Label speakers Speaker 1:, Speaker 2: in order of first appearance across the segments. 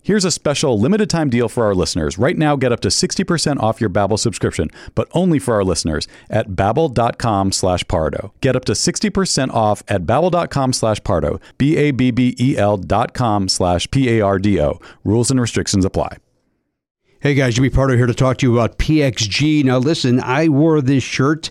Speaker 1: Here's a special limited time deal for our listeners. Right now, get up to 60% off your Babbel subscription, but only for our listeners at babbel.com slash pardo. Get up to 60% off at babbel.com slash pardo, B-A-B-B-E-L E dot com slash P-A-R-D-O. Rules and restrictions apply.
Speaker 2: Hey guys, Jimmy Pardo here to talk to you about PXG. Now, listen, I wore this shirt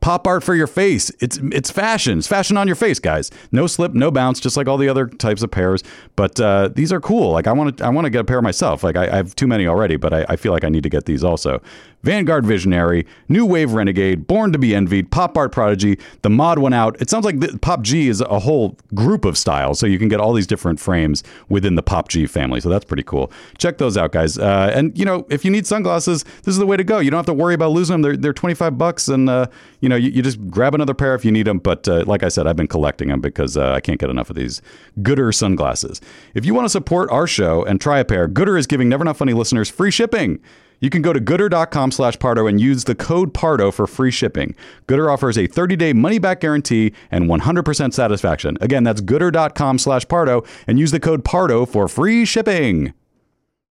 Speaker 1: pop art for your face. It's it's fashion. It's fashion on your face, guys. No slip, no bounce, just like all the other types of pairs. But uh, these are cool. Like I want to I want to get a pair myself. Like I, I have too many already, but I, I feel like I need to get these also. Vanguard Visionary, New Wave Renegade, Born to Be Envied, Pop Art Prodigy, the mod one out. It sounds like the, Pop G is a whole group of styles, so you can get all these different frames within the Pop G family. So that's pretty cool. Check those out, guys. Uh, and you know, if you need sunglasses, this is the way to go. You don't have to worry about losing them. They're, they're 25 bucks, and uh, you know, you, you, just grab another pair if you need them. But uh, like I said, I've been collecting them because uh, I can't get enough of these Gooder sunglasses. If you want to support our show and try a pair, Gooder is giving Never Not Funny listeners free shipping. You can go to gooder.com slash Pardo and use the code Pardo for free shipping. Gooder offers a 30-day money-back guarantee and 100% satisfaction. Again, that's gooder.com slash Pardo and use the code Pardo for free shipping.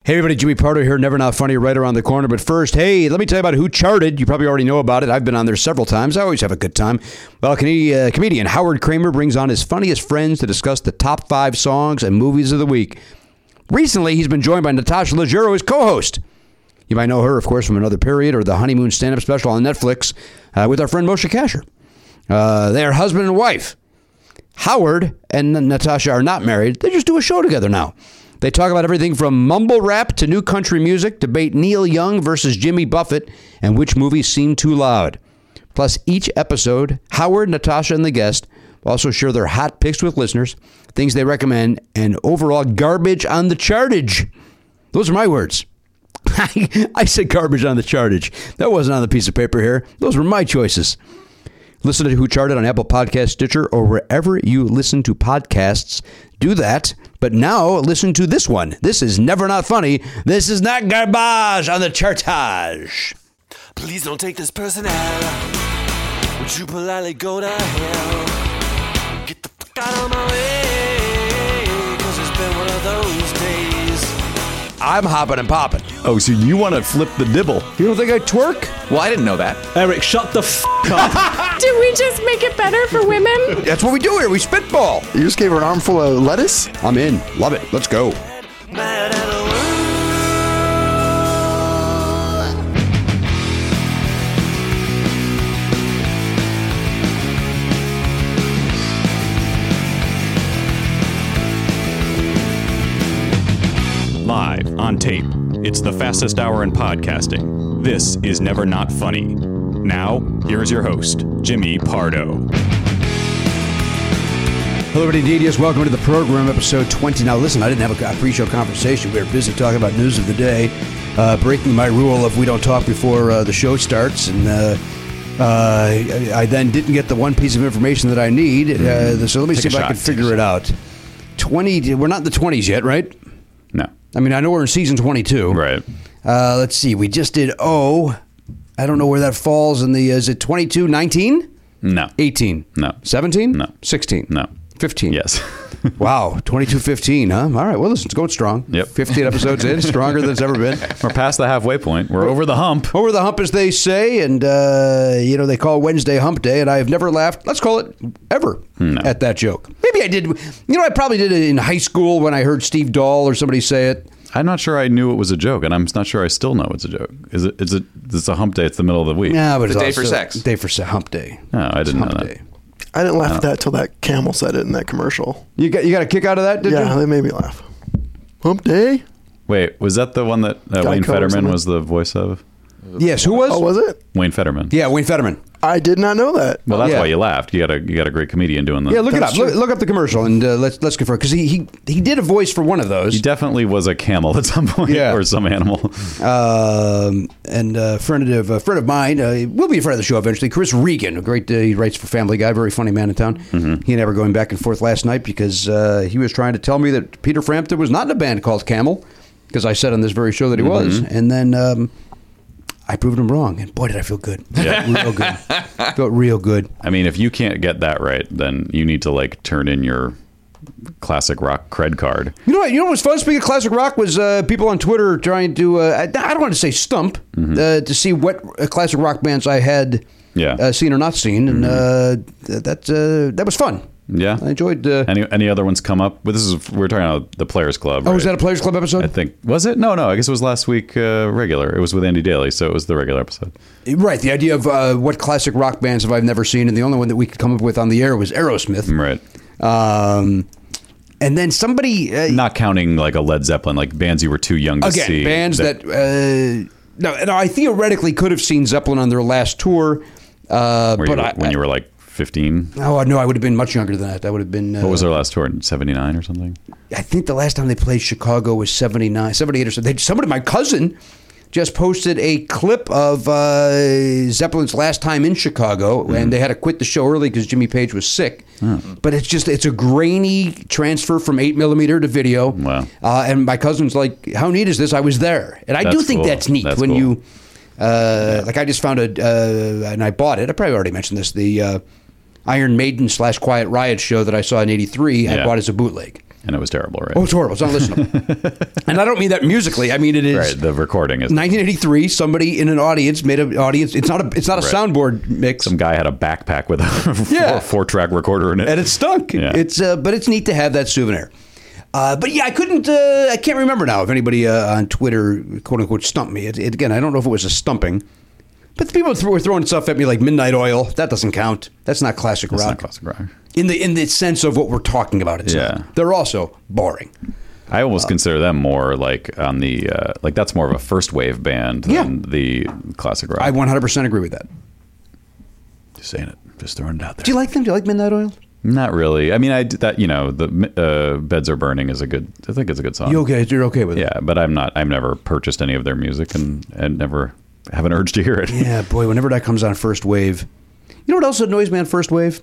Speaker 2: Hey everybody, Jimmy Pardo here, Never Not Funny, right around the corner. But first, hey, let me tell you about Who Charted. You probably already know about it. I've been on there several times. I always have a good time. Well, uh, comedian Howard Kramer brings on his funniest friends to discuss the top five songs and movies of the week. Recently, he's been joined by Natasha Leggero, his co-host. You might know her, of course, from another period or the honeymoon stand up special on Netflix uh, with our friend Moshe Kasher. Uh, they are husband and wife. Howard and Natasha are not married, they just do a show together now. They talk about everything from mumble rap to new country music, debate Neil Young versus Jimmy Buffett, and which movies seem too loud. Plus, each episode, Howard, Natasha, and the guest also share their hot picks with listeners, things they recommend, and overall garbage on the chartage. Those are my words. I, I said garbage on the chartage. That wasn't on the piece of paper here. Those were my choices. Listen to Who Charted on Apple Podcast, Stitcher, or wherever you listen to podcasts. Do that. But now listen to this one. This is never not funny. This is not garbage on the chartage.
Speaker 3: Please don't take this person out. Would you politely go to hell? Get the fuck out of my way. Cause it's been one of those days.
Speaker 4: I'm hopping and popping.
Speaker 1: Oh, so you want to flip the dibble?
Speaker 2: You don't think I twerk?
Speaker 4: Well, I didn't know that.
Speaker 5: Eric, shut the f up.
Speaker 6: Did we just make it better for women?
Speaker 2: That's what we do here. We spitball.
Speaker 7: You just gave her an armful of lettuce?
Speaker 2: I'm in. Love it. Let's go.
Speaker 3: Mad at the world.
Speaker 1: Live on tape. It's the fastest hour in podcasting. This is Never Not Funny. Now, here's your host, Jimmy Pardo.
Speaker 2: Hello, everybody. DDS. Welcome to the program, episode 20. Now, listen, I didn't have a pre show conversation. We were busy talking about news of the day, uh, breaking my rule of we don't talk before uh, the show starts. And uh, uh, I, I then didn't get the one piece of information that I need. Uh, so let me
Speaker 1: Mm-hmm. Take
Speaker 2: see
Speaker 1: a
Speaker 2: if
Speaker 1: shot.
Speaker 2: I can
Speaker 1: Take a
Speaker 2: figure it out. 20, we're not in the 20s yet, right?
Speaker 1: No.
Speaker 2: I mean, I know we're in season 22.
Speaker 1: Right.
Speaker 2: Uh, let's see. We just did O. I don't know where that falls in the. uh, Is it 22, 19?
Speaker 1: No.
Speaker 2: 18?
Speaker 1: No.
Speaker 2: 17?
Speaker 1: No.
Speaker 2: 16?
Speaker 1: No.
Speaker 2: 15?
Speaker 1: Yes.
Speaker 2: Wow, 2215, huh? All right, well, listen, it's going strong.
Speaker 1: Yep.
Speaker 2: 15 episodes in, stronger than it's ever been.
Speaker 1: We're past the halfway point. We're over the hump.
Speaker 2: Over the hump, as they say, and, uh, you know, they call Wednesday hump day, and I have never laughed, let's call it ever, at that joke. Maybe I did, you know, I probably did it in high school when I heard Steve Dahl or somebody say it.
Speaker 1: I'm not sure I knew it was a joke, and I'm not sure I still know it's a joke. Is it? Is it? It's a hump day. It's the middle of the week.
Speaker 2: Yeah, but
Speaker 4: The
Speaker 2: it's
Speaker 4: day for
Speaker 2: also-
Speaker 4: sex.
Speaker 2: Day for se- hump day.
Speaker 1: No, Oh, I didn't know
Speaker 2: Hump
Speaker 1: that.
Speaker 2: day.
Speaker 7: I didn't laugh at
Speaker 2: Uh,
Speaker 7: that till that camel said it in that commercial.
Speaker 2: You got, you got a kick out of that, did
Speaker 7: yeah,
Speaker 2: you?
Speaker 7: they made me laugh. Hump day?
Speaker 1: Wait, was that the one that uh, Wayne
Speaker 7: Geico or
Speaker 1: Fetterman
Speaker 7: something?
Speaker 1: was the voice of?
Speaker 2: Yes, who was?
Speaker 7: Oh, was it?
Speaker 1: Wayne Fetterman.
Speaker 2: Yeah, Wayne Fetterman.
Speaker 7: I did not know that.
Speaker 1: Well, that's
Speaker 2: Yeah.
Speaker 1: why you laughed. You got a you got a great comedian doing that.
Speaker 2: Yeah, look it
Speaker 7: That's
Speaker 2: up. Look,
Speaker 7: true.
Speaker 2: look up the commercial and uh, let's let's confirm because he, he he did a voice for one of those.
Speaker 1: He definitely was a camel at some point,
Speaker 2: Yeah.
Speaker 1: or some animal.
Speaker 2: um, and a friend of a friend of mine uh, will be a friend of the show eventually. Chris Regan, a great uh, he writes for Family Guy, very funny man in town. He and I were going back and forth last night because uh, he was trying to tell me that Peter Frampton was not in a band called Camel because I said on this very show that he was, and then. Um, I proved him wrong, and boy, did I feel good! real good. Felt real good.
Speaker 1: I mean, if you can't get that right, then you need to like turn in your classic rock cred card.
Speaker 2: You know what? You know what was fun? Speaking of classic rock, was uh, people on Twitter trying to uh, I I don't want to say stump
Speaker 1: Mm-hmm.
Speaker 2: uh, to see what uh, classic rock bands I had
Speaker 1: Yeah. Mm-hmm.
Speaker 2: uh, seen or not seen, and uh, th- that uh, that was fun.
Speaker 1: Yeah.
Speaker 2: I enjoyed. Uh,
Speaker 1: Any any other ones come up? But this is we're talking about the Players Club.
Speaker 2: oh, was
Speaker 1: right?
Speaker 2: that a Players Club episode?
Speaker 1: I think was it? No, no. I guess it was last week. Uh, regular. It was with Andy Daly, so it was the regular episode.
Speaker 2: Right. The idea of uh, what classic rock bands have I never seen, and the only one that we could come up with on the air was Aerosmith.
Speaker 1: Right.
Speaker 2: Um, and then somebody uh,
Speaker 1: Not counting like a Led Zeppelin, like bands you were too young to
Speaker 2: again
Speaker 1: see.
Speaker 2: bands that, uh, no, no, I theoretically could have seen Zeppelin on their last tour, uh,
Speaker 1: were
Speaker 2: but
Speaker 1: you-
Speaker 2: I,
Speaker 1: when you were like 15.
Speaker 2: Oh no, I would have been much younger than that. That would have been. Uh,
Speaker 1: What was their last tour? in 79 or something?
Speaker 2: I think the last time they played Chicago was 79, 78 or so. They, somebody, my cousin, just posted a clip of uh, Zeppelin's last time in Chicago,
Speaker 1: Hmm.
Speaker 2: and they had to quit the show early because Jimmy Page was sick. But it's just it's a grainy transfer from eight millimeter to video.
Speaker 1: Wow.
Speaker 2: Uh, and my cousin's like, "How neat is this? I was there." And I do
Speaker 1: That's
Speaker 2: think
Speaker 1: cool.
Speaker 2: that's neat
Speaker 1: That's
Speaker 2: when
Speaker 1: cool.
Speaker 2: you. Uh, like I just found a, uh, and I bought it. I probably already mentioned this. The uh, Iron Maiden slash Quiet Riot show that I saw in '83. I
Speaker 1: Yeah.
Speaker 2: bought as a bootleg.
Speaker 1: And it was terrible, right?
Speaker 2: Oh, it's horrible. It's unlistenable. and I don't mean that musically. I mean it is.
Speaker 1: right. The recording is.
Speaker 2: 1983. Somebody in an audience made an audience. It's not a. It's not a
Speaker 1: Right.
Speaker 2: soundboard mix.
Speaker 1: Some guy had a backpack with a
Speaker 2: Yeah.
Speaker 1: four track recorder in it.
Speaker 2: and it stunk.
Speaker 1: Yeah.
Speaker 2: It's uh, but it's neat to have that souvenir. Uh, but yeah, I couldn't. Uh, I can't remember now if anybody uh, on Twitter, quote unquote, stumped me. It, it, again, I don't know if it was a stumping, but the people were throwing stuff at me like Midnight Oil. That doesn't count. That's not classic
Speaker 1: It's
Speaker 2: rock.
Speaker 1: not classic rock.
Speaker 2: In the in the sense of what we're talking about, it's
Speaker 1: Yeah.
Speaker 2: not. They're also boring.
Speaker 1: I almost consider them more like on the uh, like that's more of a first wave band
Speaker 2: Yeah.
Speaker 1: than the classic rock.
Speaker 2: I 100% agree with that.
Speaker 1: just saying it, just throwing it out there.
Speaker 2: Do you like them? Do you like Midnight Oil?
Speaker 1: Not really. I mean, I d- that you know the uh, beds are burning is a good. I think it's a good song.
Speaker 2: You okay? You're okay with it?
Speaker 1: Yeah, but I'm not. I've never purchased any of their music and and never have an urge to hear it.
Speaker 2: Yeah, boy, whenever that comes on first wave. You know what else annoys me on first wave?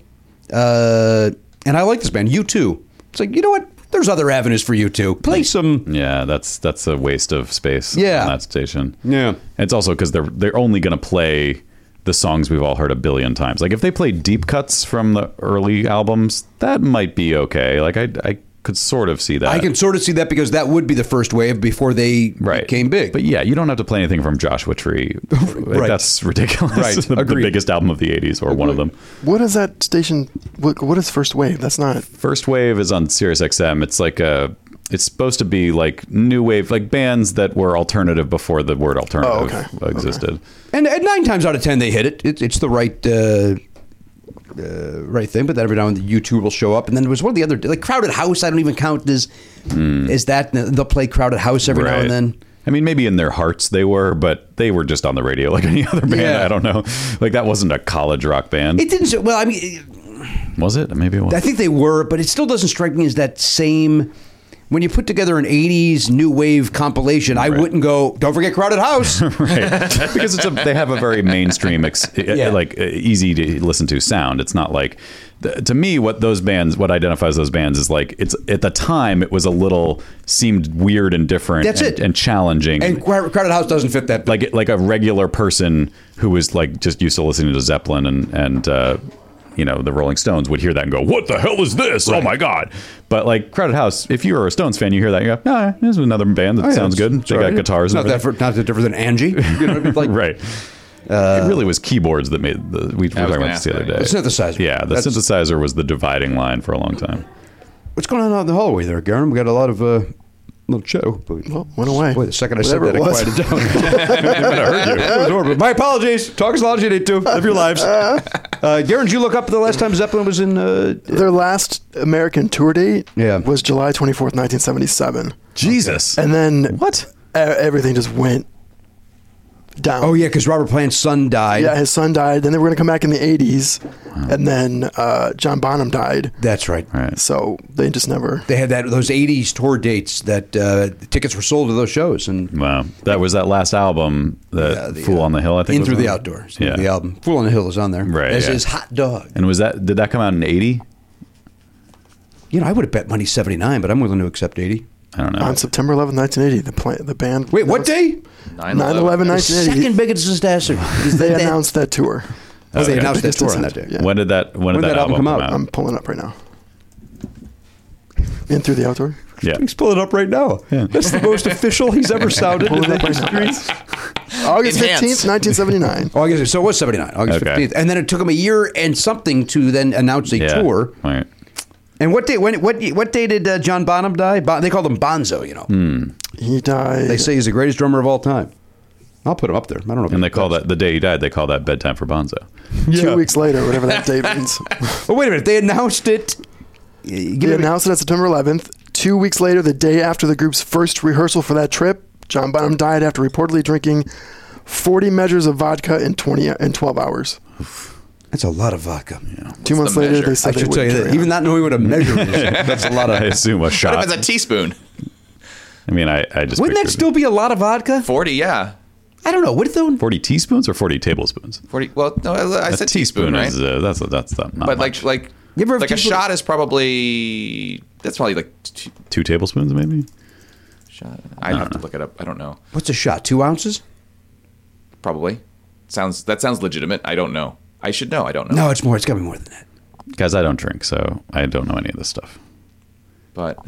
Speaker 2: Uh, and I like this band, you too. It's like, you know what? There's other avenues for you too.
Speaker 8: Play some.
Speaker 1: Yeah, that's that's a waste of space.
Speaker 2: Yeah.
Speaker 1: on that station.
Speaker 8: Yeah.
Speaker 1: it's also because they're they're only going to play the songs we've all heard a billion times. Like if they play deep cuts from the early albums, that might be okay. Like I I could sort of see that.
Speaker 2: I can sort of see that because that would be the first wave before they became big.
Speaker 1: But yeah, you don't have to play anything from Joshua Tree. right. That's ridiculous.
Speaker 2: Right.
Speaker 1: the, the
Speaker 2: Agreed.
Speaker 1: biggest album of the 80s or one of them.
Speaker 7: What is that station? What, what is First Wave? That's not.
Speaker 1: First Wave is on Sirius XM. It's like a it's supposed to be like new wave, like bands that were alternative before the word alternative
Speaker 7: Oh, okay.
Speaker 1: existed.
Speaker 2: and, and nine times out of ten, they hit it. it it's the right. Uh, uh, right thing, but then every now and then YouTube will show up, and then there was one of the other like Crowded House. I don't even count as is that they'll play Crowded House every now
Speaker 1: Hmm. Right.
Speaker 2: and then.
Speaker 1: I mean, maybe in their hearts they were, but they were just on the radio like any other band.
Speaker 2: Yeah.
Speaker 1: I don't know. Like that wasn't a college rock band,
Speaker 2: It didn't. Well, I mean,
Speaker 1: was it? Maybe it was.
Speaker 2: I think they were, but it still doesn't strike me as that same. When you put together an '80s new wave compilation, I
Speaker 1: Right.
Speaker 2: wouldn't go. Don't forget Crowded House.
Speaker 1: right? because it's a, they have a very mainstream, ex, like uh, easy to listen to sound. It's not like th- to me what those bands, what identifies those bands is like it's at the time it was a little seemed weird and different.
Speaker 2: That's
Speaker 1: and,
Speaker 2: it.
Speaker 1: and challenging.
Speaker 2: and Crow- Crowded House doesn't fit that.
Speaker 1: like like a regular person who was like just used to listening to Zeppelin and and uh, you know the Rolling Stones would hear that and go, "What the hell is this? Oh my god!" But like Crowded House, if you were a Stones fan, you hear that and you go, "No, Oh, yeah, this is another band that
Speaker 2: Oh,
Speaker 1: sounds good. They got guitars, and
Speaker 2: Not that,
Speaker 1: everything."
Speaker 2: for, not that different than Angie. You know what I mean? Like,
Speaker 1: right." it really was keyboards that made the. We were talking about
Speaker 9: gonna
Speaker 1: this the
Speaker 9: ask
Speaker 1: other day.
Speaker 9: that.
Speaker 2: The synthesizer.
Speaker 1: Yeah, the
Speaker 2: That's-
Speaker 1: synthesizer was the dividing line for a long time.
Speaker 2: What's going on out in the hallway there, Garen? We got a lot of uh, little show. But
Speaker 7: Well, went away.
Speaker 2: Boy, the second I
Speaker 7: Whatever
Speaker 2: said that,
Speaker 7: it
Speaker 2: I
Speaker 7: was.
Speaker 2: quieted down. It was horrible. My apologies. Talk as loud as you need to. Live your lives. Uh, Garen, did you look up the last time Zeppelin was in? Uh,
Speaker 7: Their last American tour date
Speaker 2: Yeah.
Speaker 7: was July 24th, 1977.
Speaker 1: Jesus.
Speaker 7: And then. What? Everything just went down.
Speaker 2: oh yeah, because Robert Plant's son died.
Speaker 7: Yeah, his son died. Then they were going to come back in the 80s. And then uh, John Bonham died.
Speaker 2: That's right.
Speaker 1: Right.
Speaker 7: So they just never.
Speaker 2: They had that those '80s tour dates that uh, tickets were sold to those shows and
Speaker 1: Wow. That was that last album, that
Speaker 2: Yeah, the,
Speaker 1: Fool
Speaker 2: uh,
Speaker 1: on the Hill, I think.
Speaker 2: in
Speaker 1: was
Speaker 2: through
Speaker 1: on
Speaker 2: the
Speaker 1: it.
Speaker 2: outdoors.
Speaker 1: Yeah.
Speaker 2: Yeah, the album "Fool on the Hill" is on there.
Speaker 1: Right,
Speaker 2: As
Speaker 1: yeah.
Speaker 2: is "Hot Dog."
Speaker 1: And was that, did that come out in 80?
Speaker 2: You know, I would have bet money '79, but I'm willing to accept '80.
Speaker 1: I don't know.
Speaker 7: On September 11th, 1980, the, pla the band.
Speaker 2: Wait, what day?
Speaker 7: 9 11 1980.
Speaker 2: Second biggest disaster. Is
Speaker 7: They
Speaker 2: that-
Speaker 7: announced that tour.
Speaker 2: Oh, they announced that
Speaker 7: Biggest
Speaker 2: tour on that
Speaker 7: disaster,
Speaker 2: day.
Speaker 7: yeah.
Speaker 1: When did that when, did that, album, come out?
Speaker 7: I'm pulling up right now. In through the outdoor.
Speaker 1: yeah.
Speaker 2: He's pulling it up right now.
Speaker 1: Yeah.
Speaker 2: That's the most official he's ever sounded in
Speaker 7: Pulling
Speaker 2: the
Speaker 7: it up right now.
Speaker 2: history.
Speaker 7: August
Speaker 9: Enhance.
Speaker 7: 15th, 1979.
Speaker 2: Oh, I guess so. It was '79, August
Speaker 1: Okay.
Speaker 2: 15th, and then it took him a year and something to then announce a
Speaker 1: Yeah.
Speaker 2: tour.
Speaker 1: Right.
Speaker 2: And what day? When? What? What day did uh, John Bonham die? Bon, they called him Bonzo. You know,
Speaker 7: He died.
Speaker 2: they say he's the greatest drummer of all time. I'll put him up there. I don't know. if
Speaker 1: And they
Speaker 2: he-
Speaker 1: call that the day he died, they call that bedtime for Bonzo.
Speaker 7: two weeks later, whatever that date means.
Speaker 2: Oh wait a minute! They announced it. Give
Speaker 7: they
Speaker 2: me-
Speaker 7: announced it on September 11th. Two weeks later, the day after the group's first rehearsal for that trip, John Bonham died after reportedly drinking 40 measures of vodka in 20 in 12 hours.
Speaker 2: That's a lot of vodka.
Speaker 7: Two months
Speaker 9: the
Speaker 7: later,
Speaker 9: measure?
Speaker 7: they
Speaker 2: I
Speaker 7: said they
Speaker 2: should tell
Speaker 7: wouldn't
Speaker 2: you that.
Speaker 7: carry
Speaker 2: Even
Speaker 7: on.
Speaker 2: not knowing what a measure is, that's a lot
Speaker 1: I
Speaker 2: of.
Speaker 1: assume a
Speaker 9: What
Speaker 1: shot.
Speaker 9: if it's a teaspoon?
Speaker 1: I mean, I, I just
Speaker 2: Wouldn't that
Speaker 1: pictured
Speaker 2: still be a lot of vodka?
Speaker 9: Forty, yeah.
Speaker 2: I don't know. What if the
Speaker 1: 40 teaspoons or 40 tablespoons?
Speaker 9: Forty. Well, no, I, I
Speaker 1: a
Speaker 9: said teaspoon, right?
Speaker 1: is uh, that's that's not
Speaker 9: but
Speaker 1: much.
Speaker 9: like, like,
Speaker 2: You ever have
Speaker 9: like a
Speaker 2: people-
Speaker 9: shot is probably that's probably like two,
Speaker 1: two tablespoons maybe.
Speaker 9: shot. I have
Speaker 1: Uh-huh.
Speaker 9: to look it up. I don't know.
Speaker 2: what's a shot? Two ounces?
Speaker 9: Probably sounds that sounds legitimate. I don't know. I should know. I don't know.
Speaker 2: No, it's more. It's got to be more than that.
Speaker 1: Guys, I don't drink, so I don't know any of this stuff.
Speaker 9: But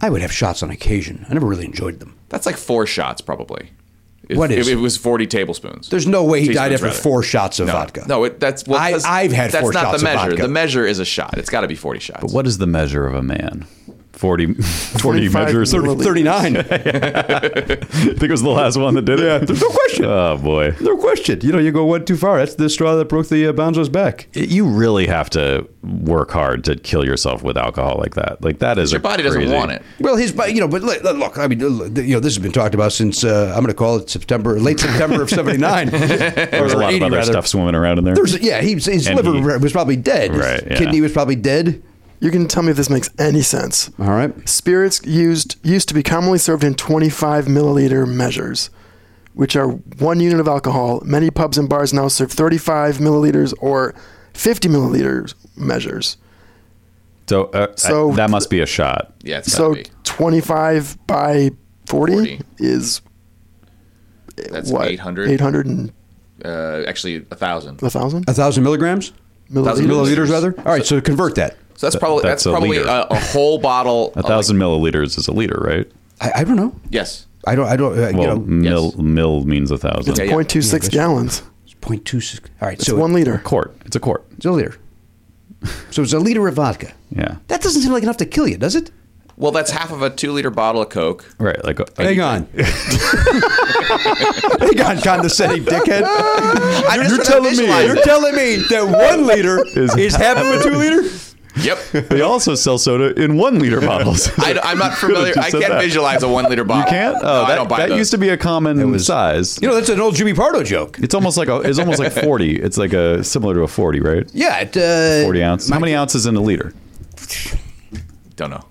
Speaker 2: I would have shots on occasion. I never really enjoyed them.
Speaker 9: that's like four shots probably. If,
Speaker 2: What is-
Speaker 9: if it was forty tablespoons?
Speaker 2: There's no way he died
Speaker 9: Teaspoons,
Speaker 2: after
Speaker 9: rather.
Speaker 2: four shots of
Speaker 9: no,
Speaker 2: vodka.
Speaker 9: No, it, that's well,
Speaker 2: I-
Speaker 9: 'cause
Speaker 2: I've had
Speaker 9: that's
Speaker 2: four
Speaker 9: not
Speaker 2: shots
Speaker 9: the
Speaker 2: of
Speaker 9: measure.
Speaker 2: vodka.
Speaker 9: The measure is a shot. It's got to be forty shots.
Speaker 1: What is the measure of a man? 40, 40 measures. 30,
Speaker 7: 25 milliliters.
Speaker 2: 39. no
Speaker 1: I think it was the last one that did it. Yeah, there's no
Speaker 2: question.
Speaker 1: Oh boy,
Speaker 2: question. You know, you go one too far. That's the straw that broke the uh, Bonzo's back.
Speaker 1: you really have to work hard to kill yourself with alcohol like that. Like that is
Speaker 9: Your
Speaker 1: a
Speaker 9: body doesn't
Speaker 1: crazy-
Speaker 9: want it.
Speaker 2: Well, his, but, you know, but look, look, I mean, look, you know, this has been talked about since uh, I'm going to call it September, late September of '79.
Speaker 1: There's a lot of other stuff swimming around in there.
Speaker 2: There's, yeah, he, his
Speaker 1: And
Speaker 2: liver
Speaker 1: he-
Speaker 2: was probably dead. His
Speaker 1: Right, yeah.
Speaker 2: kidney was probably dead.
Speaker 7: You can tell me if this makes any sense.
Speaker 2: All right.
Speaker 7: Spirits used used to be commonly served in 25 milliliter measures, which are one unit of alcohol. Many pubs and bars now serve 35 milliliters or 50 milliliters measures.
Speaker 1: So, uh,
Speaker 7: So-
Speaker 1: I- that must be a shot.
Speaker 9: Yeah, it's
Speaker 7: So
Speaker 9: gotta be.
Speaker 7: 25 by 40,
Speaker 9: 40.
Speaker 7: is
Speaker 9: That's
Speaker 7: what?
Speaker 9: 800.
Speaker 7: 800 and
Speaker 9: Uh, actually, a thousand.
Speaker 7: 1,000
Speaker 2: A thousand milligrams,
Speaker 9: Thousand
Speaker 7: milliliters?
Speaker 9: milliliters.
Speaker 2: milliliters rather. All right, so convert that.
Speaker 9: So that's probably
Speaker 1: that's
Speaker 9: that's,
Speaker 1: a
Speaker 9: probably
Speaker 1: liter.
Speaker 9: a, a whole bottle.
Speaker 1: A thousand milliliters is a liter, right?
Speaker 2: I, I don't know.
Speaker 9: yes.
Speaker 2: I don't. I don't. Uh,
Speaker 1: Well,
Speaker 2: you know,
Speaker 1: mil mil means a thousand.
Speaker 9: Yeah, yeah.
Speaker 7: 0.26 gallons.
Speaker 2: it's point two six. All right,
Speaker 7: It's
Speaker 2: so
Speaker 7: one liter.
Speaker 1: Quart. It's a quart.
Speaker 2: It's a liter. So it's a liter of vodka.
Speaker 1: Yeah.
Speaker 2: That doesn't seem like enough to kill you, does it?
Speaker 9: Well, that's half of a two-liter bottle of Coke.
Speaker 1: Right. Like.
Speaker 2: Hang on. Hang on, condescending dickhead.
Speaker 9: I'm
Speaker 1: You're telling me-
Speaker 9: visualize
Speaker 2: You're
Speaker 9: it.
Speaker 2: telling me that one liter is, half of a two liter?
Speaker 9: Yep.
Speaker 1: They also sell soda in one liter bottles.
Speaker 9: I, am not familiar.
Speaker 1: just
Speaker 9: I
Speaker 1: said
Speaker 9: can't
Speaker 1: that.
Speaker 9: visualize a one-liter bottle.
Speaker 1: You can't. Oh,
Speaker 9: No,
Speaker 1: that,
Speaker 9: I don't buy
Speaker 1: that
Speaker 9: those.
Speaker 1: used to be a common size.
Speaker 2: You know, that's an old Jimmy Pardo joke.
Speaker 1: It's almost like a. It's almost like forty. It's like a similar to a forty, right?
Speaker 2: Yeah, it, uh,
Speaker 1: Forty ounce. How many ounces in a liter?
Speaker 9: Don't know.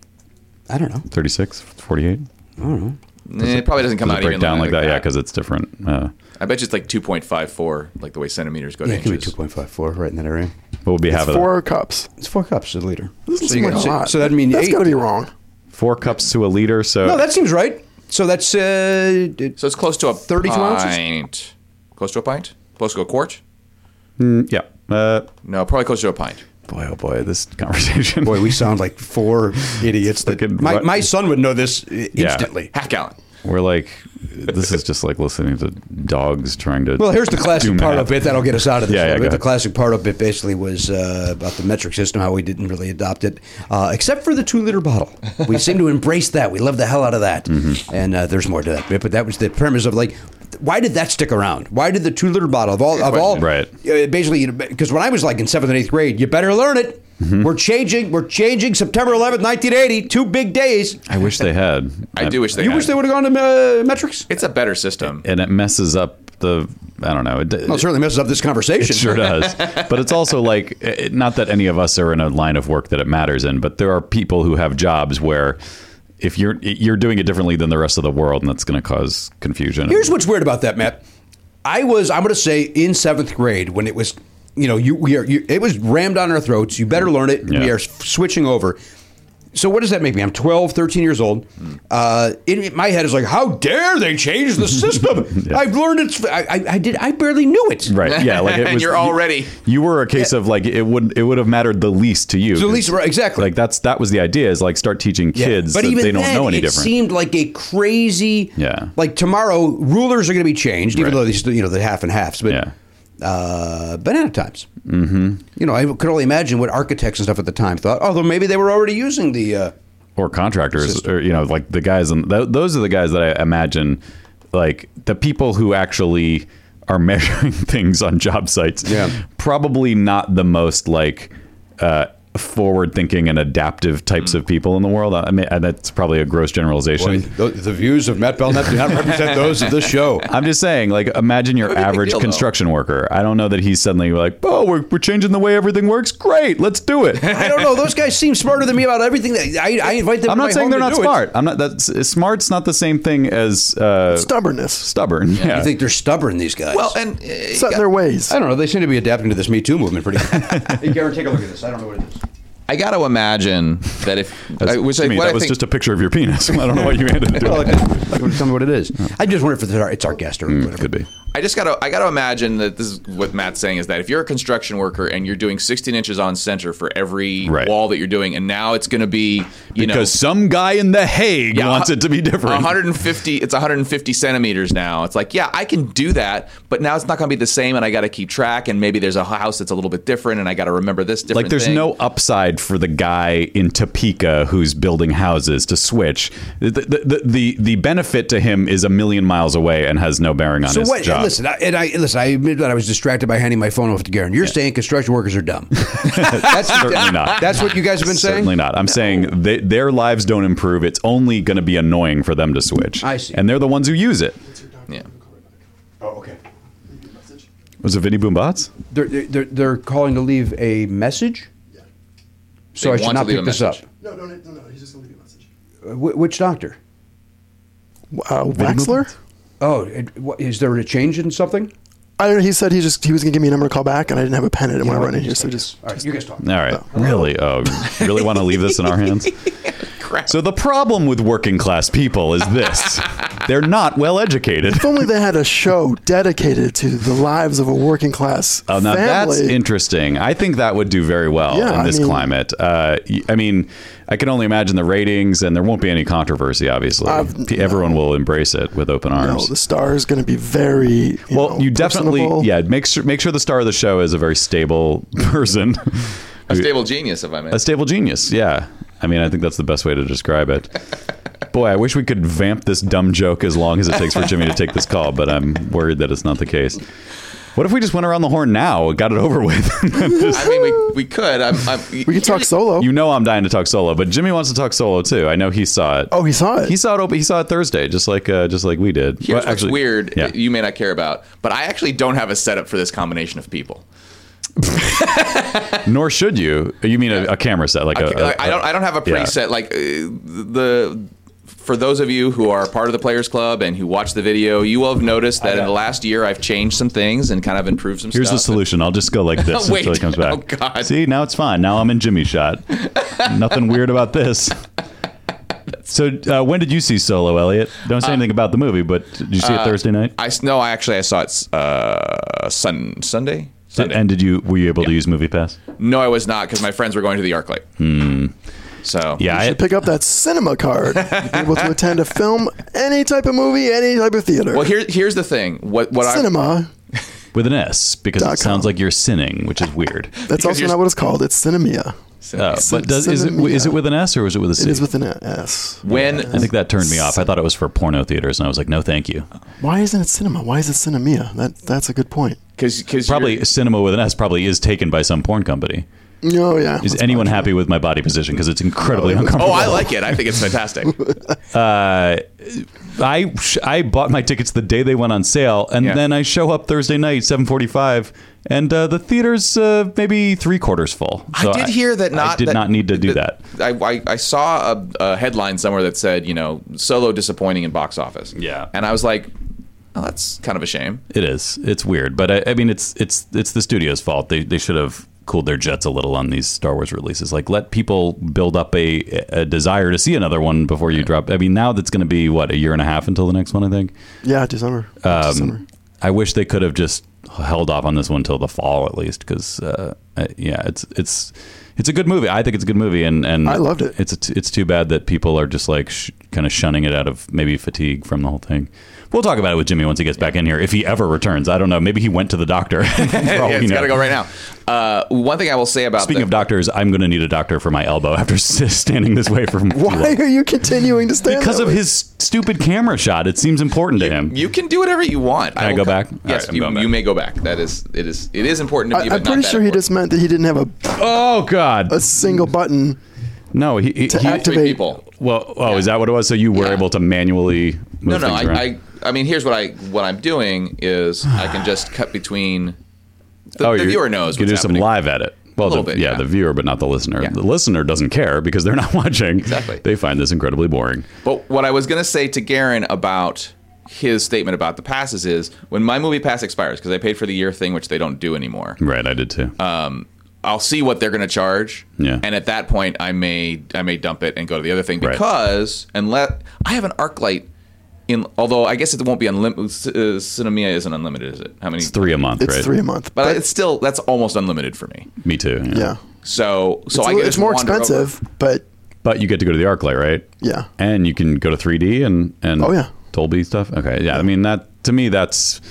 Speaker 2: I don't know.
Speaker 1: 36, 48?
Speaker 9: Eh, it probably doesn't come
Speaker 1: Does
Speaker 9: out
Speaker 1: it break
Speaker 9: even
Speaker 1: down like that? Yeah, because it's different. Uh,
Speaker 9: I bet you it's like 2.54, like the way centimeters go
Speaker 2: Yeah,
Speaker 9: to
Speaker 2: it could be
Speaker 9: inches.
Speaker 2: two point five four, right in that area.
Speaker 1: what would be half
Speaker 7: It's
Speaker 1: of that?
Speaker 7: four cups.
Speaker 2: It's four cups a liter.
Speaker 7: Doesn't
Speaker 2: So
Speaker 7: seem
Speaker 2: you
Speaker 7: like
Speaker 2: got-
Speaker 7: a lot.
Speaker 2: so that means
Speaker 7: that's
Speaker 2: eight.
Speaker 7: got to be wrong.
Speaker 1: Four cups to a liter. So
Speaker 2: No, that seems right. So that's uh,
Speaker 9: So it's close to a
Speaker 2: 32 ounces?
Speaker 9: pint. Close to a pint? Close to a quart?
Speaker 1: yeah. Uh,
Speaker 9: No, probably close to a pint.
Speaker 1: boy, oh boy, this conversation.
Speaker 2: boy. We sound like four idiots. That,
Speaker 1: Fucking
Speaker 2: my
Speaker 1: what?
Speaker 2: my son would know this uh, instantly.
Speaker 9: Half gallon.
Speaker 1: We're like, this is just like listening to dogs trying to.
Speaker 2: Well, here's the classic
Speaker 1: do
Speaker 2: part
Speaker 1: math.
Speaker 2: of it that'll get us out of this.
Speaker 1: Yeah, yeah, go
Speaker 2: but the
Speaker 1: ahead.
Speaker 2: classic part of it basically was uh, about the metric system, how we didn't really adopt it, uh, except for the two liter bottle. We seem to embrace that. We love the hell out of that.
Speaker 1: Mm-hmm.
Speaker 2: And uh, there's more to that bit, but that was the premise of like, why did that stick around? Why did the two liter bottle of all of all
Speaker 1: Right.
Speaker 2: Uh, basically, because when I was like in seventh and eighth grade, you better learn it.
Speaker 1: Mm-hmm.
Speaker 2: We're changing. We're changing. September 11th, 1980. Two big days.
Speaker 1: I wish they had.
Speaker 9: I do wish they
Speaker 2: You
Speaker 9: had.
Speaker 2: wish they would have gone to uh, metrics.
Speaker 9: It's a better system.
Speaker 1: And it messes up the. I don't know. It,
Speaker 2: Well, it certainly messes up this
Speaker 1: It
Speaker 2: conversation.
Speaker 1: sure does. but it's also like, it, not that any of us are in a line of work that it matters in, but there are people who have jobs where if you're eh, you're doing it differently than the rest of the world, and that's going to cause confusion.
Speaker 2: Here's what's weird about that, Matt. I was, I'm going to say, in seventh grade when it was, you know, you we are, you, it was rammed down our throats. You better learn it. We
Speaker 1: Yeah.
Speaker 2: are s- switching over. So what does that make me? I'm 12, 13 years old. Uh, in in my head is like, how dare they change the system? I've learned it. I, I, I did. I barely knew it.
Speaker 1: Right. Yeah. Like it
Speaker 9: And
Speaker 1: was,
Speaker 9: you're
Speaker 1: you-
Speaker 9: already-
Speaker 1: You were a case of like it would it would have mattered the least to you.
Speaker 2: The least- right, exactly.
Speaker 1: Like that's that was the idea is like start teaching
Speaker 2: Yeah.
Speaker 1: kids that they don't
Speaker 2: then,
Speaker 1: know any
Speaker 2: it
Speaker 1: different.
Speaker 2: seemed like a crazy.
Speaker 1: Yeah.
Speaker 2: Like tomorrow, rulers are going to be changed, even
Speaker 1: Right.
Speaker 2: though they still, you know, the half and halves. But
Speaker 1: Yeah.
Speaker 2: uh, banana times. Mm-hmm. You know, I could only imagine what architects and stuff at the time thought. Although maybe they were already using the. Uh,
Speaker 1: or contractors or you know like the guys and th- those are the guys that I imagine like the people who actually are measuring things on job sites
Speaker 2: Yeah.
Speaker 1: probably not the most like uh forward thinking and adaptive types of people in the world I mean and that's probably a gross generalization
Speaker 2: the, the views of Matt Belknap do not represent those of this show.
Speaker 1: I'm just saying, like, imagine your average
Speaker 9: deal, though.
Speaker 1: construction worker. I don't know that he's suddenly like, oh, we're, we're changing the way everything works. Great, let's do it.
Speaker 2: I don't know. Those guys seem smarter than me about everything. That I, I invite them.
Speaker 1: I'm
Speaker 2: to
Speaker 1: not
Speaker 2: my
Speaker 1: saying
Speaker 2: home
Speaker 1: they're not
Speaker 2: to do it.
Speaker 1: smart. I'm not. That's smart's not the same thing as uh,
Speaker 7: Stubbornness.
Speaker 1: stubborn. Yeah.
Speaker 2: You think they're stubborn? These guys.
Speaker 9: Well, and uh,
Speaker 7: Set in their ways.
Speaker 2: I don't know. They seem to be adapting to this Me Too movement pretty. hey, Garen, take a look at this. I don't know what it is.
Speaker 9: I got to imagine that if,
Speaker 1: That's-
Speaker 9: I, which
Speaker 1: to
Speaker 9: I,
Speaker 1: me,
Speaker 9: what
Speaker 1: that
Speaker 9: I
Speaker 1: was
Speaker 9: think,
Speaker 1: just a picture of your penis. I don't know what you handed it
Speaker 2: Well,
Speaker 1: to.
Speaker 2: like, tell me what it is. Mm. I just wonder if it's our, it's our guest or whatever.
Speaker 1: Could be.
Speaker 9: I just gotta I gotta imagine that this is what Matt's saying is that if you're a construction worker and you're doing 16 inches on center for every
Speaker 1: Right.
Speaker 9: wall that you're doing, and now it's gonna be you know
Speaker 1: Because some guy in The Hague
Speaker 9: Yeah,
Speaker 1: wants
Speaker 9: a-
Speaker 1: it to be different.
Speaker 9: 150 it's 150 centimeters now. It's like yeah I can do that, but now it's not gonna be the same, and I gotta keep track, and maybe there's a house that's a little bit different, and I gotta remember this different.
Speaker 1: Like, there's
Speaker 9: thing.
Speaker 1: no upside for the guy in Topeka who's building houses to switch. The, the, the, the, the benefit to him is a million miles away and has no bearing on
Speaker 2: So
Speaker 1: his
Speaker 2: what?
Speaker 1: job.
Speaker 2: Listen, I, and I listen. I admit that I was distracted by handing my phone off to Garen. You're saying construction workers are dumb. that's
Speaker 1: Certainly not.
Speaker 2: That's what you guys have been saying.
Speaker 1: Certainly not. I'm saying they, their lives don't improve. It's only going to be annoying for them to switch.
Speaker 2: I see.
Speaker 1: And they're the ones who use it.
Speaker 9: yeah.
Speaker 1: Was it Vinny Boombots?
Speaker 2: They're, they're they're calling to leave a message. So
Speaker 9: They
Speaker 2: I should
Speaker 9: want to
Speaker 2: not
Speaker 9: leave
Speaker 2: pick
Speaker 9: a
Speaker 2: this up.
Speaker 9: message.
Speaker 7: No, no, no, no. He's just going to leave a message.
Speaker 2: Wh- which doctor?
Speaker 7: Uh, Waxler?
Speaker 2: Oh, it, what, is there a change in something?
Speaker 7: I don't know. He said he just he was gonna give me a number to call back, and I didn't have a pen. I didn't want to run in here, so just
Speaker 2: All right, you guys talk.
Speaker 1: All right. Really? Oh, you really want to leave this in our hands? So the problem with working class people is this: they're not well educated.
Speaker 7: if only they had a show dedicated to the lives of a working class
Speaker 1: Oh, now
Speaker 7: family.
Speaker 1: that's interesting. I think that would do very well
Speaker 7: Yeah,
Speaker 1: in
Speaker 7: I
Speaker 1: this
Speaker 7: mean-
Speaker 1: climate. Uh, y- I mean, I can only imagine the ratings, and there won't be any controversy. Obviously, P- everyone will embrace it with open
Speaker 7: no,
Speaker 1: arms.
Speaker 7: the star is going to be very you
Speaker 1: well,
Speaker 7: know,
Speaker 1: you definitely,
Speaker 7: personable.
Speaker 1: yeah, make sure make sure the star of the show is a very stable person,
Speaker 9: A stable genius, if I may.
Speaker 1: a stable genius. Yeah, I mean, I think that's the best way to describe it. Boy, I wish we could vamp this dumb joke as long as it takes for Jimmy to take this call, but I'm worried that it's not the case. What if we just went around the horn now, and got it over with?
Speaker 9: I mean, we, we could. I'm, I'm,
Speaker 7: we could talk solo.
Speaker 1: You know I'm dying to talk solo, but Jimmy wants to talk solo too. I know he saw it.
Speaker 7: oh, he saw it.
Speaker 1: He saw it. Open, he saw it Thursday, just like uh, just like we did.
Speaker 9: Here's
Speaker 1: Well,
Speaker 9: what's weird.
Speaker 1: Yeah.
Speaker 9: that You may not care about, but I actually don't have a setup for this combination of people.
Speaker 1: Nor should you. You mean a, a camera set, like a
Speaker 9: I I I don't. I don't have a
Speaker 1: uh, yeah.
Speaker 9: preset. Like uh, the for those of you who are part of the Players Club and who watch the video, you will have noticed that in the last year I've changed some things and kind of improved some
Speaker 1: Here's the
Speaker 9: stuff.
Speaker 1: solution. I'll just go like this
Speaker 9: Wait.
Speaker 1: until he comes back.
Speaker 9: Oh, God.
Speaker 1: See, now it's fine. Now I'm in Jimmy shot. Nothing weird about this. So, uh, when did you see Solo, Elliot? Don't say anything about the movie, but did you see it Thursday night?
Speaker 9: Uh, I s- no, I actually I saw it uh, sun Sunday. Sunday.
Speaker 1: and did you were you able to use Movie Pass?
Speaker 9: no, I was not because my friends were going to the ArcLight. So
Speaker 1: Hmm. Yeah,
Speaker 7: You
Speaker 1: I,
Speaker 7: should pick up that cinema card. You'll be able to attend a film, any type of movie, any type of theater.
Speaker 9: Well, here here's the thing. What what I
Speaker 7: cinema.
Speaker 1: with an S because
Speaker 7: Dot
Speaker 1: it sounds
Speaker 7: com.
Speaker 1: like you're sinning, which is weird.
Speaker 7: That's
Speaker 9: Because
Speaker 7: also
Speaker 9: you're-
Speaker 7: not what it's called. It's cinemia.
Speaker 1: Uh, but does, is it
Speaker 7: Cinemia.
Speaker 1: is it with an S or is it with a C?
Speaker 7: It is with an S.
Speaker 9: when
Speaker 1: I think that turned me off. I thought it was for porno theaters, and I was like, no, thank you.
Speaker 7: Why isn't it cinema? Why is it cinemia? That that's a good point.
Speaker 9: because because
Speaker 1: Probably cinema with an S probably is taken by some porn company.
Speaker 7: No, Oh, yeah.
Speaker 1: Is anyone happy with my body position? Because it's incredibly
Speaker 9: Oh,
Speaker 1: uncomfortable.
Speaker 9: I like it. I think it's fantastic.
Speaker 1: I sh- I bought my tickets the day they went on sale, and
Speaker 9: Yeah.
Speaker 1: then I show up Thursday night, seven forty-five, and uh, the theater's uh, maybe three quarters full. So
Speaker 9: I did hear that not
Speaker 1: I did
Speaker 9: that-
Speaker 1: not need to do that.
Speaker 9: I, I, I saw a, a headline somewhere that said, you know, solo disappointing in box office.
Speaker 1: Yeah.
Speaker 9: And I was like, oh, that's kind of a shame.
Speaker 1: It is. It's weird, but I, I mean, it's it's it's the studio's fault. They they should have cooled their jets a little on these Star Wars releases. Like, let people build up a, a desire to see another one before you drop. I mean, now that's going to be what a year and a half until the next one. I think.
Speaker 7: yeah, December. December.
Speaker 1: Um, I wish they could have just held off on this one till the fall at least, because uh, uh, yeah, it's it's it's a good movie. I think it's a good movie, and and
Speaker 7: I loved it.
Speaker 1: It's a, it's too bad that people are just like sh- kind of shunning it out of maybe fatigue from the whole thing. We'll talk about it with Jimmy once he gets back in here, if he ever returns. I don't know. Maybe he went to the doctor. For all
Speaker 9: yeah,
Speaker 1: we
Speaker 9: it's got
Speaker 1: know.
Speaker 9: to go right now. Uh, one thing I will say about
Speaker 1: Speaking
Speaker 9: the-
Speaker 1: of doctors, I'm going to need a doctor for my elbow after s- standing this way for
Speaker 7: Why are you continuing to stand?
Speaker 1: Because
Speaker 7: that
Speaker 1: of
Speaker 7: way?
Speaker 1: his stupid camera shot, it seems important to him.
Speaker 9: You can do whatever you want.
Speaker 1: I
Speaker 9: will
Speaker 1: go
Speaker 9: co-
Speaker 1: back? All
Speaker 9: Yes,
Speaker 1: right, I'm
Speaker 9: you,
Speaker 1: going back.
Speaker 9: you may go back. That is, it is, it is important
Speaker 7: I,
Speaker 9: to me.
Speaker 7: I'm
Speaker 9: but not
Speaker 7: pretty
Speaker 9: that
Speaker 7: sure he
Speaker 9: important.
Speaker 7: just meant that he didn't have a,
Speaker 1: oh God!
Speaker 7: a single button.
Speaker 1: No, he, he,
Speaker 7: To
Speaker 1: he-
Speaker 7: activate-
Speaker 9: three people.
Speaker 1: Well, oh, is that what it was? So you were
Speaker 9: Yeah.
Speaker 1: able to manually move
Speaker 9: No, no.
Speaker 1: things
Speaker 9: I,
Speaker 1: around?
Speaker 9: I, I mean, here's what I what I'm doing is I can just cut between. The, the
Speaker 1: Oh, you're-
Speaker 9: viewer knows.
Speaker 1: You can do
Speaker 9: what's
Speaker 1: some
Speaker 9: happening.
Speaker 1: live edit. Well, the,
Speaker 9: little bit,
Speaker 1: yeah,
Speaker 9: yeah.
Speaker 1: the viewer, but not the listener.
Speaker 9: Yeah.
Speaker 1: The listener doesn't care because they're not watching.
Speaker 9: Exactly.
Speaker 1: They find this incredibly boring.
Speaker 9: But what I was going to say to Garen about his statement about the passes is when my movie pass expires, because I paid for the year thing, which they don't do anymore,
Speaker 1: Right, I did too.
Speaker 9: Um, I'll see what they're going to charge.
Speaker 1: Yeah.
Speaker 9: And at that point, I may I may dump it and go to the other thing
Speaker 1: Right.
Speaker 9: because unless I have an arc light. In, although I guess it won't be unlimited. Uh, Cinemia isn't unlimited, is it? How many?
Speaker 1: it's three a month,
Speaker 7: It's
Speaker 1: right?
Speaker 7: three a month.
Speaker 9: But it's still that's almost unlimited for me.
Speaker 1: Me too. Yeah.
Speaker 7: yeah,
Speaker 9: So so
Speaker 7: it's,
Speaker 9: I
Speaker 7: a
Speaker 9: get
Speaker 7: li- it's more expensive, but
Speaker 1: But you get to go to the ArcLight, right?
Speaker 7: Yeah.
Speaker 1: And you can go to 3D and and
Speaker 7: Oh, yeah.
Speaker 1: Dolby stuff. Okay. Yeah. I mean that to me that's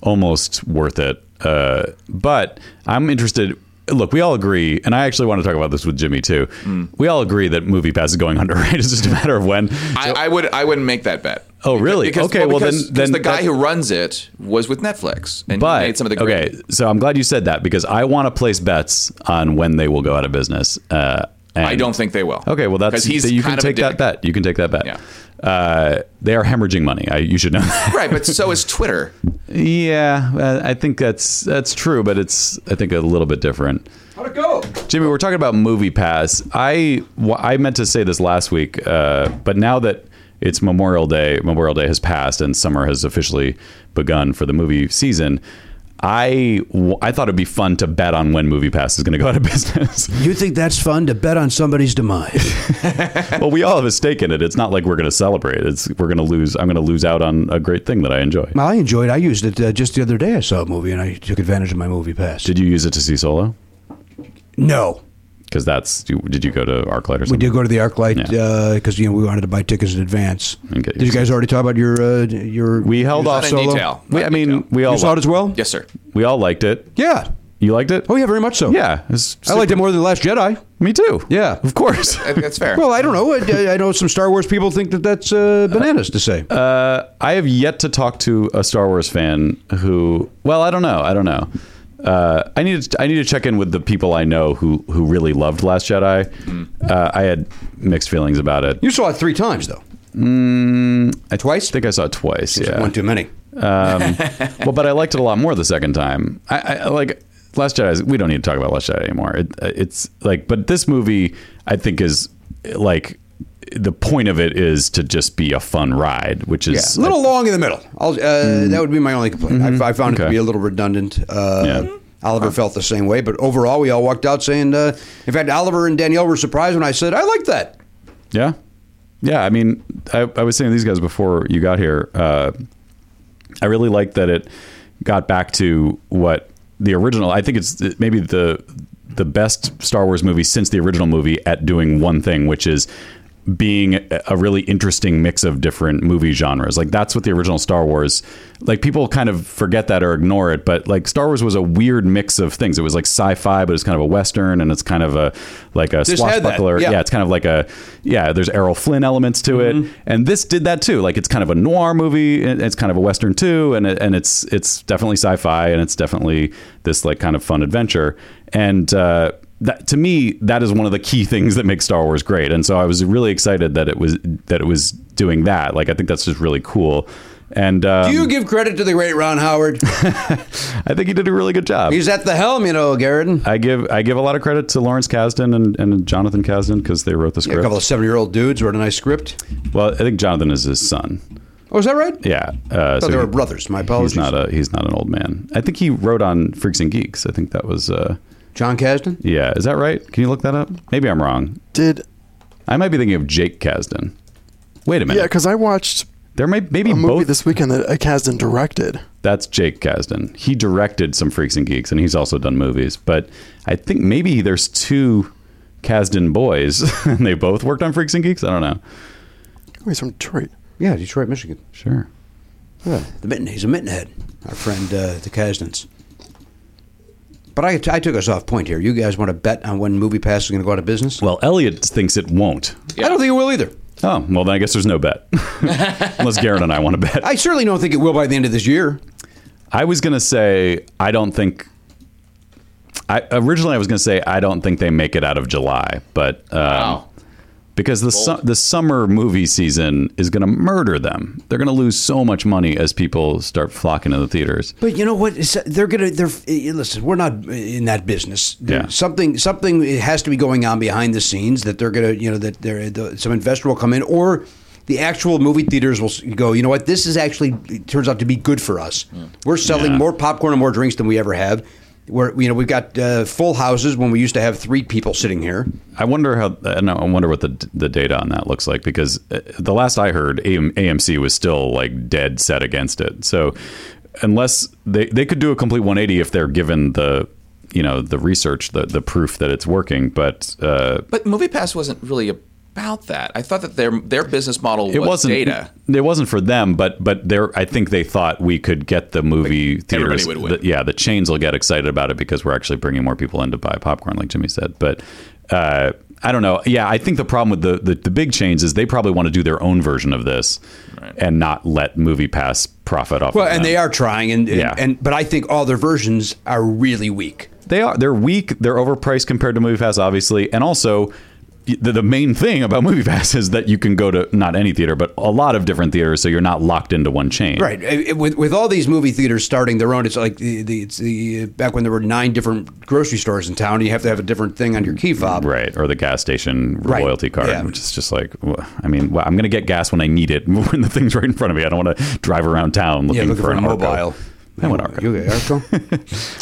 Speaker 1: almost worth it. Uh, but I'm interested. Look, we all agree, and I actually want to talk about this with Jimmy too.
Speaker 9: Hmm.
Speaker 1: We all agree that Movie Pass is going underrated. It's just a matter of when.
Speaker 9: I, I would I wouldn't make that bet.
Speaker 1: Oh, really?
Speaker 9: Because,
Speaker 1: Okay, well,
Speaker 9: because-
Speaker 1: then-
Speaker 9: because
Speaker 1: then
Speaker 9: the guy
Speaker 1: that-
Speaker 9: who runs it was with Netflix and he
Speaker 1: but
Speaker 9: made some of the great
Speaker 1: okay, so I'm glad you said that because I want to place bets on when they will go out of business. Uh, and
Speaker 9: I don't think they will.
Speaker 1: Okay, well that's
Speaker 9: 'Cause he's
Speaker 1: you
Speaker 9: kind
Speaker 1: can
Speaker 9: of a
Speaker 1: take that
Speaker 9: dick.
Speaker 1: bet. You can take that bet.
Speaker 9: Yeah.
Speaker 1: Uh, they are hemorrhaging money. I, you should know. that.
Speaker 9: Right, but so is Twitter.
Speaker 1: Yeah, uh, I think that's that's true, but it's I think a little bit different.
Speaker 2: How'd it go?
Speaker 1: Jimmy, we're talking about Movie Pass. I wh- I meant to say this last week, uh, but now that it's Memorial Day, Memorial Day has passed, and summer has officially begun for the movie season. I, w- I thought it'd be fun to bet on when MoviePass is going to go out of business.
Speaker 2: You think that's fun to bet on somebody's demise?
Speaker 1: well, we all have a stake in it. It's not like we're going to celebrate. It's we're going to lose. I'm going to lose out on a great thing that I enjoy.
Speaker 2: well, I enjoyed. I used it uh, just the other day. I saw a movie and I took advantage of my movie pass.
Speaker 1: Did you use it to see Solo?
Speaker 2: no,
Speaker 1: Because that's you- did you go to ArcLight or
Speaker 2: we
Speaker 1: something?
Speaker 2: did go to the ArcLight because
Speaker 1: Yeah.
Speaker 2: you know we wanted to buy tickets in advance.
Speaker 1: Okay.
Speaker 2: Did you guys already talk about your uh, your?
Speaker 1: We held
Speaker 9: Not
Speaker 1: off
Speaker 9: in
Speaker 1: Solo.
Speaker 9: detail.
Speaker 1: We,
Speaker 9: Not
Speaker 1: I
Speaker 9: in
Speaker 1: mean,
Speaker 9: detail.
Speaker 1: we all
Speaker 2: You saw it as well.
Speaker 9: Yes, sir.
Speaker 1: we all liked it.
Speaker 2: Yeah.
Speaker 1: You liked it?
Speaker 2: Oh yeah, very much so.
Speaker 1: yeah. It's
Speaker 2: I liked it more than the Last Jedi.
Speaker 1: Me too.
Speaker 2: Yeah.
Speaker 1: of course.
Speaker 9: I think that's fair.
Speaker 2: Well, I don't know. I, I know some Star Wars people think that that's uh, bananas to say.
Speaker 1: Uh, I have yet to talk to a Star Wars fan who. Well, I don't know. I don't know. Uh, I need to, I need to check in with the people I know who who really loved Last Jedi.
Speaker 9: Mm-hmm.
Speaker 1: Uh, I had mixed feelings about it.
Speaker 2: you saw it three times though.
Speaker 1: I
Speaker 2: Twice?
Speaker 1: think I saw it twice. yeah,
Speaker 2: One too many.
Speaker 1: well, but I liked it a lot more the second time. I, I I like Last Jedi. Is, we don't need to talk about Last Jedi anymore. It, it's like, but this movie, I think, is like the point of it is to just be a fun ride, which
Speaker 2: Yeah,
Speaker 1: is
Speaker 2: a little long in the middle. I'll, uh, That would be my only complaint. I, I found it
Speaker 1: Mm-hmm.
Speaker 2: to
Speaker 1: Okay.
Speaker 2: be a little redundant. Uh,
Speaker 1: Yeah.
Speaker 2: Oliver felt the same way, but overall, we all walked out saying. Uh, in fact, Oliver and Danielle were surprised when I said, "I like that."
Speaker 1: Yeah. Yeah. I mean, I, I was saying to these guys before you got here, uh, I really like that it got back to what the original, I think it's th- maybe the, the best Star Wars movie since the original movie at doing one thing, which is being a- a really interesting mix of different movie genres. Like that's what the original Star Wars, like people kind of forget that or ignore it, but like Star Wars was a weird mix of things. It was like sci-fi, but it's kind of a Western and it's kind of a, like a
Speaker 2: had that,
Speaker 1: swashbuckler.
Speaker 2: yeah.
Speaker 1: yeah, it's kind of like a yeah there's errol flynn elements to
Speaker 2: Mm-hmm.
Speaker 1: it and this did that too like it's kind of a noir movie and it's kind of a western too and it, and it's it's definitely sci-fi and it's definitely this like kind of fun adventure and uh that, to me, that is one of the key things that makes Star Wars great, and so I was really excited that it was that it was doing that. Like, I think that's just really cool, and um,
Speaker 2: Do you give credit to the great Ron Howard?
Speaker 1: I think he did a really good job.
Speaker 2: He's at the helm, you know, Garrett.
Speaker 1: I give I give a lot of credit to Lawrence Kasdan and, and Jonathan Kasdan because they wrote the
Speaker 2: A
Speaker 1: script.
Speaker 2: couple of seven-year-old dudes wrote a nice script.
Speaker 1: well, I think Jonathan is his son.
Speaker 2: Oh, is that right?
Speaker 1: Yeah. Uh,
Speaker 2: they
Speaker 1: he-
Speaker 2: were brothers. My apologies.
Speaker 1: He's not a he's not an old man. I think he wrote on Freaks and Geeks. I think that was uh
Speaker 2: John Kasdan.
Speaker 1: yeah. Is that right? Can you look that up? Maybe I'm wrong.
Speaker 7: Did
Speaker 1: I might be thinking of Jake Kasdan. Wait a minute.
Speaker 7: yeah, because I watched
Speaker 1: there might maybe
Speaker 7: a movie
Speaker 1: both.
Speaker 7: this weekend that Kasdan directed.
Speaker 1: That's Jake Kasdan. He directed some Freaks and Geeks, and he's also done movies. But I think maybe there's two Kasdan boys, and they both worked on Freaks and Geeks. I don't know.
Speaker 7: Oh, he's from Detroit.
Speaker 2: Yeah, Detroit, Michigan.
Speaker 1: Sure.
Speaker 2: Yeah, the mitten, he's a mittenhead. Our friend uh, the Kasdans. But I, I took us off point here. You guys want to bet on when MoviePass is going to go out of business?
Speaker 1: Well, Elliot thinks it won't.
Speaker 2: I don't think it will either.
Speaker 1: Oh well, then I guess there's no bet, unless Garrett and I want to bet.
Speaker 2: I certainly don't think it will by the end of this year.
Speaker 1: I was gonna say I don't think. I originally I was gonna say I don't think they make it out of July, but um,
Speaker 9: Wow.
Speaker 1: because the su- the summer movie season is gonna murder them. They're gonna lose so much money as people start flocking to the theaters.
Speaker 2: But you know what? It's- uh, They're gonna. They're eh, listen. We're not in that business.
Speaker 1: Yeah.
Speaker 2: Something. Something eh, has to be going on behind the scenes that they're gonna. You know that there the, some investor will come in or. The actual movie theaters will s- go. You know what? This is actually it turns out to be good for us. We're selling
Speaker 1: Yeah.
Speaker 2: more popcorn and more drinks than we ever have. We're you know we've got uh, full houses when we used to have three people sitting here.
Speaker 1: I wonder how. I know- I wonder what the the data on that looks like because uh, the last I heard, AM, AMC was still like dead set against it. So unless they they could do a complete 180 if they're given the you know the research the the proof that it's working, but uh,
Speaker 9: But MoviePass wasn't really about that. I thought that their their business model
Speaker 1: it
Speaker 9: was
Speaker 1: wasn't
Speaker 9: data.
Speaker 1: It wasn't for them, but but there. I think they thought we could get the movie
Speaker 9: everybody
Speaker 1: theaters.
Speaker 9: would win.
Speaker 1: the- yeah, the chains will get excited about it because we're actually bringing more people in to buy popcorn, like Jimmy said. But uh, I don't know. Yeah, I think the problem with the, the the big chains is they probably want to do their own version of this and not let Movie Pass profit off.
Speaker 2: Well,
Speaker 1: of
Speaker 2: and
Speaker 1: them.
Speaker 2: they are trying, and, and
Speaker 1: Yeah.
Speaker 2: and but I think all their versions are really weak.
Speaker 1: They are. They're weak. They're overpriced compared to MoviePass, obviously, and also. The, the main thing about MoviePass is that you can go to not any theater, but a lot of different theaters, so you're not locked into one chain.
Speaker 2: Right. Uh, With, with all these movie theaters starting their own, it's like the, the, it's the uh, back when there were nine different grocery stores in town, and you have to have a different thing on your key fob.
Speaker 1: Right, or the gas station
Speaker 2: Right,
Speaker 1: loyalty card,
Speaker 2: yeah.
Speaker 1: which is just like, wh- I mean, well, I'm going to get gas when I need it, when the thing's right in front of me. I don't want to drive around town looking,
Speaker 2: Yeah, looking for a
Speaker 1: an Arco.
Speaker 2: mobile.
Speaker 1: I went Arco.
Speaker 2: You okay, Arco?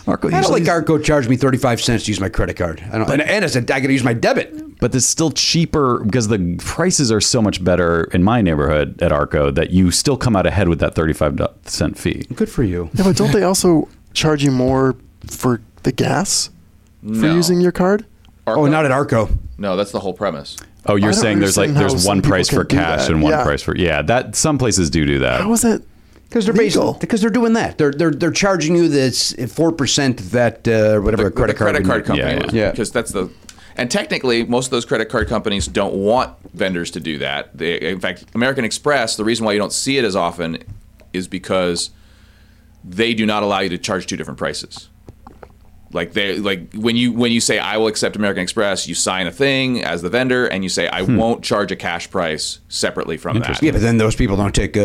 Speaker 1: Arco
Speaker 2: I don't
Speaker 1: usually-
Speaker 2: like Arco charged me 35 cents to use my credit card. I don't, and, and I said, I got to use my debit.
Speaker 1: but it's still cheaper because the prices are so much better in my neighborhood at Arco that you still come out ahead with that 35 cent fee.
Speaker 2: Good for you.
Speaker 7: Yeah, but don't they also charge you more for the gas for
Speaker 9: No.
Speaker 7: using your card?
Speaker 9: Arco?
Speaker 2: Oh, not at Arco.
Speaker 9: No, that's the whole premise.
Speaker 1: Oh, you're
Speaker 7: I don't
Speaker 1: saying there's like
Speaker 7: understand how
Speaker 1: there's
Speaker 7: some
Speaker 1: one
Speaker 7: people
Speaker 1: price
Speaker 7: can
Speaker 1: for
Speaker 7: do
Speaker 1: cash
Speaker 7: that.
Speaker 1: and one
Speaker 7: Yeah.
Speaker 1: price for yeah. That some places do do that.
Speaker 7: How is that?
Speaker 2: Because they're
Speaker 7: Legal.
Speaker 2: based, because they're doing that. They're they're they're charging you this four percent that uh, whatever
Speaker 9: The-
Speaker 2: credit
Speaker 9: the
Speaker 2: card.
Speaker 9: credit
Speaker 2: would-
Speaker 9: card company
Speaker 1: Yeah,
Speaker 9: was,
Speaker 2: yeah. Yeah.
Speaker 9: because that's the and technically most of those credit card companies don't want vendors to do that they, in fact american express the reason why you don't see it as often is because they do not allow you to charge two different prices like they like when you when you say i will accept american express you sign a thing as the vendor and you say i
Speaker 1: Hmm.
Speaker 9: won't charge a cash price separately from that
Speaker 2: Yeah, but then those people don't take uh,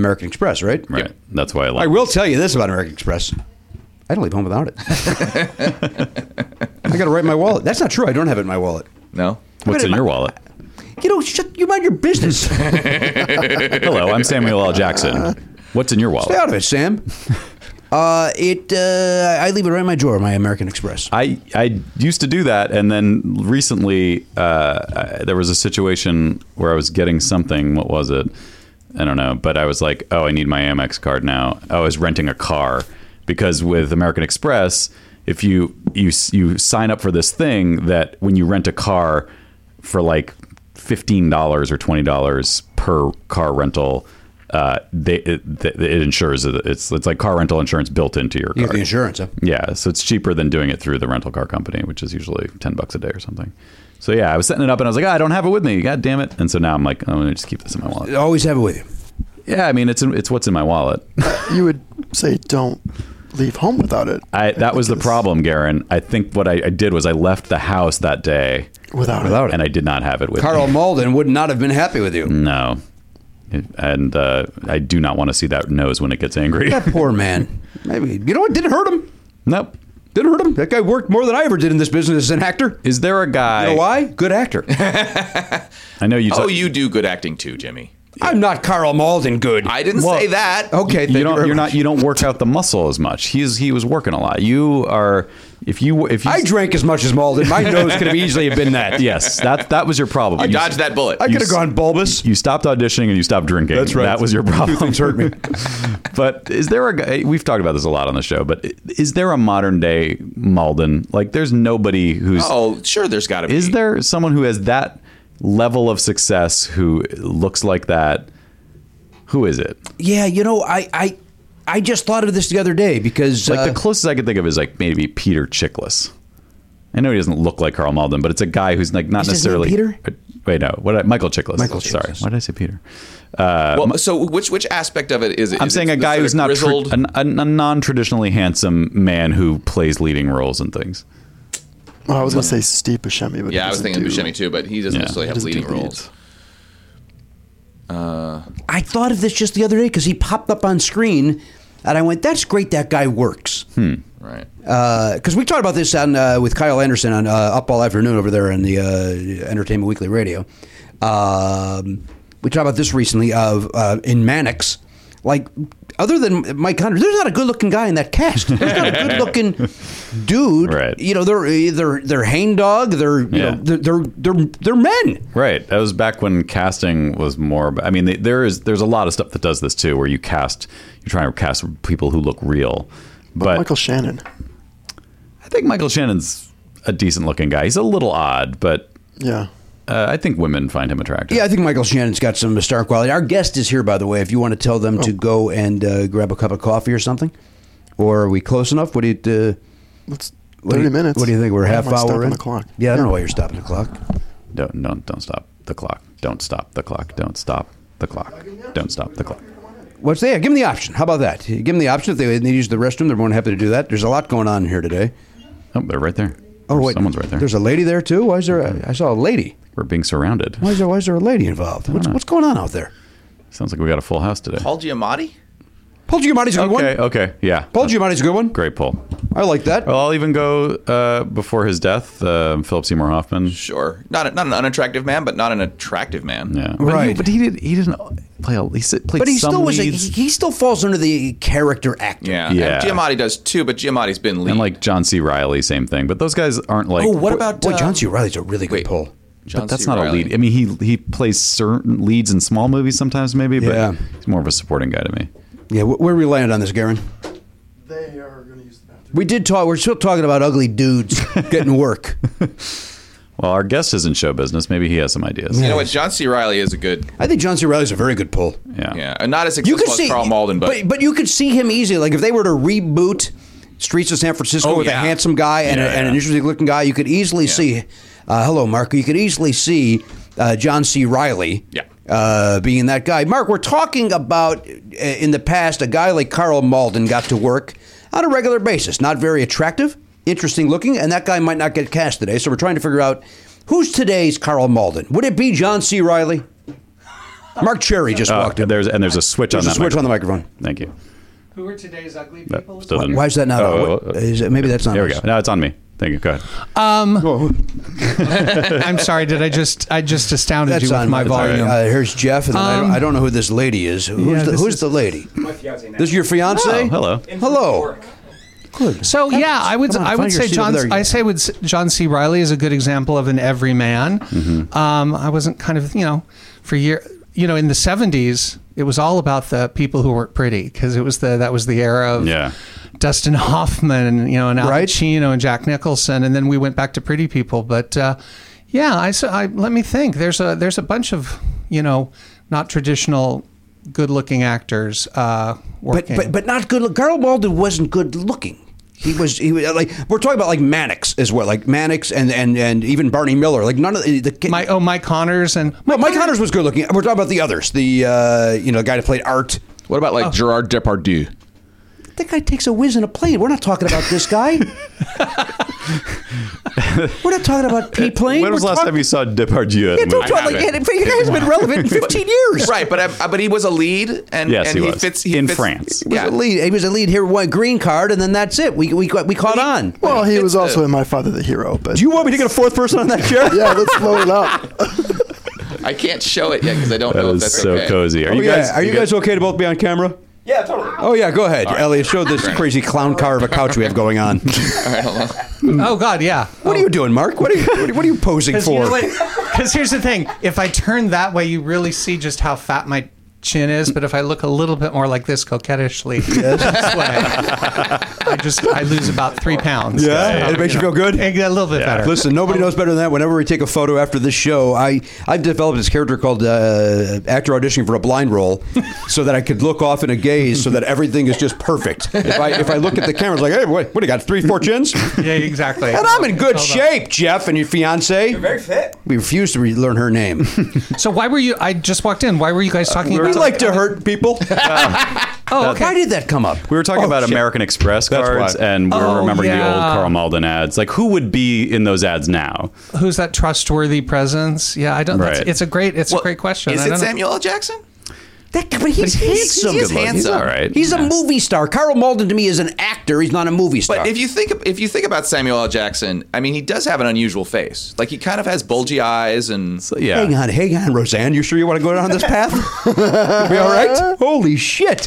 Speaker 2: American Express, right?
Speaker 1: right. That's why I like
Speaker 2: I will tell you this about American Express. I don't leave home without it. I got to write my wallet. That's not true. I don't have it in my wallet.
Speaker 9: no
Speaker 1: What's in your wallet?
Speaker 2: You know, shut. You mind your business. Stay
Speaker 1: Hello, I'm Samuel L. Jackson. What's in your wallet?
Speaker 2: out of it, Sam. Uh, it. Uh, I leave it right in my drawer. My American Express.
Speaker 1: I, I used to do that, and then recently uh, I- there was a situation where I was getting something. What was it? I don't know. But I was like, oh, I need my Amex card now. I was renting a car because with American Express, if you you s- you sign up for this thing that when you rent a car for like fifteen dollars or twenty dollars per car rental. Uh, they it, it insures it. It's it's like car rental insurance built into your
Speaker 2: you
Speaker 1: car.
Speaker 2: get the insurance. Huh?
Speaker 1: Yeah, so it's cheaper than doing it through the rental car company, which is usually ten bucks a day or something. So yeah, I was setting it up and I was like, "Ah, I don't have it with me. God damn it! And so now I'm like, I'm gonna just keep this in my wallet.
Speaker 2: Always have it with you.
Speaker 1: Yeah, I mean, it's in, it's what's in my wallet.
Speaker 7: You would say don't leave home without it.
Speaker 1: I that was the problem, Garen. I think what I, I did was I left the house that day
Speaker 7: Without, it.
Speaker 1: and I did not have it Mm. with
Speaker 2: Carl
Speaker 1: me.
Speaker 2: Malden would not have been happy with you.
Speaker 1: No, It- and uh, I do not want to see that nose when it gets angry.
Speaker 2: That poor man. Maybe you know what? Didn't hurt him.
Speaker 1: nope.
Speaker 2: Didn't hurt him. That guy worked more than I ever did in this business as an actor.
Speaker 1: Is there a guy?
Speaker 2: You know why? Good actor.
Speaker 1: I know you.
Speaker 9: oh
Speaker 1: talk-
Speaker 9: you do good acting too jimmy
Speaker 2: I'm not Carl Malden good.
Speaker 9: i didn't
Speaker 1: Well,
Speaker 9: say that
Speaker 2: okay, thank
Speaker 1: you
Speaker 2: you
Speaker 1: don't.
Speaker 2: very
Speaker 1: are
Speaker 2: much.
Speaker 1: not. You don't work out the muscle as much. He's he was working a lot. You are. If you if you
Speaker 2: I drank as much as Malden. My nose could have easily have been that.
Speaker 1: Yes, that that was your problem.
Speaker 9: I
Speaker 1: You-
Speaker 9: dodged that bullet.
Speaker 2: I
Speaker 9: You
Speaker 2: could have
Speaker 1: s-
Speaker 2: gone bulbous.
Speaker 1: You stopped auditioning and you stopped drinking.
Speaker 2: That's right.
Speaker 1: That was your
Speaker 2: Two
Speaker 1: problem.
Speaker 2: things hurt me.
Speaker 1: but is there a guy? We've talked about this a lot on the show. But i- is there a modern day Malden? Like, there's nobody who's.
Speaker 9: Oh, sure. There's got to be.
Speaker 1: Is there someone who has that level of success who looks like that? Who is it?
Speaker 2: Yeah, you know, I I, I just thought of this the other day because
Speaker 1: Like the
Speaker 2: uh,
Speaker 1: closest I could think of is like maybe Peter Chickless. I know he doesn't look like Carl Malden, but it's a guy who's like not
Speaker 2: Is his name
Speaker 1: necessarily
Speaker 2: Peter?
Speaker 1: Wait, no. What? did I- Michael Chiklis.
Speaker 2: Michael
Speaker 1: Sorry,
Speaker 2: Chiklis.
Speaker 1: why did I say Peter?
Speaker 9: Well, so which which aspect of it is it?
Speaker 1: I'm
Speaker 9: Is
Speaker 1: saying
Speaker 9: it
Speaker 1: a
Speaker 9: the
Speaker 1: guy
Speaker 9: sort
Speaker 1: who's
Speaker 9: of
Speaker 1: not tr-
Speaker 9: grizzled.
Speaker 1: an- an- a non-traditionally handsome man who plays leading roles and things.
Speaker 7: Well, I was going to say Steve Buscemi, but he
Speaker 9: yeah, I was
Speaker 7: doesn't
Speaker 9: thinking
Speaker 7: do,
Speaker 9: Buscemi too, but he doesn't
Speaker 1: Yeah.
Speaker 9: necessarily
Speaker 1: He
Speaker 9: have
Speaker 7: doesn't
Speaker 9: leading
Speaker 7: do leads.
Speaker 9: roles.
Speaker 2: I thought of this just the other day because he popped up on screen, and I went, "That's great. That guy works."
Speaker 9: Right.
Speaker 2: because Uh, we talked about this on uh, with Kyle Anderson on uh, Up All Afternoon over there on the uh, Entertainment Weekly Radio. Um, we talked about this recently of uh, in Mannix, like other than Mike Connor, there's not a good looking guy in that cast. There's not a good looking dude.
Speaker 1: Right.
Speaker 2: You know, they're they're they're hang dog. They're you
Speaker 1: Yeah.
Speaker 2: know they're, they're they're they're men.
Speaker 1: Right. That was back when casting was more. I mean, there is there's a lot of stuff that does this too, where you cast you're trying to cast people who look real. But
Speaker 7: Michael Shannon.
Speaker 1: I think Michael Shannon's a decent looking guy. He's a little odd, but
Speaker 7: Yeah.
Speaker 1: uh, I think women find him attractive.
Speaker 2: Yeah, I think Michael Shannon's got some star quality. Our guest is here, by the way. If you want to tell them to go and uh, grab a cup of coffee or something, or are we close enough? What do you? Uh,
Speaker 7: Let's,
Speaker 2: What do
Speaker 7: 30
Speaker 2: you-
Speaker 7: minutes.
Speaker 2: What do you think? We're
Speaker 7: Why
Speaker 2: half
Speaker 7: am I
Speaker 2: hour
Speaker 7: stopping
Speaker 2: in.
Speaker 7: the clock.
Speaker 2: Yeah, I don't know why you're stopping the clock.
Speaker 1: Don't don't don't stop the clock. Don't stop the clock. Don't stop the clock. Don't stop the clock.
Speaker 2: What's there? Give them the option. How about that? Give them the option. If they need to use the restroom, they're more than happy to do that. There's a lot going on here today.
Speaker 1: Oh, they're right there.
Speaker 2: Oh wait,
Speaker 1: someone's right there.
Speaker 2: There's a lady there too. Why is there? A, I saw a lady.
Speaker 1: We're being surrounded.
Speaker 2: Why is there? Why is there a lady involved? What's,
Speaker 1: know.
Speaker 2: what's going on out there?
Speaker 1: Sounds like we got a full house today.
Speaker 9: Paul Giamatti.
Speaker 2: Paul Giamatti's a good
Speaker 1: Okay,
Speaker 2: one.
Speaker 1: okay, yeah.
Speaker 2: Paul Giamatti's a good one.
Speaker 1: Great pull.
Speaker 2: I like that.
Speaker 1: Well, I'll even go uh, before his death, uh, Philip Seymour Hoffman.
Speaker 9: Sure, not a, not an unattractive man, but not an attractive man.
Speaker 1: Yeah.
Speaker 2: Right.
Speaker 1: But he, but he didn't. He didn't play. A, he s- played
Speaker 2: but he
Speaker 1: some
Speaker 2: still was. A, he,
Speaker 1: leads.
Speaker 2: he still falls under the character actor.
Speaker 9: yeah.
Speaker 1: Yeah.
Speaker 9: And Giamatti does too, but Giamatti's been lead.
Speaker 1: and like John C. Riley, same thing. But those guys aren't like.
Speaker 2: Oh, what about boy?
Speaker 9: uh,
Speaker 2: John C. Riley's a really good
Speaker 9: wait.
Speaker 2: pull.
Speaker 9: John
Speaker 1: but that's
Speaker 9: C.
Speaker 1: not a
Speaker 9: Reilly.
Speaker 1: lead. I mean, he he plays certain leads in small movies sometimes, maybe. But
Speaker 2: Yeah.
Speaker 1: he's more of a supporting guy to me.
Speaker 2: Yeah, wh- where we land on this, Garen?
Speaker 7: They are going to use the bathroom.
Speaker 2: We did talk. We're still talking about ugly dudes getting work.
Speaker 1: Well, our guest is in show business. Maybe he has some ideas.
Speaker 9: You know what? John C. Riley is a good.
Speaker 2: I think John C. Riley's a very good pull.
Speaker 1: Yeah.
Speaker 9: Yeah, and not as
Speaker 2: You
Speaker 9: successful
Speaker 2: could
Speaker 9: as
Speaker 2: see
Speaker 9: Carl Malden, but,
Speaker 2: but you could see him easily. Like if they were to reboot Streets of San Francisco
Speaker 9: Oh,
Speaker 2: with a
Speaker 9: yeah.
Speaker 2: handsome guy and, a, and an interesting looking guy, you could easily see. Uh, hello, Mark. You could easily see uh, John C. Riley.
Speaker 9: Yeah.
Speaker 2: Uh, being that guy, Mark. We're talking about uh, in the past a guy like Carl Malden got to work on a regular basis. Not very attractive, interesting looking, and that guy might not get cast today. So we're trying to figure out who's today's Carl Malden. Would it be John C. Riley? Mark Cherry just
Speaker 1: Uh,
Speaker 2: walked in.
Speaker 1: there's and there's a switch
Speaker 2: There's
Speaker 1: on
Speaker 2: a
Speaker 1: that.
Speaker 2: switch on the microphone.
Speaker 1: Thank you.
Speaker 10: Who are today's ugly
Speaker 1: That
Speaker 10: people?
Speaker 1: still didn't-
Speaker 2: Why is that not on?
Speaker 1: Oh,
Speaker 2: What-
Speaker 1: oh, oh.
Speaker 2: is it- maybe that's not
Speaker 1: There
Speaker 2: us.
Speaker 1: we go. No, it's on me. Thank you. Go ahead.
Speaker 10: I'm sorry. Did I just I just astounded
Speaker 2: That's
Speaker 10: you with
Speaker 2: on
Speaker 10: my
Speaker 2: my volume.
Speaker 10: volume?
Speaker 2: Uh, here's Jeff, and then I, don't, I don't know who this lady is. Who's,
Speaker 10: Yeah,
Speaker 2: the,
Speaker 10: this
Speaker 2: who's
Speaker 10: is-
Speaker 2: the lady?
Speaker 10: my fiance
Speaker 2: This is your fiance?
Speaker 1: Oh, hello.
Speaker 2: Hello. Good.
Speaker 10: So yeah, I would
Speaker 2: Come on,
Speaker 10: I
Speaker 2: find
Speaker 10: would
Speaker 2: your
Speaker 10: say
Speaker 2: seat
Speaker 10: John
Speaker 2: over there.
Speaker 10: I say would s- John C. Riley is a good example of an everyman.
Speaker 2: Mm-hmm.
Speaker 10: Um, I wasn't kind of you know for year you know in the seventies it was all about the people who weren't pretty because it was the that was the era of
Speaker 1: Yeah.
Speaker 10: Dustin Hoffman and you know and Al
Speaker 2: Right.
Speaker 10: Pacino and Jack Nicholson and then we went back to pretty people but uh, yeah I, s- I- let me think there's a there's a bunch of you know not traditional good looking actors uh,
Speaker 2: But,
Speaker 10: working
Speaker 2: but but not good. look- Carl Malden wasn't good looking. He was he was like we're talking about like Mannix as well, like Mannix and and and even Barney Miller. Like none of the, the
Speaker 10: my oh Mike Connors and
Speaker 2: Well, Mike Connors was good looking. We're talking about the others. The uh, you know the guy that played Art.
Speaker 9: what about
Speaker 1: Oh.
Speaker 9: like Gerard Depardieu?
Speaker 2: That guy takes a whiz in a plane. We're not talking about this guy. We're not talking about P plane.
Speaker 1: When was the last time you saw Depardieu? at a
Speaker 2: Yeah, don't
Speaker 1: movie?
Speaker 2: talk like
Speaker 9: haven't.
Speaker 2: that. In fact, You guys have been relevant in 15 years.
Speaker 9: right, but I, I- but he was a lead, and
Speaker 1: Yes,
Speaker 9: and
Speaker 1: he was.
Speaker 9: fits he
Speaker 1: In
Speaker 9: fits-
Speaker 1: France.
Speaker 2: He was a lead. He was a lead here, one green card, and then that's it. We we we caught on.
Speaker 7: Well, he
Speaker 9: It's
Speaker 7: was also
Speaker 9: the-
Speaker 7: in My Father the Hero, but
Speaker 2: Do you want me to get a fourth person on that chair?
Speaker 7: yeah, let's load it up.
Speaker 9: I can't show it yet because I don't
Speaker 1: That
Speaker 10: Oh,
Speaker 9: know if
Speaker 1: is
Speaker 9: that's
Speaker 1: so
Speaker 9: okay.
Speaker 1: cozy. Are
Speaker 2: Are
Speaker 1: you guys?
Speaker 2: Oh, are you guys okay to both be on camera? Yeah, totally. Oh yeah, go ahead, Elliot. Show this crazy clown car of a couch we have going on.
Speaker 9: All right, hold on.
Speaker 10: Oh God, yeah.
Speaker 2: what are you doing, Mark? What are you What are you posing
Speaker 10: Because
Speaker 2: for?
Speaker 10: here's the thing: if I turn that way, you really see just how fat my chin is. But if I look a little bit more like this, coquettishly, this way, I just I lose about three pounds.
Speaker 2: Yeah?
Speaker 10: So,
Speaker 2: It makes you feel good?
Speaker 10: And get a little bit better.
Speaker 2: Listen, nobody knows better than that. Whenever we take a photo after this show, I I've developed this character called uh, actor auditioning for a blind role, so that I could look off in a gaze, so that everything is just perfect. If I if I look at the camera, it's like, hey, what, what do you got? Three, four chins?
Speaker 10: yeah, exactly.
Speaker 2: And I'm in good
Speaker 10: Hold on.
Speaker 2: shape, Jeff, and your fiance. You're very fit. We refuse to relearn her name.
Speaker 10: So why were you? I just walked in. Why were you guys talking
Speaker 2: we
Speaker 10: about?
Speaker 2: like to hurt people.
Speaker 10: oh,
Speaker 2: Why
Speaker 10: okay.
Speaker 2: did that come up?
Speaker 1: We were talking
Speaker 2: Oh,
Speaker 1: about
Speaker 2: shit.
Speaker 1: American Express
Speaker 2: That's
Speaker 1: cards,
Speaker 2: why.
Speaker 1: and we were
Speaker 10: Oh,
Speaker 1: remembering the old
Speaker 10: yeah.
Speaker 1: Carl Malden ads. Like, who would be in those ads now?
Speaker 10: Who's that trustworthy presence? Yeah, I don't. That's,
Speaker 1: Right.
Speaker 10: it's a great. It's
Speaker 9: Well,
Speaker 10: a great question.
Speaker 9: Is
Speaker 10: I
Speaker 9: it
Speaker 10: don't know.
Speaker 9: Samuel L. Jackson?
Speaker 2: That, but he's handsome.
Speaker 9: He's handsome.
Speaker 1: all right.
Speaker 2: He's a
Speaker 1: Yeah.
Speaker 2: movie star. Carl Malden to me is an actor. He's not a movie star.
Speaker 9: But if you think if you think about Samuel L. Jackson, I mean, he does have an unusual face. Like he kind of has bulgy eyes, and
Speaker 1: So, yeah.
Speaker 2: Hang on, hang on, Roseanne. You sure you want to go down this path? You'll be all right? Holy shit.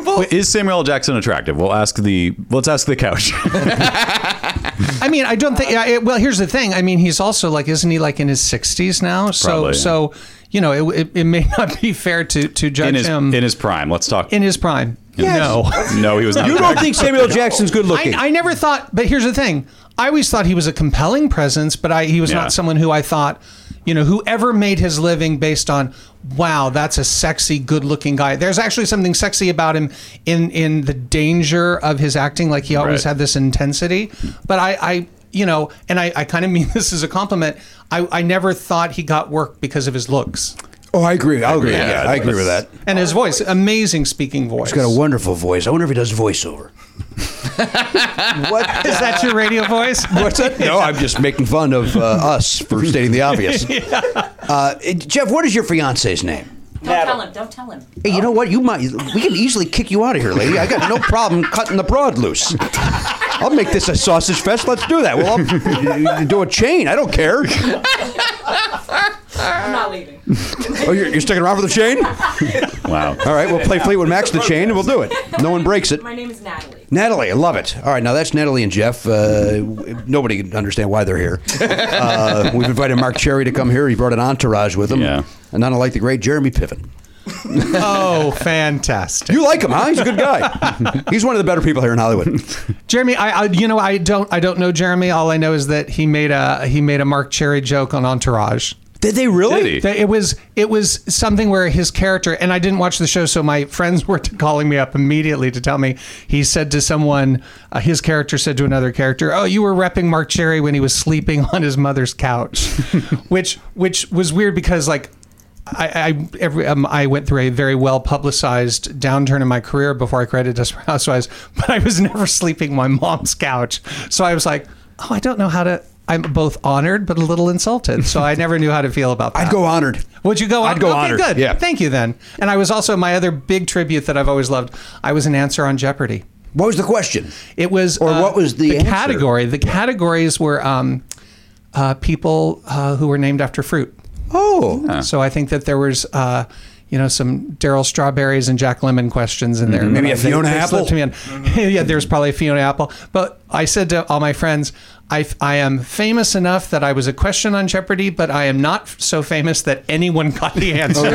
Speaker 1: Wait, Is Samuel L. Jackson attractive? We'll ask the let's ask the couch.
Speaker 10: I mean, I don't think. Yeah, it, well, here's the thing. I mean, he's also like, isn't he like in his 60s now? So,
Speaker 1: Probably, yeah.
Speaker 10: so you know, it, it, it may not be fair to to judge
Speaker 1: in his
Speaker 10: him
Speaker 1: in his prime. Let's talk.
Speaker 10: in his prime. No,
Speaker 1: no, he was not.
Speaker 2: You don't
Speaker 1: attractive.
Speaker 2: think Samuel L. Jackson's good
Speaker 10: I,
Speaker 2: looking?
Speaker 10: I never thought. But here's the thing. I always thought he was a compelling presence, but I he was
Speaker 1: Yeah.
Speaker 10: not someone who I thought, you know, whoever made his living based on, wow, that's a sexy, good-looking guy. There's actually something sexy about him in in the danger of his acting. Like he always
Speaker 1: Right.
Speaker 10: had this intensity. But I, I you know, and I, I kind of mean this as a compliment. I, I never thought he got work because of his looks
Speaker 2: oh, I agree. I agree.
Speaker 1: Yeah,
Speaker 2: Yeah, I agree with that.
Speaker 10: and his voice. Amazing speaking voice.
Speaker 2: He's got a wonderful voice. I wonder if he does voiceover. what?
Speaker 10: Is that your radio voice?
Speaker 2: What's that? No, I'm just making fun of uh, us for stating the obvious. Uh, Jeff, what is your fiance's name?
Speaker 6: Don't
Speaker 11: Never.
Speaker 6: tell him. Don't tell him.
Speaker 2: Hey, you know what? You might. We can easily kick you out of here, lady. I got no problem cutting the broad loose. I'll make this a sausage fest. Let's do that. Well, I'll do a chain. I don't care.
Speaker 6: I'm not leaving.
Speaker 2: Oh, you're, you're sticking around for the chain?
Speaker 1: Wow.
Speaker 2: All right, we'll play Fleetwood Mac's The Chain, and we'll do it. No one breaks it.
Speaker 6: My name is Natalie.
Speaker 2: Natalie, I love it. All right, now that's Natalie and Jeff. Uh, nobody can understand why they're here. Uh, we've invited Mark Cherry to come here. He brought an entourage with him. Yeah. And not unlike the great Jeremy Piven.
Speaker 10: oh, fantastic!
Speaker 2: You like him, huh? He's a good guy. He's one of the better people here in Hollywood.
Speaker 10: Jeremy, I, I you know I don't I don't know Jeremy. All I know is that he made a he made a Mark Cherry joke on Entourage.
Speaker 2: Did they really? Did he?
Speaker 10: That It was it was something where his character and I didn't watch the show, so my friends were calling me up immediately to tell me he said to someone, uh, his character said to another character, "Oh, you were repping Mark Cherry when he was sleeping on his mother's couch," which which was weird because like I I, every, um, I went through a very well publicized downturn in my career before I created Desperate Housewives, but I was never sleeping on my mom's couch. So I was like, oh, I don't know how to. I'm both honored but a little insulted. So I never knew how to feel about that. I'd
Speaker 2: go honored.
Speaker 10: Would you go?
Speaker 2: I'd go
Speaker 10: okay,
Speaker 2: honored,
Speaker 10: Good.
Speaker 2: yeah.
Speaker 10: Thank you then. And I was also my other big tribute that I've always loved. I was an answer on Jeopardy.
Speaker 2: What was the question?
Speaker 10: It was
Speaker 2: Or what was the answer?
Speaker 10: category? The categories were um, uh, people uh, who were named after fruit.
Speaker 2: Oh,
Speaker 10: so I think that there was. Uh, you know some Daryl Strawberries and Jack Lemon questions in there.
Speaker 2: Mhm. Maybe a
Speaker 10: They- they
Speaker 2: Fiona
Speaker 10: slipped
Speaker 2: Apple?
Speaker 10: To me on. yeah, there's probably a Fiona Apple. But I said to all my friends, I, I am famous enough that I was a question on Jeopardy, but I am not so famous that anyone got the answer.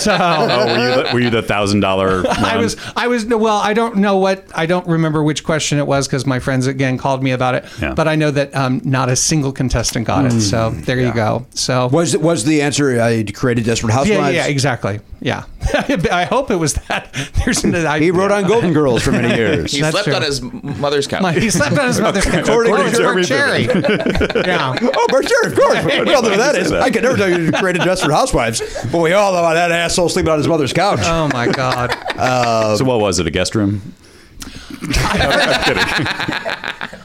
Speaker 10: so
Speaker 1: oh, were you the, were you the thousand dollar?
Speaker 10: I
Speaker 2: Um,
Speaker 10: was, I was, no, well, I don't know what, I don't remember which question it was because my friends again called me about it.
Speaker 1: Yeah.
Speaker 10: But I know that um, not a single contestant got it. So there you go. So
Speaker 2: Mm. was was the answer I created Desperate Housewives?
Speaker 10: yeah, yeah, exactly. Yeah. I hope it was that. There's an, I,
Speaker 2: He wrote on Golden Girls for many years.
Speaker 9: He slept on his m- mother's couch.
Speaker 10: My- he slept on his mother's couch.
Speaker 2: According
Speaker 10: According
Speaker 2: to
Speaker 10: to Mark
Speaker 2: Jeremy
Speaker 10: Cherry. yeah.
Speaker 2: Oh, Bert, sure, of course. We all know who that is.
Speaker 1: That.
Speaker 2: I could never tell you who created Desperate Housewives, but we all know that asshole sleeping on his mother's couch.
Speaker 10: Oh my God.
Speaker 1: so what was it? A guest room?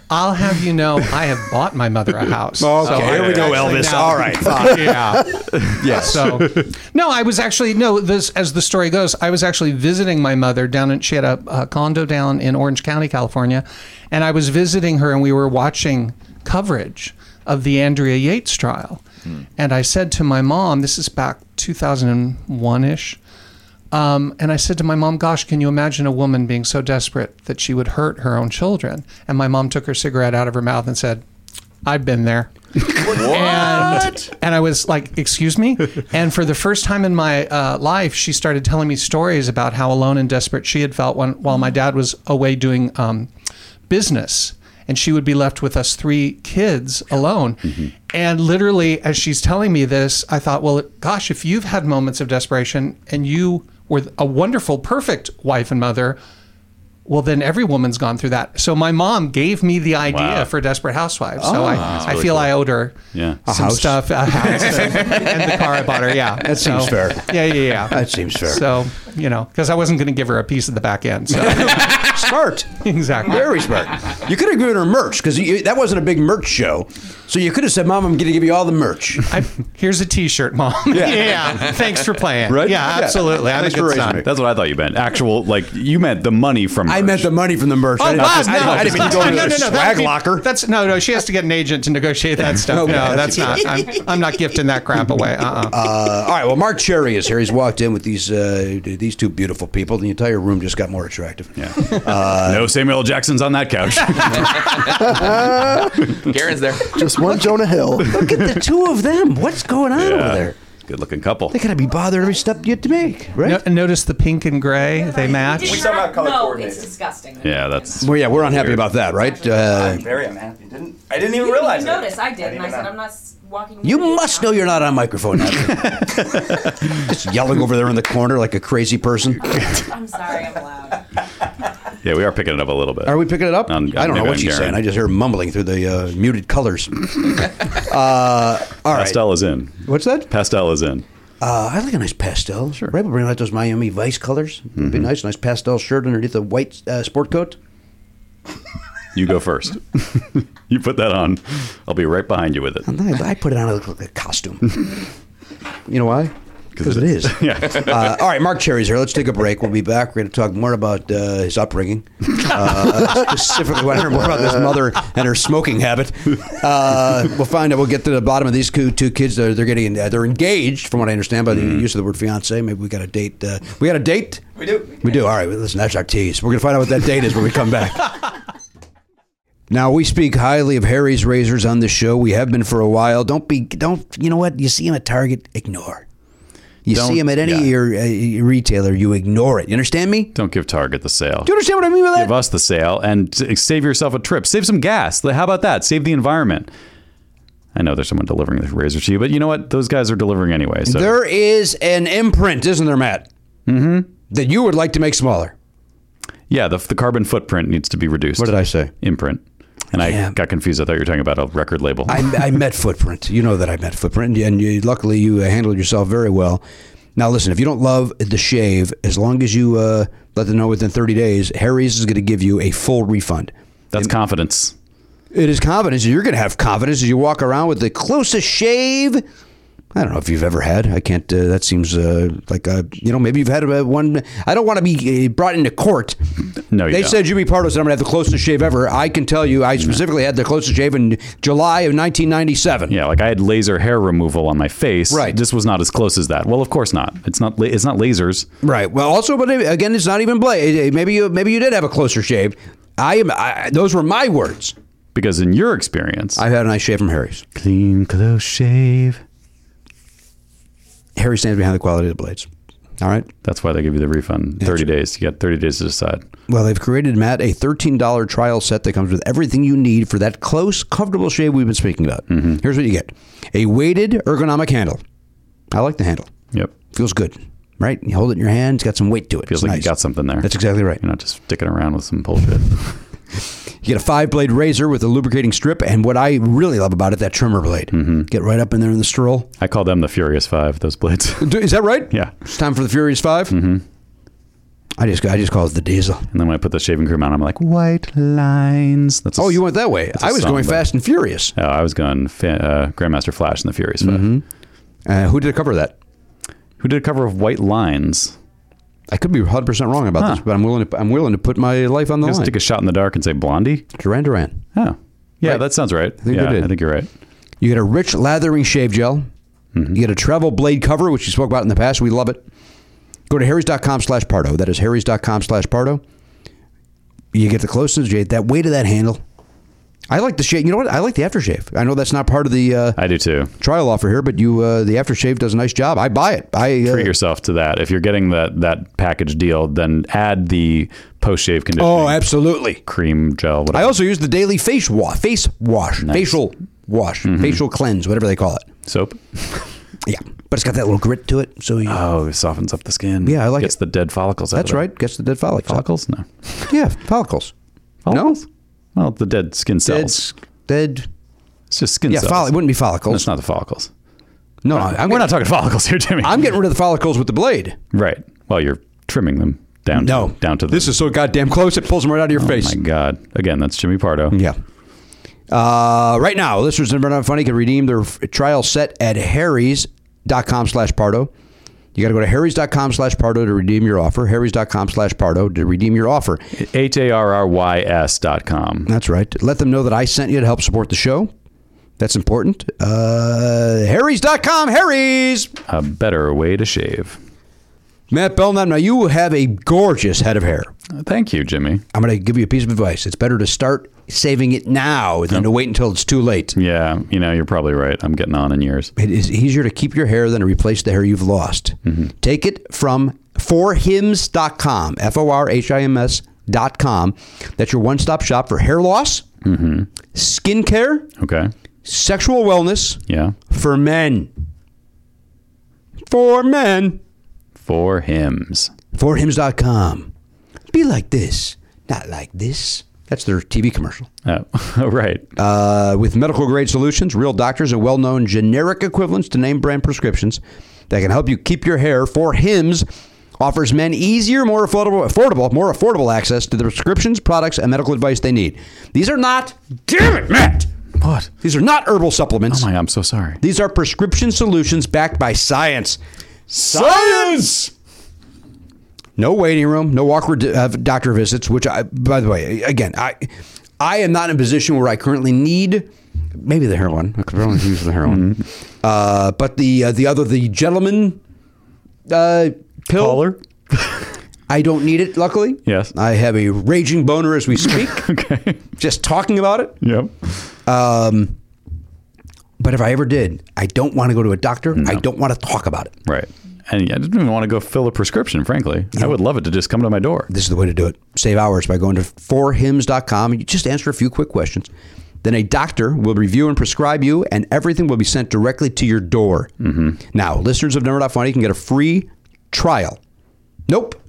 Speaker 10: I'll have you know, I have bought my mother a house.
Speaker 2: Okay,
Speaker 10: So
Speaker 2: here
Speaker 10: I
Speaker 2: we go,
Speaker 10: actually
Speaker 2: Elvis.
Speaker 10: now-
Speaker 2: All right, fine.
Speaker 10: yeah.
Speaker 2: Yes.
Speaker 10: So, no, I was actually no. This, as the story goes, I was actually visiting my mother down in. She had a, a condo down in Orange County, California, and I was visiting her, and we were watching coverage of the Andrea Yates trial. And I said to my mom, "This is back 2001 ish." Um, and I said to my mom, Gosh, can you imagine a woman being so desperate that she would hurt her own children? And my mom took her cigarette out of her mouth and said, I've been there. And, and I was like, Excuse me? And for the first time in my uh, life, she started telling me stories about how alone and desperate she had felt when, while my dad was away doing um, business. And she would be left with us three kids alone.
Speaker 1: Mm-hmm.
Speaker 10: And literally, as she's telling me this, I thought, well, gosh, if you've had moments of desperation and you were a wonderful, perfect wife and mother, well, then every woman's gone through that. So my mom gave me the idea
Speaker 1: Wow. Oh,
Speaker 10: for Desperate Housewives. so I,
Speaker 1: That's
Speaker 10: I
Speaker 1: really
Speaker 10: feel
Speaker 1: cool.
Speaker 10: I owed her
Speaker 1: Yeah.
Speaker 10: some stuff, a house, and, and the car I bought her. Yeah,
Speaker 2: That seems fair.
Speaker 10: Yeah, yeah, yeah.
Speaker 2: That seems fair.
Speaker 10: So you know, because I wasn't going to give her a piece of the back end. So
Speaker 2: smart.
Speaker 10: exactly.
Speaker 2: Very smart. You could have given her merch because that wasn't a big merch show. So you could have said, Mom, I'm going to give you all the merch.
Speaker 10: I, here's a T-shirt, mom.
Speaker 2: Yeah.
Speaker 10: Yeah. Thanks for playing.
Speaker 2: Right?
Speaker 10: Yeah,
Speaker 2: Yeah.
Speaker 10: absolutely. I'm a
Speaker 2: Thanks for
Speaker 10: good
Speaker 2: raising
Speaker 10: son.
Speaker 2: me.
Speaker 1: That's what I thought you meant. Actual, like you meant the money from.
Speaker 2: I
Speaker 1: merch.
Speaker 2: meant the money from the merch.
Speaker 10: Oh,
Speaker 2: I didn't,
Speaker 10: wow,
Speaker 2: I didn't-
Speaker 10: no.
Speaker 2: I didn't mean to go to
Speaker 10: no,
Speaker 2: the
Speaker 10: no, no,
Speaker 2: swag
Speaker 10: that'd be-
Speaker 2: locker.
Speaker 10: That's no, no. She has to get an agent to negotiate that stuff.
Speaker 2: Okay,
Speaker 10: no,
Speaker 2: that's
Speaker 10: that's not. I'm, I'm not gifting that crap away. Uh-uh.
Speaker 2: Uh, all right. Well, Mark Cherry is here. He's walked in with these uh, these two beautiful people. The entire room just got more attractive.
Speaker 1: Yeah.
Speaker 2: Uh,
Speaker 1: no Samuel L. Jackson's on that couch.
Speaker 9: Karen's there.
Speaker 7: Just one Jonah Hill.
Speaker 2: Look at the two of them. What's going on over there?
Speaker 1: Good looking couple.
Speaker 2: They gotta be bothered every step you make, right?
Speaker 10: No- notice the pink and gray. They match.
Speaker 6: Did
Speaker 11: somehow
Speaker 6: not-
Speaker 11: color
Speaker 6: no,
Speaker 11: coordinated.
Speaker 6: It's disgusting.
Speaker 1: Yeah, that's.
Speaker 2: Well, yeah, we're unhappy about that, right? Uh,
Speaker 11: I'm very unhappy. Didn't I didn't even
Speaker 6: You
Speaker 11: realize
Speaker 6: didn't
Speaker 11: it.
Speaker 6: notice. I did, and I
Speaker 11: even
Speaker 6: said,
Speaker 11: know.
Speaker 6: I'm not s- walking.
Speaker 2: you
Speaker 6: with
Speaker 2: must know you're not on microphone. now. just yelling over there in the corner like a crazy person.
Speaker 6: I'm sorry, I'm loud.
Speaker 1: Yeah, we are picking it up a little bit.
Speaker 2: Are we picking it up?
Speaker 1: On-
Speaker 2: I don't know
Speaker 1: maybe
Speaker 2: what
Speaker 1: on
Speaker 2: she's
Speaker 1: Karen.
Speaker 2: saying. I just hear her mumbling through the uh, muted colors. uh, all right.
Speaker 1: Pastel is in.
Speaker 2: What's that?
Speaker 1: Pastel is in.
Speaker 2: Uh, I like a nice pastel. Sure. Right, we'll bring out those Miami Vice colors. It'd Be nice, nice pastel shirt underneath a white uh, sport coat.
Speaker 1: You go first. you put that on. I'll be right behind you with it.
Speaker 2: I, I put it on a, like a costume. you know why? Because it is. yeah. Uh, all right, Mark Cherry's here. Let's take a break. We'll be back. We're going to talk more about uh, his upbringing. Uh, specifically, want to hear more about this mother and her smoking habit. Uh, we'll find out. We'll get to the bottom of these two, two kids. They're, they're getting uh, they're engaged, from what I understand, by the use of the word fiance. Maybe we got a date. Uh, we got a date. We do. We do. All right. well, Listen, that's our tease. We're going to find out what that date is when we come back. Now we speak highly of Harry's razors on this show. We have been for a while. Don't be, don't you know what? You see him at Target, ignore. You
Speaker 1: Don't-
Speaker 2: see him at any
Speaker 1: yeah.
Speaker 2: your, uh, retailer, you ignore it. You understand me?
Speaker 1: Don't give Target the sale.
Speaker 2: Do you understand what I mean by that?
Speaker 1: Give us the sale and s- save yourself a trip. Save some gas. Like, How about that? Save the environment. I know there's someone delivering the razor to you, but you know what? Those guys are delivering anyway. So
Speaker 2: There is an imprint, isn't there, Matt? Mm-hmm. That you would like to make smaller.
Speaker 1: yeah, the, the carbon footprint needs to be reduced. What
Speaker 2: did I say?
Speaker 1: Imprint. And I
Speaker 2: Yeah.
Speaker 1: got confused. I thought you were talking about a record label.
Speaker 2: I, I met Footprint. You know that I met Footprint, and you, luckily you uh, handled yourself very well. Now listen, if you don't love the shave, as long as you uh, let them know within 30 days, Harry's is going to give you a full refund.
Speaker 1: That's confidence.
Speaker 2: It is confidence. You're going to have confidence as you walk around with the closest shave. I don't know if you've ever had. I can't. Uh, that seems uh, like uh, you know. Maybe you've had uh, one. I don't want to be uh, brought into court.
Speaker 1: No, you
Speaker 2: they
Speaker 1: don't.
Speaker 2: said Jimmy Pardo said I'm going to have the closest shave ever. I can tell you, I specifically had the closest shave in July of 1997.
Speaker 1: Yeah, like I had laser hair removal on my face.
Speaker 2: Right.
Speaker 1: This was not as close as that. Well, of course not. It's not. la- It's not lasers.
Speaker 2: Right. Well, also, but uh, again, it's not even blade. Maybe you maybe you did have a closer shave. I am. I, those were my words.
Speaker 1: Because in your experience,
Speaker 2: I've had a nice shave from Harry's.
Speaker 1: clean close shave.
Speaker 2: Harry stands behind the quality of the blades. All right.
Speaker 1: That's why they give you the refund. Thirty days. You got thirty days to decide.
Speaker 2: Well, they've created Matt a thirteen dollar trial set that comes with everything you need for that close, comfortable shave we've been speaking about.
Speaker 1: Mm-hmm.
Speaker 2: Here's what you get: a weighted ergonomic handle. I like the handle;
Speaker 1: Yep.
Speaker 2: feels good, right? You hold it in your hand; it's got some weight to it.
Speaker 1: Feels
Speaker 2: It's
Speaker 1: like
Speaker 2: nice.
Speaker 1: you got something there.
Speaker 2: That's exactly right.
Speaker 1: You're not just sticking around with some bullshit.
Speaker 2: You get a five blade razor with a lubricating strip, and what I really love about it, that trimmer blade.
Speaker 1: Mm-hmm.
Speaker 2: Get right up in there in the stroll.
Speaker 1: I call them the Furious Five. Those blades.
Speaker 2: Do- Is that right?
Speaker 1: yeah.
Speaker 2: It's time for the Furious 5 Mm-hmm. I just I just call it the diesel.
Speaker 1: And then when I put the shaving cream on, I'm like white lines. That's a
Speaker 2: Oh,
Speaker 1: s-
Speaker 2: you went that way.
Speaker 1: that's a
Speaker 2: I was
Speaker 1: song,
Speaker 2: going
Speaker 1: but-
Speaker 2: fast and furious.
Speaker 1: Oh, I was going fa- uh, Grandmaster Flash and the Furious 5
Speaker 2: Uh, who did it cover that?
Speaker 1: Who did a cover of White Lines?
Speaker 2: I could be 100 percent wrong about
Speaker 1: Huh.
Speaker 2: this, but I'm willing to I'm willing to put my life on the
Speaker 1: Just
Speaker 2: line.
Speaker 1: take a shot in the dark and say Blondie.
Speaker 2: Duran Duran.
Speaker 1: Oh, yeah,
Speaker 2: Right.
Speaker 1: that sounds right.
Speaker 2: think
Speaker 1: yeah,
Speaker 2: they did.
Speaker 1: I think you're right.
Speaker 2: You get a rich lathering shave gel.
Speaker 1: Mm-hmm.
Speaker 2: You get a travel blade cover, which you spoke about in the past. We love it. Go to harrys.com slash Pardo. That is harrys.com slash Pardo. You get the closeness, Jade. That weight of that handle. I like the shave. You know what? I like the aftershave. I know that's not part of the uh,
Speaker 1: I do too.
Speaker 2: trial offer here, but you uh, the aftershave does a nice job. I buy it. I uh,
Speaker 1: Treat yourself to that. If you're getting that that package deal, then add the post shave conditioning
Speaker 2: Oh, absolutely.
Speaker 1: cream gel. Whatever.
Speaker 2: I also use the daily face wash, face wash, facial wash,
Speaker 1: Mm-hmm.
Speaker 2: facial cleanse, whatever they call it.
Speaker 1: soap.
Speaker 2: Yeah, but it's got that little grit to it. So you,
Speaker 1: Oh, it softens up the skin.
Speaker 2: Yeah, I like
Speaker 1: Gets
Speaker 2: it.
Speaker 1: the dead follicles. out
Speaker 2: Ah, that's
Speaker 1: of it.
Speaker 2: right. Gets the dead follicles. out.
Speaker 1: Follicles? No.
Speaker 2: Yeah, follicles.
Speaker 1: Follicles? Well, the dead skin
Speaker 2: Dead,
Speaker 1: cells.
Speaker 2: s- dead.
Speaker 1: It's just skin
Speaker 2: Yeah,
Speaker 1: cells.
Speaker 2: folli- it wouldn't be
Speaker 1: No,
Speaker 2: follicles.
Speaker 1: it's not the follicles.
Speaker 2: No, I'm,
Speaker 1: We're
Speaker 2: getting,
Speaker 1: not talking follicles here, Jimmy.
Speaker 2: I'm getting rid of the follicles with the blade.
Speaker 1: right. Well, you're trimming them down.
Speaker 2: No,
Speaker 1: to, down to the,
Speaker 2: this is so goddamn close. It pulls them right out of your
Speaker 1: Oh
Speaker 2: face.
Speaker 1: my god! Again, that's Jimmy Pardo.
Speaker 2: Yeah. Uh, right now, listeners of Not Funny can redeem their f- trial set at harrys.com slash Pardo. You got to go to harrys.com slash Pardo to redeem your offer. harrys.com slash Pardo to redeem your offer.
Speaker 1: H a r r y s dot com.
Speaker 2: That's right. Let them know that I sent you to help support the show. That's important. Uh, harrys.com, Harrys.
Speaker 1: A better way to shave.
Speaker 2: Matt Belknap, now you have a gorgeous head of hair.
Speaker 1: Thank you, Jimmy.
Speaker 2: I'm going to give you a piece of advice. It's better to start saving it now than to wait until it's too late.
Speaker 1: Yeah, you know, you're probably right. I'm getting on in years.
Speaker 2: It is easier to keep your hair than to replace the hair you've lost. Take it from forhims.com, F O R H I M S.com. That's your one stop shop for hair loss, skincare,
Speaker 1: Okay.
Speaker 2: sexual wellness
Speaker 1: Yeah.
Speaker 2: for men. For men.
Speaker 1: Four hymns.
Speaker 2: Forhims.com. Be like this, not like this. That's their TV commercial.
Speaker 1: Oh, right.
Speaker 2: uh, with medical grade solutions, real doctors, and well known generic equivalents to name brand prescriptions that can help you keep your hair. For Hims offers men easier, more affordable, affordable, more affordable access to the prescriptions, products, and medical advice they need. These are not, damn it, Matt.
Speaker 1: What?
Speaker 2: These are not herbal supplements.
Speaker 1: Oh my, I'm so sorry.
Speaker 2: These are prescription solutions backed by science. Science! No waiting room, no awkward uh, doctor visits. Which I, by the way, again, I, I am not in a position where I currently need maybe the heroin. I could only use the heroin, uh, but the uh, the other the gentleman uh, pill. I don't need it. Luckily,
Speaker 1: Yes.
Speaker 2: I have a raging boner as we speak. okay, just talking about it.
Speaker 1: Yep.
Speaker 2: Um, but if I ever did, I don't want to go to a doctor. I don't want to talk about it.
Speaker 1: Right. And I didn't even want to go fill a prescription, frankly. I would love it to just come to my door.
Speaker 2: This is the way to do it. Save hours by going to forhims.com and you just answer a few quick questions. Then a doctor will review and prescribe you, and everything will be sent directly to your door.
Speaker 1: Mm-hmm.
Speaker 2: Now, listeners of Never Funny can get a free trial. Nope.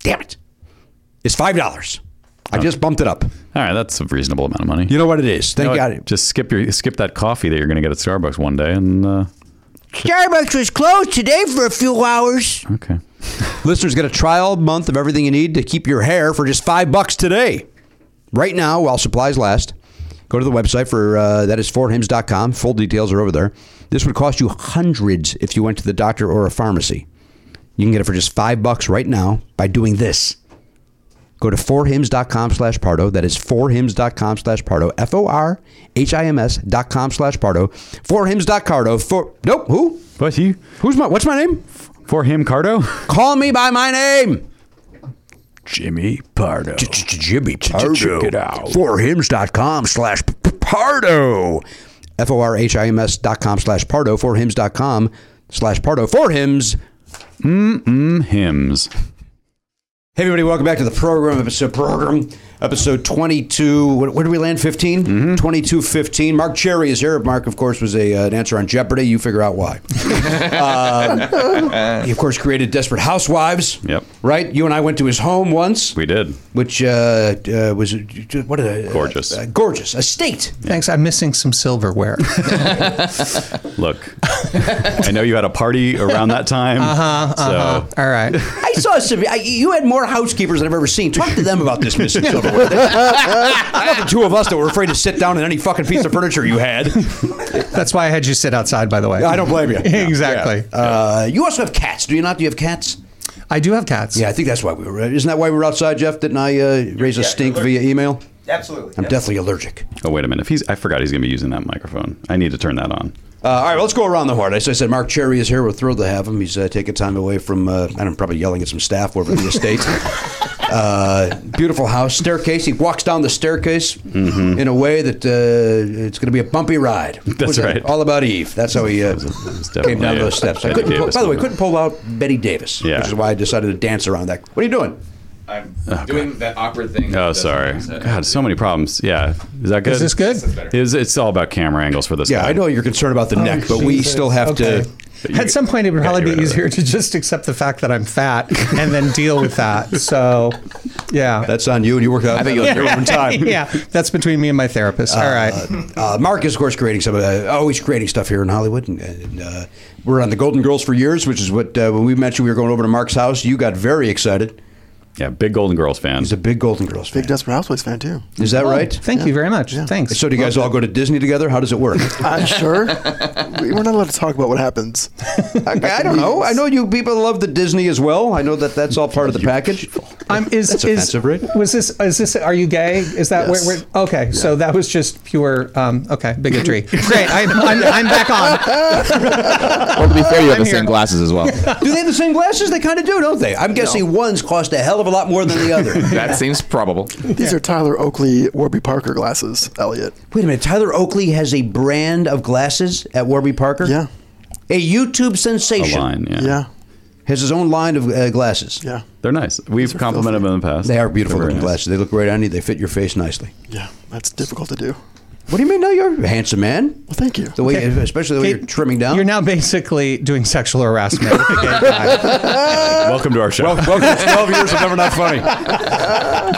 Speaker 2: Damn it. It's $5. I just bumped it up.
Speaker 1: All right, that's a reasonable amount of money.
Speaker 2: You know what it is. Thank
Speaker 1: You know what?
Speaker 2: God.
Speaker 1: Just skip your skip that coffee that you're going to get at Starbucks one day, and uh,
Speaker 2: Starbucks was closed today for a few hours.
Speaker 1: okay,
Speaker 2: Listeners get a trial month of everything you need to keep your hair for just five bucks today. Right now, while supplies last, go to the website for uh, that is forhims.com. Full details are over there. This would cost you hundreds if you went to the doctor or a pharmacy. You can get it for just five bucks right now by doing this. Go to forhims.com slash Pardo. That is forhims.com slash Pardo. F O R H I M S dot com slash Pardo. Forhims.cardo. For, nope. Who?
Speaker 1: but you
Speaker 2: Who's my, what's my name?
Speaker 1: for him, Cardo,
Speaker 2: Call me by my name.
Speaker 1: Jimmy Pardo.
Speaker 2: Jimmy Pardo.
Speaker 1: check it out.
Speaker 2: Forhims.com slash Pardo. F O R H I M S dot com slash Pardo. Forhims.com slash Pardo. Forhims.
Speaker 1: Mm, hymns.
Speaker 2: Hey, everybody, welcome back to the program, episode program, episode 22. Where, where did we land? 15?
Speaker 1: Mm-hmm.
Speaker 2: 22 15. Mark Cherry is here. Mark, of course, was a, uh, an answer on Jeopardy. You figure out why. um, he, of course, created Desperate Housewives.
Speaker 1: Yep.
Speaker 2: Right? You and I went to his home once.
Speaker 1: We did.
Speaker 2: which uh, uh, was what a
Speaker 1: Gorgeous.
Speaker 2: uh, gorgeous estate.
Speaker 10: Thanks. I'm missing some silverware.
Speaker 1: Look, I know you had a party around that time, uh-huh, so
Speaker 10: All right.
Speaker 2: I saw some. I, you had more housekeepers than I've ever seen. Talk to them about this, Mrs. Silverwood. Not the two of us that were afraid to sit down in any fucking piece of furniture you had.
Speaker 10: That's why I had you sit outside, by the way.
Speaker 2: I don't blame you.
Speaker 10: Exactly.
Speaker 2: Uh, you also have cats, do you not? Do you have cats?
Speaker 10: I do have cats.
Speaker 2: Yeah, I think that's why we were. Isn't that why we were outside, Jeff? Didn't I uh, raise a
Speaker 11: Yeah,
Speaker 2: stink
Speaker 11: alert.
Speaker 2: via email?
Speaker 11: Absolutely.
Speaker 2: I'm
Speaker 11: yes.
Speaker 2: definitely allergic.
Speaker 1: Oh wait a minute. If he's, I forgot he's going to be using that microphone. I need to turn that on.
Speaker 2: Uh, all right, well, let's go around the horn. As I said, Mark Cherry is here. We're thrilled to have him. He's uh, taking time away from, uh, I don't know, probably yelling at some staff over at the estate. uh, beautiful house, staircase. He walks down the staircase in a way that uh, it's going to be a bumpy ride. What was that?
Speaker 1: right.
Speaker 2: All about Eve. That's how he uh,
Speaker 1: was
Speaker 2: came down
Speaker 1: definitely
Speaker 2: those steps. I
Speaker 1: Betty
Speaker 2: couldn't pull,
Speaker 1: Davis
Speaker 2: by the way,
Speaker 1: moment.
Speaker 2: couldn't pull out Betty Davis,
Speaker 1: Yeah.
Speaker 2: which is why I decided to dance around that. What are you doing?
Speaker 9: I'm
Speaker 2: Oh,
Speaker 9: doing that awkward thing.
Speaker 1: Oh, sorry. God, so many problems. Yeah, is that good?
Speaker 10: Is this good?
Speaker 1: Is it's all about camera angles for this?
Speaker 2: Yeah,
Speaker 1: guy.
Speaker 2: I know you're concerned about the neck, but we
Speaker 10: Oh, Jesus.
Speaker 2: still have to.
Speaker 10: Okay. At some point, it would probably be easier to just accept the fact that I'm fat and then deal with that. So, yeah.
Speaker 2: That's on you, and you work out. I
Speaker 9: think you'll
Speaker 2: your own time.
Speaker 10: yeah, that's between me and my therapist. All right.
Speaker 2: Uh, Mark is, of course, creating some. Uh, always creating stuff here in Hollywood, and, and uh, we're on the Golden Girls for years, which is what uh, when we mentioned we were going over to Mark's house. You got very excited.
Speaker 1: Yeah, big Golden Girls fan.
Speaker 2: He's a big Golden Girls fan.
Speaker 7: Big Desperate Housewives fan too.
Speaker 2: Is that
Speaker 10: Oh,
Speaker 2: right?
Speaker 10: Thank you very much. Thanks.
Speaker 2: So do you guys all go to Disney together? How does it work?
Speaker 7: I'm sure. We- We're not allowed to talk about what happens.
Speaker 2: I, I don't know. I know you people love the Disney as well. I know that that's all part of the package.
Speaker 10: I'm is
Speaker 2: That's
Speaker 10: is
Speaker 2: offensive, right?
Speaker 10: was this is this are you gay? Is that
Speaker 7: Yes.
Speaker 10: where, where okay? So that was just pure um, okay bigotry. Great, I'm, I'm, I'm back on.
Speaker 12: Well, to be fair, you have
Speaker 10: I'm
Speaker 12: the
Speaker 10: here.
Speaker 12: same glasses as well.
Speaker 2: Do they have the same glasses? They kind of do, don't they? I'm guessing one's cost a hell of a lot more than the other.
Speaker 9: That seems probable.
Speaker 7: These are Tyler Oakley Warby Parker glasses, Elliot.
Speaker 2: Wait a minute. Tyler Oakley has a brand of glasses at Warby Parker.
Speaker 7: Yeah.
Speaker 2: A YouTube
Speaker 1: a
Speaker 2: sensation
Speaker 1: line. Yeah.
Speaker 7: Yeah.
Speaker 2: has his own line of uh, glasses.
Speaker 7: Yeah.
Speaker 1: they're nice. We've complimented them in the past.
Speaker 2: They are beautiful
Speaker 1: They're very
Speaker 2: looking
Speaker 1: nice.
Speaker 2: glasses. They look great on you. They fit your face nicely.
Speaker 7: Yeah. That's difficult to do. Well,
Speaker 2: What do you mean? No, you're a handsome man.
Speaker 7: thank you.
Speaker 2: The way, especially the way you're trimming down.
Speaker 10: You're now basically doing sexual harassment. with a gay guy.
Speaker 1: Welcome to our show.
Speaker 2: Welcome to 12 years of Never Not Funny.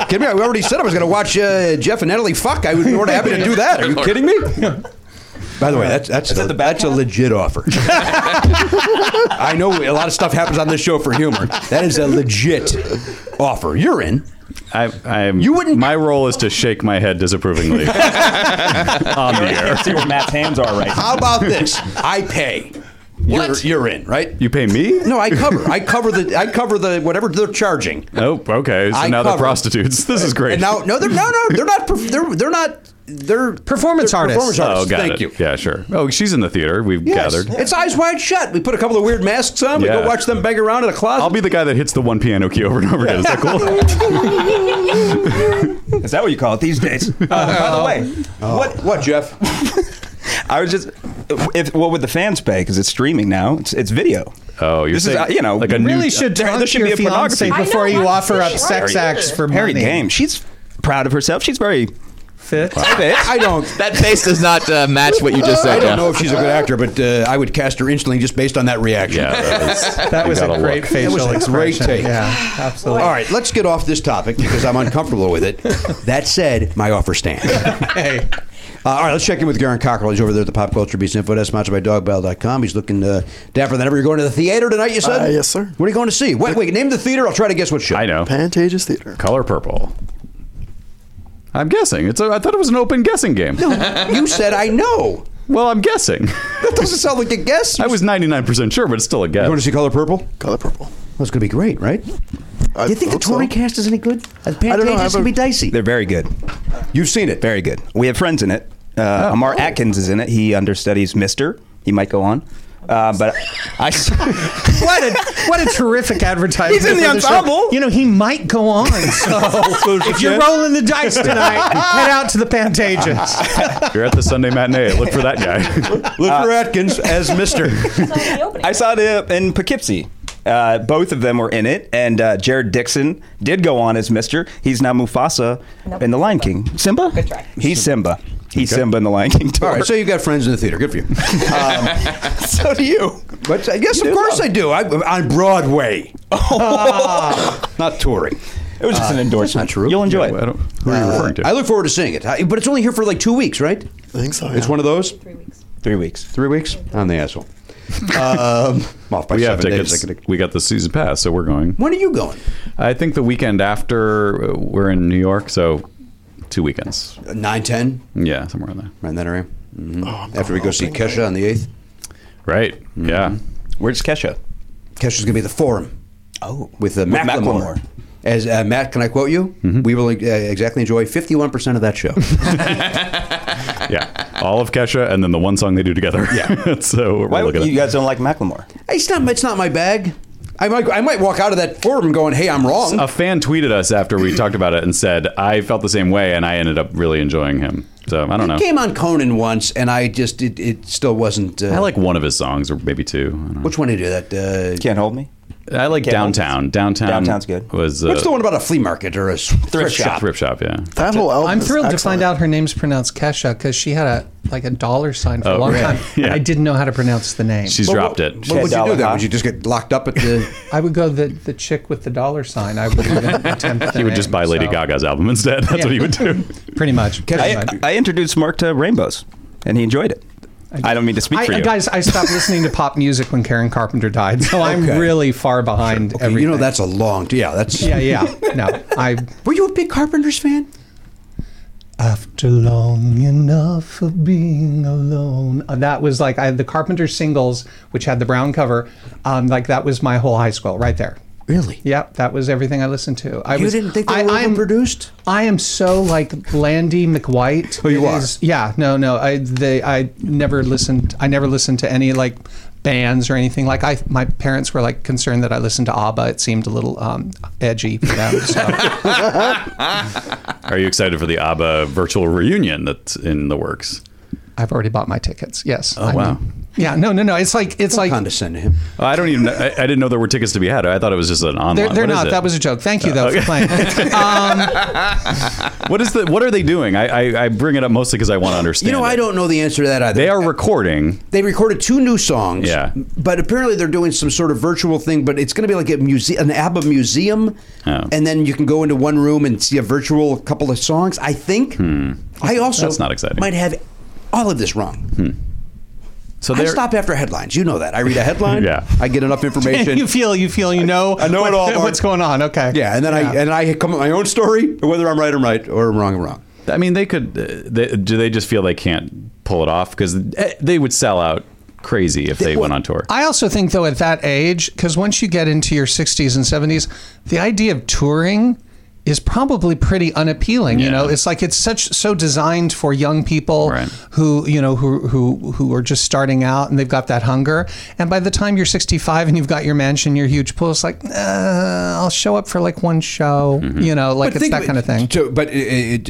Speaker 2: kidding me? I already said I was going to watch uh, Jeff and Natalie fuck. I would be more than happy to do that. Are you kidding me? By the way, that's that's, a, that's a legit offer. I know a lot of stuff happens on this show for humor. That is a legit offer. You're in.
Speaker 1: I, I'm,
Speaker 2: You wouldn't-
Speaker 1: My role is to shake my head disapprovingly on the air.
Speaker 12: see where Matt's hands are right
Speaker 2: How about this? I pay. You're, you're in, right?
Speaker 1: You pay me?
Speaker 2: No, I cover. I cover the. I cover the whatever they're charging.
Speaker 1: Oh, okay. So
Speaker 2: I
Speaker 1: now they're
Speaker 2: cover.
Speaker 1: prostitutes. This is great.
Speaker 2: And now, no, they're no, no, they're not. perf- They're they're not. They're
Speaker 10: performance
Speaker 2: they're
Speaker 10: artists.
Speaker 2: Performance
Speaker 1: Oh,
Speaker 2: artists.
Speaker 1: got
Speaker 2: Thank
Speaker 1: it.
Speaker 2: you.
Speaker 1: Yeah, sure. Oh, she's in the theater. We've
Speaker 2: Yes.
Speaker 1: gathered.
Speaker 2: It's eyes wide shut. We put a couple of weird masks on. We
Speaker 1: Yeah.
Speaker 2: go watch them bang around in a closet.
Speaker 1: I'll be the guy that hits the one piano key over and over again. Is that cool?
Speaker 5: Is that what you call it these days? Oh. Uh, by the way,
Speaker 2: what what Jeff?
Speaker 5: I was just if what would the fans pay because it's streaming now? It's it's video.
Speaker 1: Oh, you're
Speaker 5: this is
Speaker 1: saying
Speaker 5: uh, you know
Speaker 1: like a
Speaker 5: you
Speaker 1: new-
Speaker 5: really should
Speaker 10: There-
Speaker 5: talk
Speaker 10: there
Speaker 5: to
Speaker 10: should
Speaker 5: your
Speaker 10: be a
Speaker 5: fiance
Speaker 10: pornography. before you offer up sex acts for
Speaker 5: Harry
Speaker 10: money.
Speaker 5: Game. She's proud of herself. She's very
Speaker 10: fit.
Speaker 2: I don't.
Speaker 12: That face does not uh, match what you just said.
Speaker 2: I don't
Speaker 12: Jeff.
Speaker 2: know if she's a good actor, but uh, I would cast her instantly just based on that reaction.
Speaker 1: Yeah, that was-
Speaker 10: That
Speaker 1: you
Speaker 10: was a
Speaker 1: gotta
Speaker 10: great
Speaker 1: look.
Speaker 10: facial
Speaker 2: That was a great
Speaker 10: expression.
Speaker 2: take.
Speaker 10: Yeah, absolutely.
Speaker 2: All right, let's get off this topic because I'm uncomfortable with it. That said, my offer stands.
Speaker 10: Hey.
Speaker 2: Uh, all right, let's check in with Garen Cockrell. He's over there at the Pop Culture Beast Info Desk, sponsored by DogBell.com. He's looking uh, dapper than ever. You're going to the theater tonight, you said?
Speaker 7: Uh, yes, sir.
Speaker 2: What are you going to see? Wait, wait, name the theater. I'll try to guess what show.
Speaker 1: I know.
Speaker 7: Pantages Theater.
Speaker 1: Color purple. I'm guessing. It's. A, I thought it was an open guessing game.
Speaker 2: you said I know.
Speaker 1: Well, I'm guessing.
Speaker 2: That doesn't sound like a guess.
Speaker 1: I was 99% sure, but it's still a
Speaker 2: You want
Speaker 1: guess.
Speaker 2: to see Color Purple?
Speaker 7: Color purple.
Speaker 2: That's going to be great, right?
Speaker 7: I
Speaker 2: Do you think the
Speaker 7: hope so.
Speaker 2: touring cast is any good? The
Speaker 7: I don't know, I
Speaker 2: Pantages going to be
Speaker 7: haven't-
Speaker 2: dicey.
Speaker 5: They're very good.
Speaker 2: You've seen it.
Speaker 5: Very good. We have friends in it. Uh,
Speaker 6: Oh,
Speaker 5: Amar Atkins is in it. He understudies Mister. He might go on. Uh, but I,
Speaker 10: What a what a terrific advertisement!
Speaker 5: He's in the
Speaker 10: for this show.
Speaker 5: ensemble.
Speaker 10: You know he might go on. So
Speaker 2: Oh,
Speaker 10: if you're rolling the dice tonight, head out to the Pantages.
Speaker 1: You're at the Sunday matinee. Look for that guy.
Speaker 2: Luther Atkins as Mister.
Speaker 5: Uh, I saw it uh, in Poughkeepsie. Uh, both of them were in it, and uh, Jared Dixon did go on as Mister. He's now Mufasa in The Lion King. Simba.
Speaker 6: Good try.
Speaker 5: He's Simba. He's
Speaker 1: Okay.
Speaker 5: Simba in The Lion King.
Speaker 2: All
Speaker 5: tour.
Speaker 2: right, so you've got friends in the theater. Good for you. Um,
Speaker 5: so do you.
Speaker 2: but uh, yes,
Speaker 5: You
Speaker 2: of
Speaker 5: do
Speaker 2: course
Speaker 5: well.
Speaker 2: I do. Oh, I, on Broadway, not touring.
Speaker 5: It was just
Speaker 2: Uh, That's
Speaker 5: an
Speaker 2: not
Speaker 5: endorsement.
Speaker 2: true.
Speaker 5: You'll enjoy
Speaker 1: I
Speaker 5: it.
Speaker 1: don't, who are you referring to?
Speaker 2: Uh, I look forward to seeing it, I- but it's only here for like two weeks, right?
Speaker 7: I think so.
Speaker 2: It's
Speaker 7: yeah.
Speaker 2: one of those
Speaker 6: Three weeks.
Speaker 5: Three weeks.
Speaker 2: three weeks. I'm the asshole. um, I'm off by
Speaker 1: we have
Speaker 2: seven days.
Speaker 1: tickets. We got the season pass, so we're going.
Speaker 2: When are you going?
Speaker 1: I think the weekend after uh, we're in New York, so two weekends.
Speaker 2: Uh, Nine ten,
Speaker 1: Yeah, somewhere in there.
Speaker 2: around that area. Mhm. After we go see Kesha on the eighth,
Speaker 1: Right. Yeah.
Speaker 5: Where's Kesha?
Speaker 2: Kesha's gonna be at the Forum.
Speaker 5: Oh.
Speaker 2: with uh,
Speaker 5: With
Speaker 2: Macklemore.
Speaker 5: Macklemore.
Speaker 2: As uh, Matt, can I quote you? We will uh, exactly enjoy fifty-one percent of that show.
Speaker 1: Yeah. All of Kesha and then the one song they do together. Yeah. so we're
Speaker 5: Why would
Speaker 1: looking
Speaker 5: you
Speaker 1: at.
Speaker 5: guys don't like Macklemore?
Speaker 2: it's not. It's not my bag. I might. I might walk out of that forum going, "Hey, I'm wrong."
Speaker 1: A fan tweeted us after we talked about it and said, I felt the same way and I ended up really enjoying him. So I don't know.
Speaker 2: He came on Conan once, and I just it, it still wasn't. Uh,
Speaker 1: I like one of his songs or maybe two. I, don't know.
Speaker 2: which one did you do that? Uh,
Speaker 5: Can't hold me.
Speaker 1: I like
Speaker 5: Can't hold-
Speaker 1: Downtown. Downtown.
Speaker 5: Downtown's good.
Speaker 1: Was, uh,
Speaker 2: what's the one about a flea market or a s- thrift, shop?
Speaker 1: Thrift shop, yeah.
Speaker 7: That whole album.
Speaker 10: I'm
Speaker 7: is
Speaker 10: thrilled to
Speaker 7: excellent.
Speaker 10: find out her name's pronounced Kesha because she had a like a dollar sign for a long
Speaker 1: really?
Speaker 10: time.
Speaker 1: Yeah.
Speaker 10: I didn't know how to pronounce the name.
Speaker 1: She's dropped it.
Speaker 2: What would you do
Speaker 5: Dollar,
Speaker 2: then?
Speaker 5: huh?
Speaker 2: Would you just get locked up at the?
Speaker 10: I would go the the chick with the dollar sign. I would even attempt.
Speaker 1: he would just buy Lady Gaga's album instead. That's what he would do.
Speaker 10: Pretty much. Pretty
Speaker 5: I,
Speaker 10: much.
Speaker 5: I introduced Mark to Rainbows, and he enjoyed it. I don't mean to speak
Speaker 10: I,
Speaker 5: for you.
Speaker 10: guys, I stopped listening to pop music when Karen Carpenter died, so I'm
Speaker 2: Okay.
Speaker 10: really far behind.
Speaker 2: Okay,
Speaker 10: everything.
Speaker 2: you know that's a long. Yeah, that's.
Speaker 10: Yeah, yeah. No, I.
Speaker 2: Were you a big Carpenters fan?
Speaker 10: After long enough of being alone, Uh, that was like I had the Carpenter singles, which had the brown cover. Um, like that was my whole high school, right there.
Speaker 2: Really?
Speaker 10: Yep, that was everything I listened to. I
Speaker 2: You
Speaker 10: was,
Speaker 2: didn't think they
Speaker 10: I,
Speaker 2: were
Speaker 10: I am-
Speaker 2: overproduced?
Speaker 10: I am so like Landy McWhite. Oh,
Speaker 2: you are.
Speaker 10: yeah, no, no. I they I never listened. I never listened to any like bands or anything. Like I, my parents were like concerned that I listened to ABBA. It seemed a little um, edgy for them. So.
Speaker 1: Are you excited for the ABBA virtual reunion that's in the works?
Speaker 10: I've already bought my tickets. Yes. Oh
Speaker 1: wow.
Speaker 10: yeah. No. No. No. It's like it's like
Speaker 2: Condescend to him.
Speaker 1: I don't even. I, I didn't know there were tickets to be had. I thought it was just an online.
Speaker 10: they're, they're
Speaker 1: What is
Speaker 10: not.
Speaker 1: it?
Speaker 10: That was a joke. Thank you though
Speaker 1: okay.
Speaker 10: for playing. um,
Speaker 1: What is the? What are they doing? I I, I bring it up mostly because I want to understand.
Speaker 2: You know,
Speaker 1: it.
Speaker 2: I don't know the answer to that either.
Speaker 1: They are recording.
Speaker 2: They recorded two new songs.
Speaker 1: Yeah.
Speaker 2: But apparently they're doing some sort of virtual thing, but it's going to be like a muse- an ABBA museum.
Speaker 1: Oh.
Speaker 2: And then you can go into one room and see a virtual couple of songs, I think. I also
Speaker 1: Hmm. That's not exciting. Hmm.
Speaker 2: might have all of this wrong.
Speaker 1: So
Speaker 2: I
Speaker 1: they're.
Speaker 2: stop after headlines. You know that. I read a headline.
Speaker 1: Yeah.
Speaker 2: I get enough information.
Speaker 10: you feel. You feel. You know.
Speaker 2: I know it all, Mark.
Speaker 10: What's going on? Okay.
Speaker 2: yeah. And then I and I come up with my own story, whether I'm right, I'm right, or I'm wrong, I'm wrong.
Speaker 1: I mean, eh, they could. uh, They, do they just feel they can't pull it off because they would sell out crazy if they went on tour.
Speaker 10: I also think, though, at that age, because once you get into your 60s and 70s, the idea of touring is probably pretty unappealing. You know, it's like it's such so designed for young people who you know who who who are just starting out and they've got that hunger. And by the time you're 65 and you've got your mansion, your huge pool, it's like uh, I'll show up for like one show. You know, like
Speaker 2: But
Speaker 10: it's
Speaker 2: think
Speaker 10: that
Speaker 2: of
Speaker 10: kind of
Speaker 2: it-
Speaker 10: thing.
Speaker 2: to- but it, it,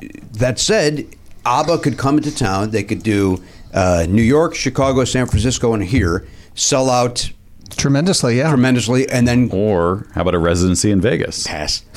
Speaker 2: it, that said, ABBA could come into town. They could do uh, New York, Chicago, San Francisco, and here sell out
Speaker 10: tremendously. Yeah,
Speaker 2: tremendously, and then
Speaker 1: or how about a residency in Vegas?
Speaker 2: Pass.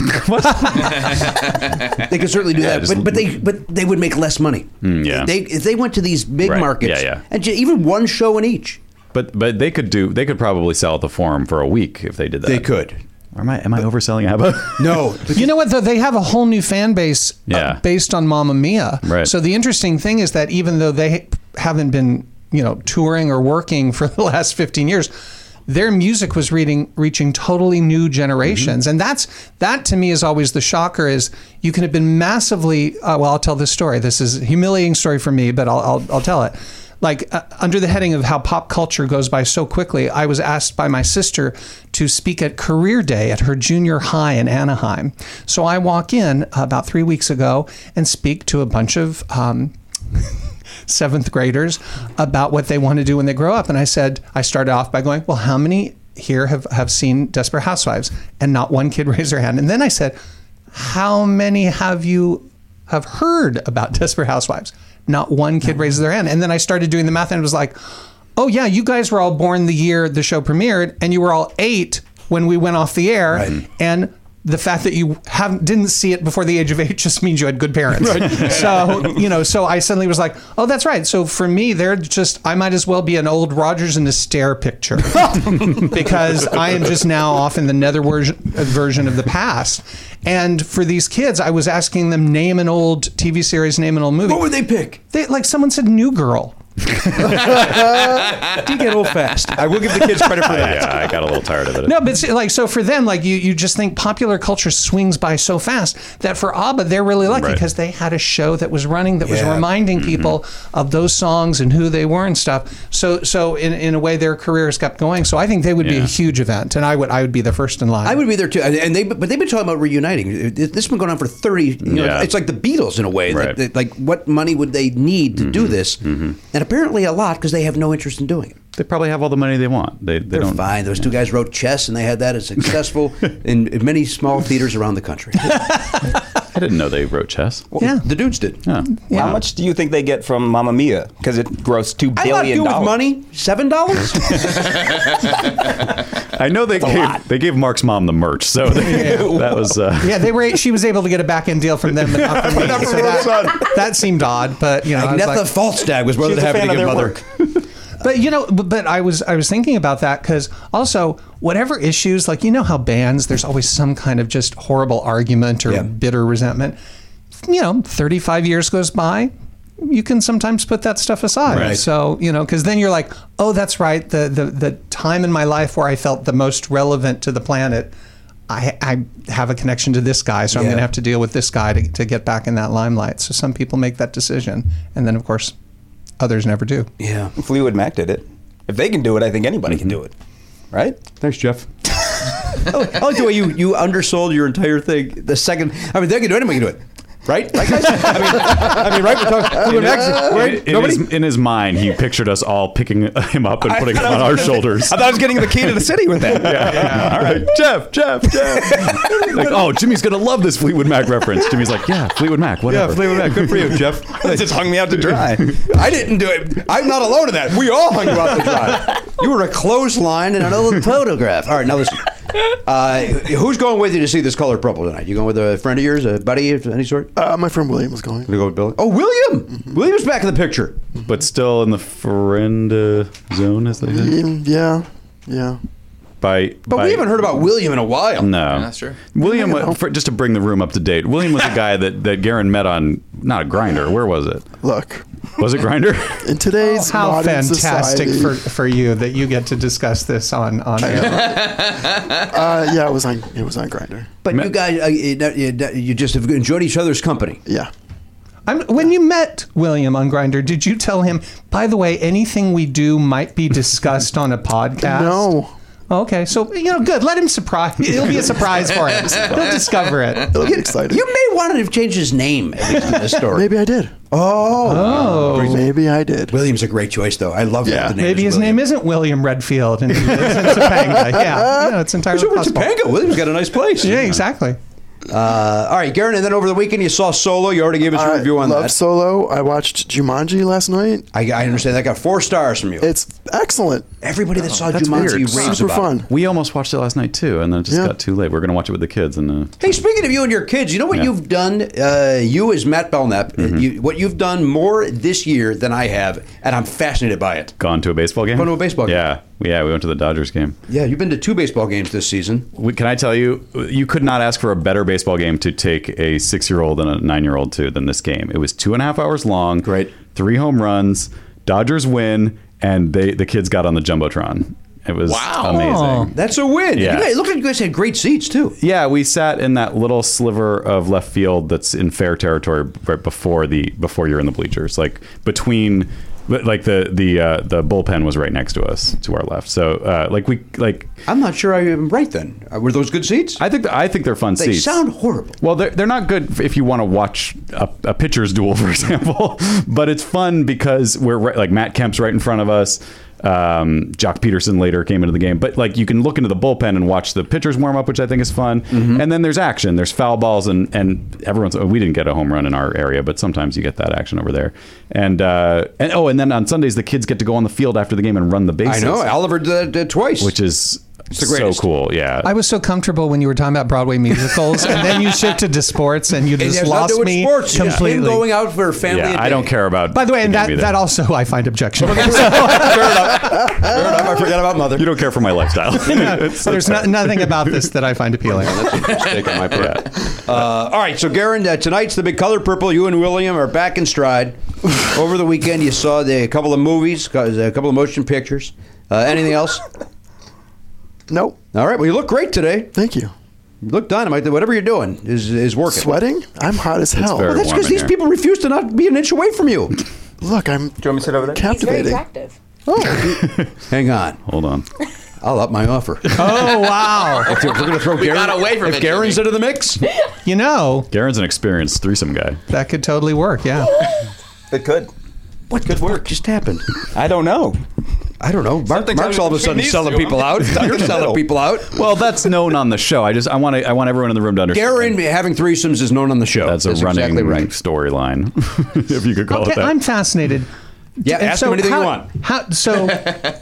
Speaker 2: they could certainly do
Speaker 1: Yeah,
Speaker 2: that.
Speaker 1: just-
Speaker 2: But, but they but they would make less money.
Speaker 1: Mm, yeah.
Speaker 2: They if they went to these big
Speaker 1: Right.
Speaker 2: markets,
Speaker 1: Yeah, yeah.
Speaker 2: and ju- even one show in each.
Speaker 1: But but they could do they could probably sell at the forum for a week if they did that. They
Speaker 2: could.
Speaker 1: Or am I am I overselling ABBA?
Speaker 2: No,
Speaker 10: you know what though? They have a whole new fan base uh,
Speaker 1: Yeah.
Speaker 10: based on Mamma Mia.
Speaker 1: Right.
Speaker 10: So the interesting thing is that even though they haven't been, you know, touring or working for the last 15 years, their music was reading reaching totally new generations.
Speaker 1: Mm-hmm.
Speaker 10: And that's that to me is always the shocker is you can have been massively uh, well, I'll tell this story. This is a humiliating story for me, but I'll I'll, I'll tell it. Like uh, under the heading of how pop culture goes by so quickly, I was asked by my sister to speak at Career Day at her junior high in Anaheim. So I walk in about three weeks ago and speak to a bunch of um, seventh graders about what they want to do when they grow up. And I said, I started off by going, Well, how many here have, have seen Desperate Housewives? And not one kid raised their hand. And then I said, How many have you have heard about Desperate Housewives? Not one kid raised their hand. And then I started doing the math and it was like, Oh yeah, you guys were all born the year the show premiered, and you were all eight when we went off the air. And the fact that you haven't didn't see it before the age of eight just means you had good parents.
Speaker 13: Right.
Speaker 10: so you know, so I suddenly was like, oh, that's right. So for me, they're just, I might as well be an old Rogers and Astaire picture because I am just now off in the nether version, version of the past. And for these kids, I was asking them name an old TV series, name an old movie. What would
Speaker 2: they pick?
Speaker 10: They, like someone said, New Girl.
Speaker 2: Do you get old fast? I will give
Speaker 1: the kids credit for that. yeah, I got a little tired of it.
Speaker 10: No, but see, like so for them, like you, you just think popular culture swings by so fast that for ABBA they're really lucky
Speaker 1: Right.
Speaker 10: because they had a show that was running that was
Speaker 1: Yeah.
Speaker 10: reminding people of those songs and who they were and stuff. So so in, in a way their careers kept going. So I think they would be a huge event, and I would I would be the first in line.
Speaker 2: I would be there too, and and they but they've been talking about reuniting. This has been going on for thirty. You know,
Speaker 1: Yeah.
Speaker 2: It's like the Beatles in a way.
Speaker 1: Right. Mm-hmm.
Speaker 2: Like, like what money would they need to do this? And apparently a lot because they have no interest in doing it.
Speaker 1: They probably have all the money they want. They, they
Speaker 2: are
Speaker 1: don't.
Speaker 2: fine. Those two guys wrote chess, and they had that as successful in in many small theaters around the country.
Speaker 1: I didn't know they wrote chess.
Speaker 10: yeah,
Speaker 2: the dudes did.
Speaker 5: How much do you think they get from Mamma Mia? Because it grossed two
Speaker 2: I'm not
Speaker 5: billion
Speaker 2: good with
Speaker 5: dollars.
Speaker 2: money. Seven dollars.
Speaker 1: I know they gave, they gave Mark's mom the merch, so they- that was. Uh,
Speaker 10: yeah, they were. She was able to get a back end deal from them, but not from me.
Speaker 2: Not from
Speaker 10: So
Speaker 2: her
Speaker 10: that, that seemed odd, but you know, I was
Speaker 2: Agnetha
Speaker 10: like-
Speaker 2: Falstag was more than happy to give mother.
Speaker 10: But you know, but, but I was I was thinking about that because also whatever issues like you know how bands there's always some kind of just horrible argument or bitter resentment. You know, 35 years goes by, you can sometimes put that stuff aside.
Speaker 13: Right.
Speaker 10: So you know, because then you're like, oh, that's right. The the the time in my life where I felt the most relevant to the planet. I, I have a connection to this guy, so I'm
Speaker 2: Yeah.
Speaker 10: going to have to deal with this guy to, to get back in that limelight. So some people make that decision, and then of course, others never do.
Speaker 2: Yeah.
Speaker 5: Fleetwood Mac did it. If they can do it, I think anybody can do it.
Speaker 2: Mm-hmm.
Speaker 5: Right?
Speaker 2: Thanks, Jeff. I like Oh, the way you you undersold your entire thing. The second, I mean, they can do it. Anyone can do it, right? Right, guys? I, mean, I mean, right? We're talking. Fleetwood Mac,
Speaker 1: in,
Speaker 2: right?
Speaker 1: in
Speaker 2: Nobody.
Speaker 1: his, in his mind, he pictured us all picking him up and
Speaker 5: I
Speaker 1: putting him
Speaker 5: thought I
Speaker 1: on
Speaker 5: was
Speaker 1: our
Speaker 5: gonna-
Speaker 1: shoulders.
Speaker 5: I thought I was getting the key to the city with that.
Speaker 1: All right, Jeff, Jeff, Jeff. like, oh, Jimmy's gonna love this Fleetwood Mac reference. Jimmy's like, yeah, Fleetwood Mac, whatever.
Speaker 5: Jeff. just hung me out to dry.
Speaker 2: I didn't do it. I'm not alone in that. We all hung you out to dry. You were a clothesline and an old photograph. All right, now listen. Uh, who's going with you to see this color purple tonight? You going with a friend of yours, a buddy of any sort?
Speaker 7: Uh, my friend William was going.
Speaker 2: You go with Billy. Oh, William! William's back in the picture.
Speaker 1: But still in the friend uh, zone, as they say.
Speaker 7: Yeah, yeah.
Speaker 1: By,
Speaker 2: But
Speaker 1: by-
Speaker 2: we haven't heard about William in a while.
Speaker 1: No,
Speaker 9: that's true.
Speaker 1: William, wa- for, just to bring the room up to date, William was a guy that that Garen met on not a grinder. Where was it?
Speaker 7: Look,
Speaker 1: was it grinder?
Speaker 7: In today's
Speaker 10: Oh, How
Speaker 7: modern
Speaker 10: fantastic
Speaker 7: society,
Speaker 10: for, for you that you get to discuss this on on air.
Speaker 7: uh, yeah, it was on it was on Grinder.
Speaker 2: But you guys, uh, you, you- you just have enjoyed each other's company.
Speaker 7: Yeah.
Speaker 10: I'm, when you met William on Grinder, did you tell him, by the way, anything we do might be discussed on a podcast?
Speaker 7: No.
Speaker 10: Okay, so you know, good. Let him surprise. It'll be a surprise for him. He'll discover it.
Speaker 7: It'll get exciting.
Speaker 2: You may want to have changed his name at least in this story.
Speaker 7: Maybe I did.
Speaker 2: Oh.
Speaker 7: Maybe I did.
Speaker 2: William's a great choice, though. I love
Speaker 7: Yeah.
Speaker 2: the name.
Speaker 10: Maybe his name isn't William Redfield and he lives in Topanga. Yeah, you know, it's entirely
Speaker 2: Sure,
Speaker 10: possible.
Speaker 2: Topanga. William's got a nice place.
Speaker 10: Yeah, exactly.
Speaker 2: Uh, all right, Garen, and then over the weekend you saw Solo. You already gave us a
Speaker 7: I
Speaker 2: review on
Speaker 7: love
Speaker 2: that.
Speaker 7: Solo. I watched Jumanji last night.
Speaker 2: I, I understand that got four stars from you.
Speaker 7: It's excellent.
Speaker 2: Everybody that saw
Speaker 1: That's
Speaker 2: Oh, Jumanji
Speaker 1: weird.
Speaker 2: raves
Speaker 7: Super
Speaker 2: about
Speaker 7: fun.
Speaker 2: it.
Speaker 1: We almost watched it last night too, and then it just
Speaker 7: Yeah.
Speaker 1: got too late. We are gonna watch it with the kids, and uh,
Speaker 2: Hey, speaking of you and your kids, you know what
Speaker 1: Yeah. Mm-hmm.
Speaker 2: you've done? Uh, you as Matt Belknap, uh, you, what you've done more this year than I have, and I'm fascinated by it.
Speaker 1: gone to a baseball game.
Speaker 2: Gone to a baseball game.
Speaker 1: Yeah, yeah. We went to the Dodgers game.
Speaker 2: Yeah, you've been to two baseball games this season.
Speaker 1: We, can I tell you, you could not ask for a better baseball game to take a six-year-old and a nine-year-old to than this game. It was two and a half hours long. Great. Three home runs. Dodgers win, and they the kids got on the jumbotron. It was
Speaker 9: Wow.
Speaker 1: amazing.
Speaker 2: That's a win.
Speaker 1: Yeah.
Speaker 2: You guys- it looked like you guys had great seats too.
Speaker 1: Yeah, we sat in that little sliver of left field that's in fair territory right before the before you're in the bleachers, like between like the the uh, the bullpen was right next to us to our left. So uh, like we like
Speaker 2: I'm not sure I am right then. Uh, Were those good seats?
Speaker 1: I think I think they're fun
Speaker 2: they
Speaker 1: seats.
Speaker 2: sound horrible.
Speaker 1: well, they're, they're not good if you want to watch a, a pitcher's duel, for example, but it's fun because we're right, like Matt Kemp's right in front of us. Um, Jock Peterson later came into the game, but like you can look into the bullpen and watch the pitchers warm up, which I think is fun.
Speaker 10: Mm-hmm.
Speaker 1: And then there's action, there's foul balls, and and everyone's oh, we didn't get a home run in our area, but sometimes you get that action over there. And uh, and oh, and then on Sundays the kids get to go on the field after the game and run the
Speaker 2: I
Speaker 1: bases,
Speaker 2: know. Oliver did that uh, twice.
Speaker 1: which is
Speaker 2: the
Speaker 1: so
Speaker 2: greatest.
Speaker 1: cool. Yeah,
Speaker 10: I was so comfortable when you were talking about Broadway musicals, and then you shifted to sports, and you
Speaker 2: It
Speaker 10: just
Speaker 2: has nothing to
Speaker 10: lost
Speaker 2: do with
Speaker 10: me
Speaker 2: sports. It's just
Speaker 10: completely.
Speaker 2: Him going out for a family.
Speaker 1: yeah.
Speaker 2: and
Speaker 1: I don't
Speaker 2: dating.
Speaker 1: care about.
Speaker 10: By the way, and
Speaker 1: game
Speaker 10: that,
Speaker 1: either.
Speaker 10: that also I find objectionable.
Speaker 2: Fair enough. Fair enough. I forgot about mother.
Speaker 1: You don't care for my lifestyle. It's-
Speaker 10: There's no, nothing about this that I find appealing.
Speaker 2: Mistake on my part. Uh, all right, so Garen, uh, tonight's the big color purple. You and William are back in stride. Over the weekend, you saw the, a couple of movies, cou- a couple of motion pictures. Uh, anything else?
Speaker 7: Nope.
Speaker 2: All right. Well, you look great today.
Speaker 7: Thank you.
Speaker 2: You look dynamite. Whatever you're doing is is working.
Speaker 7: Sweating? I'm hot as hell.
Speaker 1: very-
Speaker 2: Well, that's
Speaker 1: Warm
Speaker 2: because
Speaker 1: in
Speaker 2: these
Speaker 1: here.
Speaker 2: people refuse to not be an inch away from you.
Speaker 7: Look, I'm
Speaker 11: you want me to sit over there?
Speaker 6: He's very
Speaker 7: captivating.
Speaker 6: attractive.
Speaker 2: Hang on,
Speaker 1: Hold on.
Speaker 2: I'll up my offer.
Speaker 10: Oh wow!
Speaker 2: If we're going to throw
Speaker 9: We
Speaker 2: Garen,
Speaker 9: got away from
Speaker 2: if
Speaker 9: it,
Speaker 2: Garen's
Speaker 9: didn't
Speaker 2: into the mix,
Speaker 10: You know
Speaker 1: Garen's an experienced threesome guy.
Speaker 10: that could totally work. Yeah.
Speaker 11: It could.
Speaker 2: what good work just happened?
Speaker 5: I don't know.
Speaker 2: I don't know. Mark,
Speaker 9: Something's
Speaker 2: Mark's all of a sudden
Speaker 9: happening between these
Speaker 2: selling
Speaker 9: two.
Speaker 2: people out. You're selling people out.
Speaker 1: Well, that's known on the show. I just I want to I want everyone in the room to understand.
Speaker 2: Garen having threesomes is known on the show.
Speaker 1: that's a running
Speaker 2: exactly right.
Speaker 1: storyline, if you could call
Speaker 10: Okay,
Speaker 1: it that.
Speaker 10: I'm fascinated.
Speaker 2: Yeah,
Speaker 10: And
Speaker 2: ask him anything
Speaker 10: how,
Speaker 2: you want.
Speaker 10: How, so,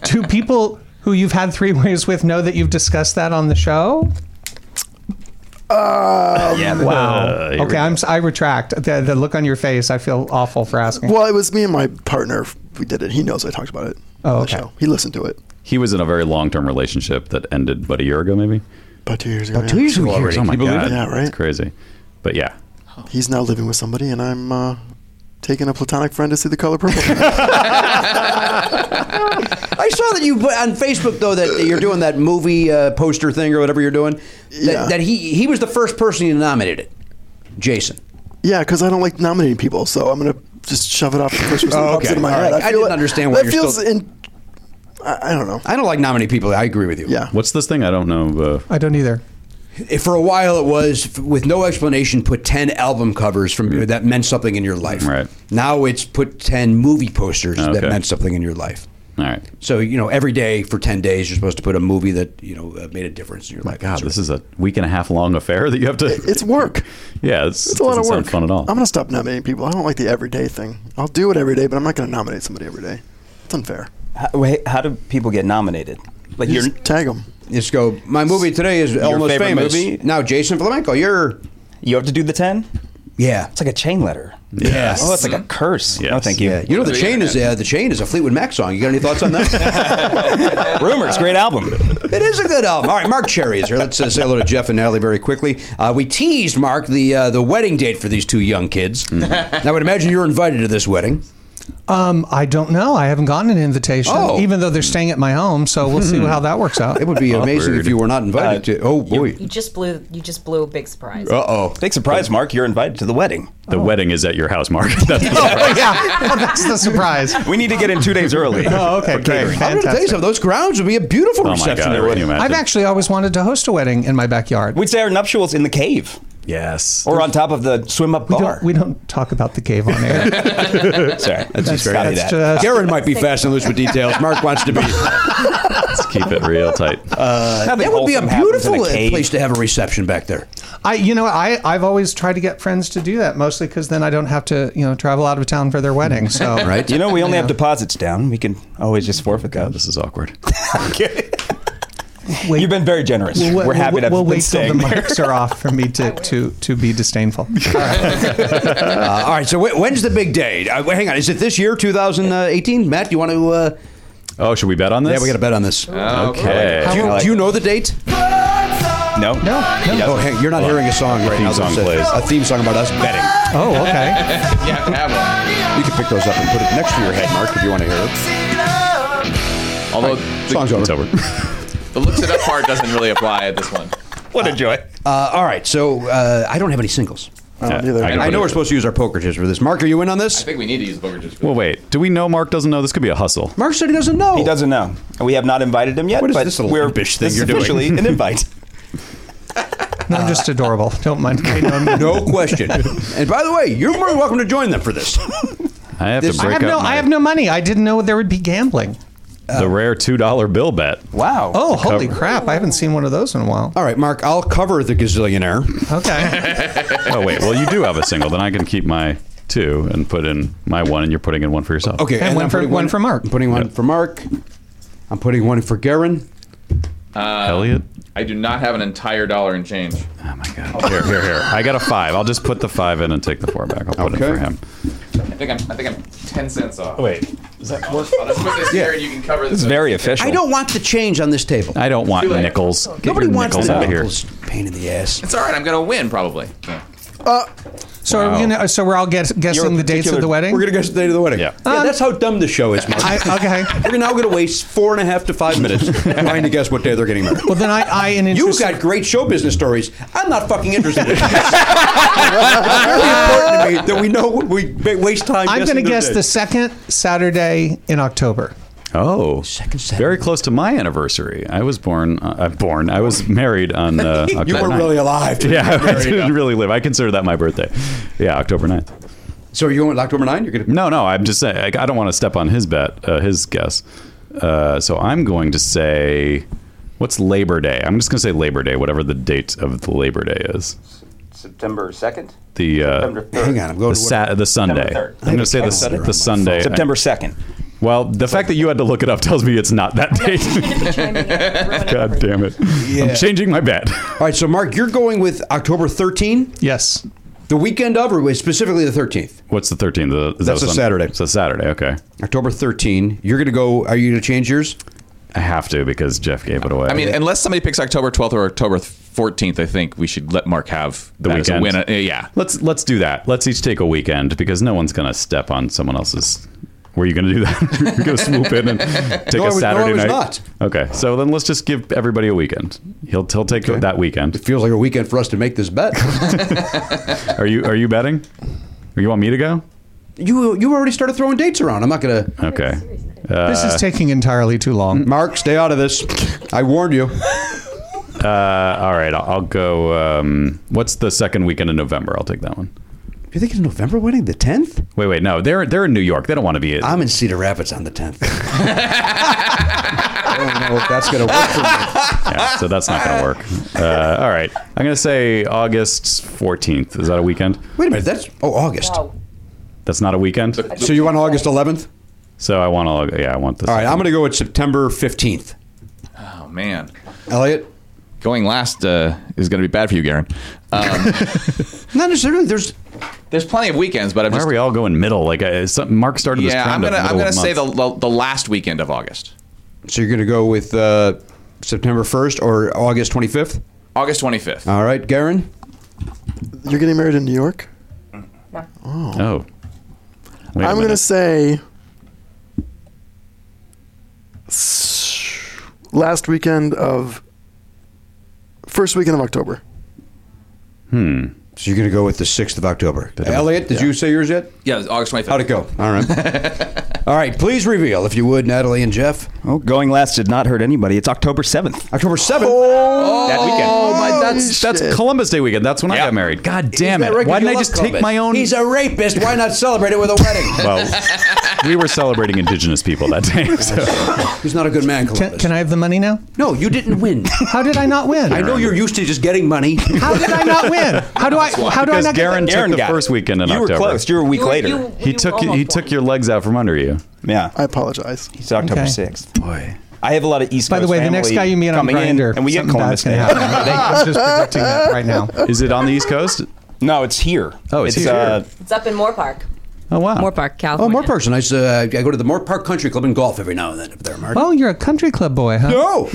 Speaker 10: do people who you've had three ways with know that you've discussed that on the show?
Speaker 2: Uh,
Speaker 1: yeah,
Speaker 10: Wow. okay, I'm. s- I retract. The, the look on your face. I feel awful for asking.
Speaker 7: Well, it was me and my partner. We did it. He knows I talked about it.
Speaker 10: Oh,
Speaker 7: on the
Speaker 10: okay.
Speaker 7: show. He listened to it
Speaker 1: He was in a very long term relationship that ended about a year ago, maybe.
Speaker 7: about two years ago. yeah.
Speaker 1: Oh my god,
Speaker 7: it? Yeah, right?
Speaker 1: It's crazy. But yeah,
Speaker 7: He's now living with somebody, and I'm uh, taking a platonic friend to see the color purple.
Speaker 2: I saw that you put on Facebook though that you're doing that movie uh, poster thing or whatever you're doing. That,
Speaker 7: Yeah.
Speaker 2: that he he was the first person who nominated it, Jason.
Speaker 7: yeah, because I don't like nominating people, so I'm gonna just shove it off the first person
Speaker 2: Oh,
Speaker 7: that pops
Speaker 2: okay.
Speaker 7: into my
Speaker 2: All
Speaker 7: head.
Speaker 2: right. I
Speaker 7: feel
Speaker 2: didn't understand why
Speaker 7: that
Speaker 2: you're
Speaker 7: feels.
Speaker 2: still-
Speaker 7: in, I, I don't know.
Speaker 2: I don't like nominating people. I agree with you.
Speaker 7: Yeah.
Speaker 1: what's this thing? I don't know. Uh,
Speaker 10: I don't either.
Speaker 2: If for a while it was f- with no explanation. Put ten album covers from that meant something in your life.
Speaker 1: Right.
Speaker 2: Now it's put ten movie posters that
Speaker 1: Okay.
Speaker 2: meant something in your life.
Speaker 1: all right.
Speaker 2: So you know every day for ten days you're supposed to put a movie that you know uh, made a difference in your life.
Speaker 1: God, this is a week and a half long affair that you have to.
Speaker 7: It's work.
Speaker 1: yeah, it's,
Speaker 7: It's a lot of work.
Speaker 1: Fun at all?
Speaker 7: I'm gonna stop nominating people. I don't like the everyday thing. I'll do it every day, but I'm not gonna nominate somebody every day. It's unfair.
Speaker 5: How, wait, how do people get nominated? Like you're.
Speaker 7: Just tag them.
Speaker 2: Just go. My movie today is almost
Speaker 5: favorite
Speaker 2: famous.
Speaker 5: movie?
Speaker 2: Now Jason Flamenco, you're
Speaker 5: You have to do the ten.
Speaker 2: yeah.
Speaker 5: It's like a chain letter.
Speaker 1: Yes.
Speaker 5: Oh, it's like a curse. No,
Speaker 1: Yes.
Speaker 5: thank you.
Speaker 2: Yeah, you know the chain is uh, the chain is a Fleetwood Mac song. You got any thoughts on that?
Speaker 5: Rumors, great album.
Speaker 2: it is a good album. All right, Mark Cherry is here. Let's uh, say hello to Jeff and Natalie very quickly. Uh, we teased Mark the uh, the wedding date for these two young kids. I would imagine you're invited to this wedding.
Speaker 10: Um, I don't know. I haven't gotten an invitation,
Speaker 2: Oh. Hmm.
Speaker 10: even though they're staying at my home. So we'll see how that works out.
Speaker 2: It would be amazing if you were not invited to. Oh boy.
Speaker 6: You just blew. You just blew a big surprise.
Speaker 2: oh.
Speaker 5: Big surprise, Mark. You're invited to the wedding.
Speaker 1: The wedding is at your house, Mark. That's the
Speaker 10: Oh, yeah, Well, that's the surprise.
Speaker 5: We need to get in two days early.
Speaker 10: Oh, okay, great.
Speaker 2: I'm going to tell you
Speaker 10: Fantastic.
Speaker 2: something. Those grounds would be a beautiful
Speaker 1: Oh my
Speaker 2: reception.
Speaker 1: God,
Speaker 2: there,
Speaker 1: can
Speaker 2: wouldn't
Speaker 1: you
Speaker 2: it?
Speaker 1: imagine?
Speaker 10: I've actually always wanted to host a wedding in my backyard.
Speaker 5: We'd say our nuptials in the cave
Speaker 1: Yes.
Speaker 5: or on top of the swim up
Speaker 10: We
Speaker 5: bar.
Speaker 10: don't, we don't talk about the cave on air.
Speaker 5: Sorry, that's just
Speaker 10: very-
Speaker 5: copy that.
Speaker 10: that's just-
Speaker 2: Karen might be fast and loose with details. Mark wants to be.
Speaker 1: Let's keep it real tight.
Speaker 2: that would be a
Speaker 5: Uh, wholesome happens in a
Speaker 2: beautiful uh,
Speaker 5: cave.
Speaker 2: place to have a reception back there.
Speaker 10: I, you know, I, I've always tried to get friends to do that, mostly because then I don't have to, you know, travel out of town for their wedding. So
Speaker 2: Right?
Speaker 5: You know, we only have deposits down. We can always just forfeit those.
Speaker 1: This is awkward.
Speaker 10: Wait.
Speaker 5: You've been very generous.
Speaker 10: We'll,
Speaker 5: We're
Speaker 10: we'll-
Speaker 5: happy to have been
Speaker 10: we'll wait till
Speaker 5: staying
Speaker 10: the
Speaker 5: there.
Speaker 10: mics are off for me to, to, to be disdainful.
Speaker 2: Uh, all right. So wh- when's the big day? Uh, hang on. Is it this year, 2018? Matt, do you want to? Uh,
Speaker 1: Oh, should we bet on this?
Speaker 2: yeah, we got to bet on this.
Speaker 9: Oh,
Speaker 1: Okay.
Speaker 2: Do you,
Speaker 5: like
Speaker 2: do you know the date?
Speaker 5: No, no.
Speaker 2: Oh, hang, you're not hearing a song right
Speaker 1: Theme
Speaker 2: now.
Speaker 1: song
Speaker 2: That's a-
Speaker 1: plays.
Speaker 2: A theme song about us betting.
Speaker 10: Oh, okay.
Speaker 9: Yeah, have one.
Speaker 2: You can pick those up and put it next to your head, Mark, if you want to hear it.
Speaker 9: Although
Speaker 2: Song's
Speaker 9: the,
Speaker 1: It's
Speaker 2: over.
Speaker 1: over.
Speaker 9: the looks it up part doesn't really apply at this one.
Speaker 5: What a joy.
Speaker 2: Uh, all right. So uh, I don't have any singles.
Speaker 7: I don't
Speaker 1: Yeah,
Speaker 7: either.
Speaker 1: I got-
Speaker 2: I know we're supposed to use our poker chips for this. Mark, are you in on
Speaker 9: I
Speaker 2: this?
Speaker 9: think we need to use poker chips.
Speaker 1: well, wait. Do we know Mark doesn't know? This could be a hustle.
Speaker 2: Mark said he doesn't know.
Speaker 5: He doesn't know. We have not invited him yet.
Speaker 2: What is
Speaker 5: but
Speaker 2: this little
Speaker 5: we're,
Speaker 2: impish thing
Speaker 5: this
Speaker 2: you're
Speaker 5: is
Speaker 2: doing?
Speaker 5: officially an invite.
Speaker 10: No, I'm just adorable. Don't mind me. No, no,
Speaker 2: No question. and by the way, you're more than welcome to join them for this.
Speaker 1: I have
Speaker 2: This-
Speaker 1: to
Speaker 10: I
Speaker 1: break
Speaker 10: have
Speaker 1: up
Speaker 10: no,
Speaker 1: my-
Speaker 10: I have no money. I didn't know there would be gambling.
Speaker 1: the rare two dollar bill bet.
Speaker 5: Wow.
Speaker 10: Oh, holy
Speaker 1: cover.
Speaker 10: crap. I haven't seen one of those in a while.
Speaker 2: All right, Mark, I'll cover the gazillionaire.
Speaker 10: Okay.
Speaker 1: Oh wait. Well, you do have a single. Then I can keep my two and put in my one, and you're putting in one for yourself.
Speaker 2: Okay,
Speaker 10: And one
Speaker 2: I'm
Speaker 10: for-
Speaker 2: putting
Speaker 10: one for Mark.
Speaker 2: I'm putting one
Speaker 1: Yep.
Speaker 2: for Mark. I'm putting one for Garen.
Speaker 1: Elliot.
Speaker 9: I do not have an entire dollar in change.
Speaker 1: Oh my god. Here, here, here. I got a five. I'll just put the five in and take the four back. I'll put it
Speaker 2: Okay.
Speaker 1: for him.
Speaker 9: I think I'm. I think I'm ten cents off.
Speaker 1: Oh, Wait. Does that work?
Speaker 9: I'll just put this here, and you can cover this.
Speaker 5: It's
Speaker 9: up.
Speaker 5: very official.
Speaker 2: I don't want the change on this table.
Speaker 1: I don't want
Speaker 9: Too late.
Speaker 1: nickels. Get
Speaker 2: Nobody
Speaker 1: your
Speaker 2: wants
Speaker 1: nickels
Speaker 2: the
Speaker 1: out of here.
Speaker 2: nickels. Pain in the ass.
Speaker 9: It's all right. I'm gonna win probably. Yeah.
Speaker 10: So, are we gonna, so we're all guess, guessing the dates of
Speaker 5: particular-
Speaker 10: the wedding?
Speaker 2: We're gonna guess the date of the wedding.
Speaker 1: Yeah.
Speaker 2: that's how dumb the show is, Mark.
Speaker 10: I, okay.
Speaker 2: We're now gonna waste four and a half to five minutes trying to guess what day they're getting married.
Speaker 10: Well, then I, I an
Speaker 2: You've
Speaker 10: interest.
Speaker 2: got great show business stories. I'm not fucking interested in this. it's very important to me that we know we ba- waste time.
Speaker 10: I'm going to
Speaker 2: guessing
Speaker 10: guess
Speaker 2: day.
Speaker 10: the second Saturday in October.
Speaker 1: Oh,
Speaker 2: Second Saturday.
Speaker 1: very close to my anniversary. I was born. Uh, uh, born. I was married on. Uh,
Speaker 2: You
Speaker 1: October
Speaker 2: were
Speaker 1: 9th.
Speaker 2: really alive. to
Speaker 1: Yeah,
Speaker 2: be
Speaker 1: I
Speaker 2: married.
Speaker 1: didn't really live. I consider that my birthday. Yeah, October 9th.
Speaker 2: So are you going with October 9? You're gonna.
Speaker 1: No, no, I'm just saying. Like, I don't want to step on his bet, uh, his guess. Uh, so I'm going to say, what's Labor Day? I'm just going to say Labor Day, whatever the date of the Labor Day is.
Speaker 5: September 2nd?
Speaker 1: The uh,
Speaker 2: Hang on, I'm
Speaker 1: the,
Speaker 2: going. to
Speaker 1: sa- the Sunday.
Speaker 5: third.
Speaker 1: I'm going to say the, the Sunday.
Speaker 5: September 2nd.
Speaker 1: Well, the fact that you had to look it up tells me it's not that date. God damn it! I'm changing my bet.
Speaker 2: All right, so Mark, you're going with October 13,
Speaker 10: Yes.
Speaker 2: the weekend of, or specifically the 13th.
Speaker 1: What's the 13th? The- is that
Speaker 2: That's a
Speaker 1: Sun-
Speaker 2: Saturday.
Speaker 1: It's a Saturday. Okay,
Speaker 2: October 13. You're gonna go. Are you gonna change yours?
Speaker 1: I have to because Jeff gave it away.
Speaker 9: I mean, unless somebody picks October 12th or October 14th, I think we should let Mark have
Speaker 1: the
Speaker 9: that as a
Speaker 1: weekend.
Speaker 9: win. Uh, yeah.
Speaker 1: Let's let's do that. Let's each take a weekend because no one's gonna step on someone else's. Were you gonna do that? You're gonna swoop in and take
Speaker 2: No, I
Speaker 1: a
Speaker 2: was- no, I
Speaker 1: Saturday
Speaker 2: was
Speaker 1: night.
Speaker 2: not.
Speaker 1: Okay, so then let's just give everybody a weekend. He'll he'll take that weekend.
Speaker 2: Feels like a weekend for us to make this bet.
Speaker 1: Are you are you betting? Or you want me to go?
Speaker 2: you you already started throwing dates around. I'm not gonna.
Speaker 1: Okay.
Speaker 10: this is taking entirely too long.
Speaker 2: Uh, Mark, stay out of this. I warned you.
Speaker 1: Uh, all right, I'll, I'll go. Um, what's the second weekend in November? I'll take that one.
Speaker 2: You think it's November wedding, the 10th?
Speaker 1: Wait, wait, no, they're they're in New York. They don't want to be.
Speaker 2: I'm in Cedar Rapids on the 10th. I don't know if that's going to work for me.
Speaker 1: yeah, so that's not gonna work. Uh, all right, I'm gonna say August 14th. Is that a weekend?
Speaker 2: Wait a minute. That's, oh, August.
Speaker 6: Wow.
Speaker 1: That's not a weekend.
Speaker 2: So you want August 11th?
Speaker 1: So I want all. Yeah, I want this.
Speaker 2: All right, I'm going to go with September 15th.
Speaker 9: Oh man,
Speaker 2: Elliot?
Speaker 9: going last uh, is going to be bad for you, Garen. Um,
Speaker 2: Not necessarily. There's
Speaker 9: there's plenty of weekends, but I'm
Speaker 1: Why
Speaker 9: just
Speaker 1: are we all going middle? Like uh, some, Mark started this
Speaker 9: yeah. I'm
Speaker 1: trend.
Speaker 9: gonna
Speaker 1: of
Speaker 9: I'm
Speaker 1: middle
Speaker 9: gonna say
Speaker 1: of
Speaker 9: the,
Speaker 1: month.
Speaker 9: the the last weekend of August,
Speaker 2: So you're going to go with uh, September 1st or August 25th?
Speaker 9: August 25th.
Speaker 1: Uh,
Speaker 2: All right, Garen?
Speaker 7: You're getting married in New York?
Speaker 1: oh. Wait a
Speaker 7: I'm going
Speaker 1: minute.
Speaker 7: to say s- last weekend of first weekend of October.
Speaker 1: Hmm.
Speaker 2: So you're going to go with the 6th of October. Elliot, did you say yours yet?
Speaker 9: Yeah, it was August 25th.
Speaker 2: How'd it go? All right. All right, please reveal, if you would, Natalie and Jeff.
Speaker 5: Oh, going last did not hurt anybody. It's October 7th.
Speaker 2: October 7th.
Speaker 5: that weekend.
Speaker 1: Oh my! That's that's Columbus Day weekend. That's when I got married. God damn it! Why didn't I just take my own?
Speaker 2: He's a rapist. Why not celebrate it with a wedding?
Speaker 1: Well, Oh. we were celebrating Indigenous people that day. So.
Speaker 2: He's not a good man, Columbus.
Speaker 10: Can I have the money now?
Speaker 2: No, you didn't win.
Speaker 10: How did I not win?
Speaker 2: I know you're used to just getting money.
Speaker 10: How did I not win? How do I? How do I
Speaker 1: because
Speaker 10: not?
Speaker 1: Garen
Speaker 10: get
Speaker 1: took
Speaker 10: that?
Speaker 1: the first weekend in
Speaker 5: You were
Speaker 1: October.
Speaker 5: close. You were a week You were- later. you-
Speaker 1: he took he took your legs out from under you.
Speaker 5: Yeah.
Speaker 7: I apologize.
Speaker 5: It's October
Speaker 10: Okay.
Speaker 5: 6th. Boy. I have a lot of East
Speaker 10: By the
Speaker 5: Coast
Speaker 10: way, the next
Speaker 5: family
Speaker 10: guy you meet on
Speaker 5: coming in,
Speaker 10: Grinder,
Speaker 5: and we get Columbus Day.
Speaker 10: I'm just predicting that right now.
Speaker 1: Is it on the East Coast?
Speaker 5: No, it's here.
Speaker 1: Oh, it's here.
Speaker 5: Uh,
Speaker 6: It's up in Moore Park.
Speaker 1: Oh wow.
Speaker 6: Moore Park,
Speaker 2: Oh,
Speaker 6: California.
Speaker 2: Moore Park. Nice. Uh, I go to the Moore Park Country Club and golf every now and then up there, Mark.
Speaker 10: Oh, you're a country club boy, huh?
Speaker 2: No,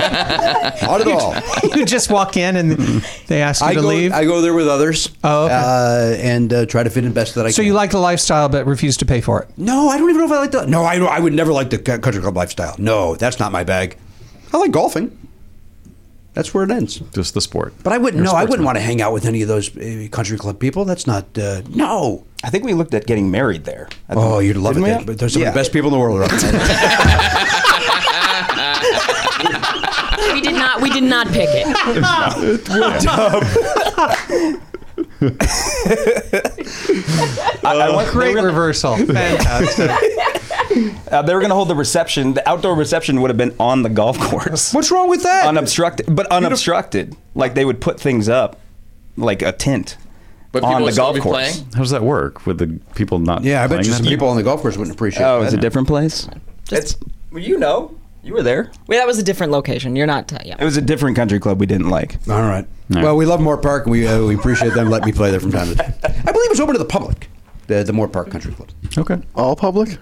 Speaker 2: not at all.
Speaker 10: you just walk in and they ask you
Speaker 2: I
Speaker 10: to
Speaker 2: go,
Speaker 10: leave.
Speaker 2: I go there with others
Speaker 10: Oh, okay.
Speaker 2: uh, and uh, try to fit in best that I
Speaker 10: so
Speaker 2: can.
Speaker 10: you like the lifestyle, but refuse to pay for it.
Speaker 2: no, I don't even know if I like the. No, I, I would never like the cu- country club lifestyle. No, that's not my bag. I like golfing. That's where it ends.
Speaker 1: Just the sport.
Speaker 2: But I wouldn't.
Speaker 1: You're a
Speaker 2: No, I wouldn't
Speaker 1: sportsman.
Speaker 2: want to hang out with any of those uh, country club people. That's not. Uh, no.
Speaker 5: I think we looked at getting married there. I think-
Speaker 2: Oh, you'd love it.
Speaker 5: Didn't we?
Speaker 2: there. But they're some
Speaker 5: Yeah.
Speaker 2: of the best people in the world. Around there.
Speaker 14: We did not. We did not pick it.
Speaker 5: I- I want-
Speaker 10: Oh, Great
Speaker 5: they were-
Speaker 10: reversal. Fantastic.
Speaker 5: uh, they were going to hold the reception. The outdoor reception would have been on the golf course.
Speaker 2: What's wrong with that?
Speaker 5: unobstructed, but unobstructed. Like they would put things up, like a tent,
Speaker 9: But people
Speaker 5: on
Speaker 9: would
Speaker 5: the
Speaker 9: still
Speaker 5: golf
Speaker 9: be
Speaker 5: course.
Speaker 9: playing?
Speaker 1: How does that work with the people not?
Speaker 2: yeah, I bet
Speaker 1: playing
Speaker 2: just
Speaker 1: that
Speaker 2: people on the golf course wouldn't appreciate.
Speaker 5: Oh,
Speaker 2: that.
Speaker 5: it's a different place. it's well, you know, you were there.
Speaker 6: Wait, that was a different location. You're not. uh,
Speaker 5: It
Speaker 6: Yeah.
Speaker 5: was a different country club we didn't like.
Speaker 2: All right.
Speaker 1: All right.
Speaker 2: Well, we love Moore Park, and we uh, we appreciate them letting me play there from time to time. I believe it's open to the public, the the Moore Park Country Club.
Speaker 1: thing? Okay.
Speaker 7: All public?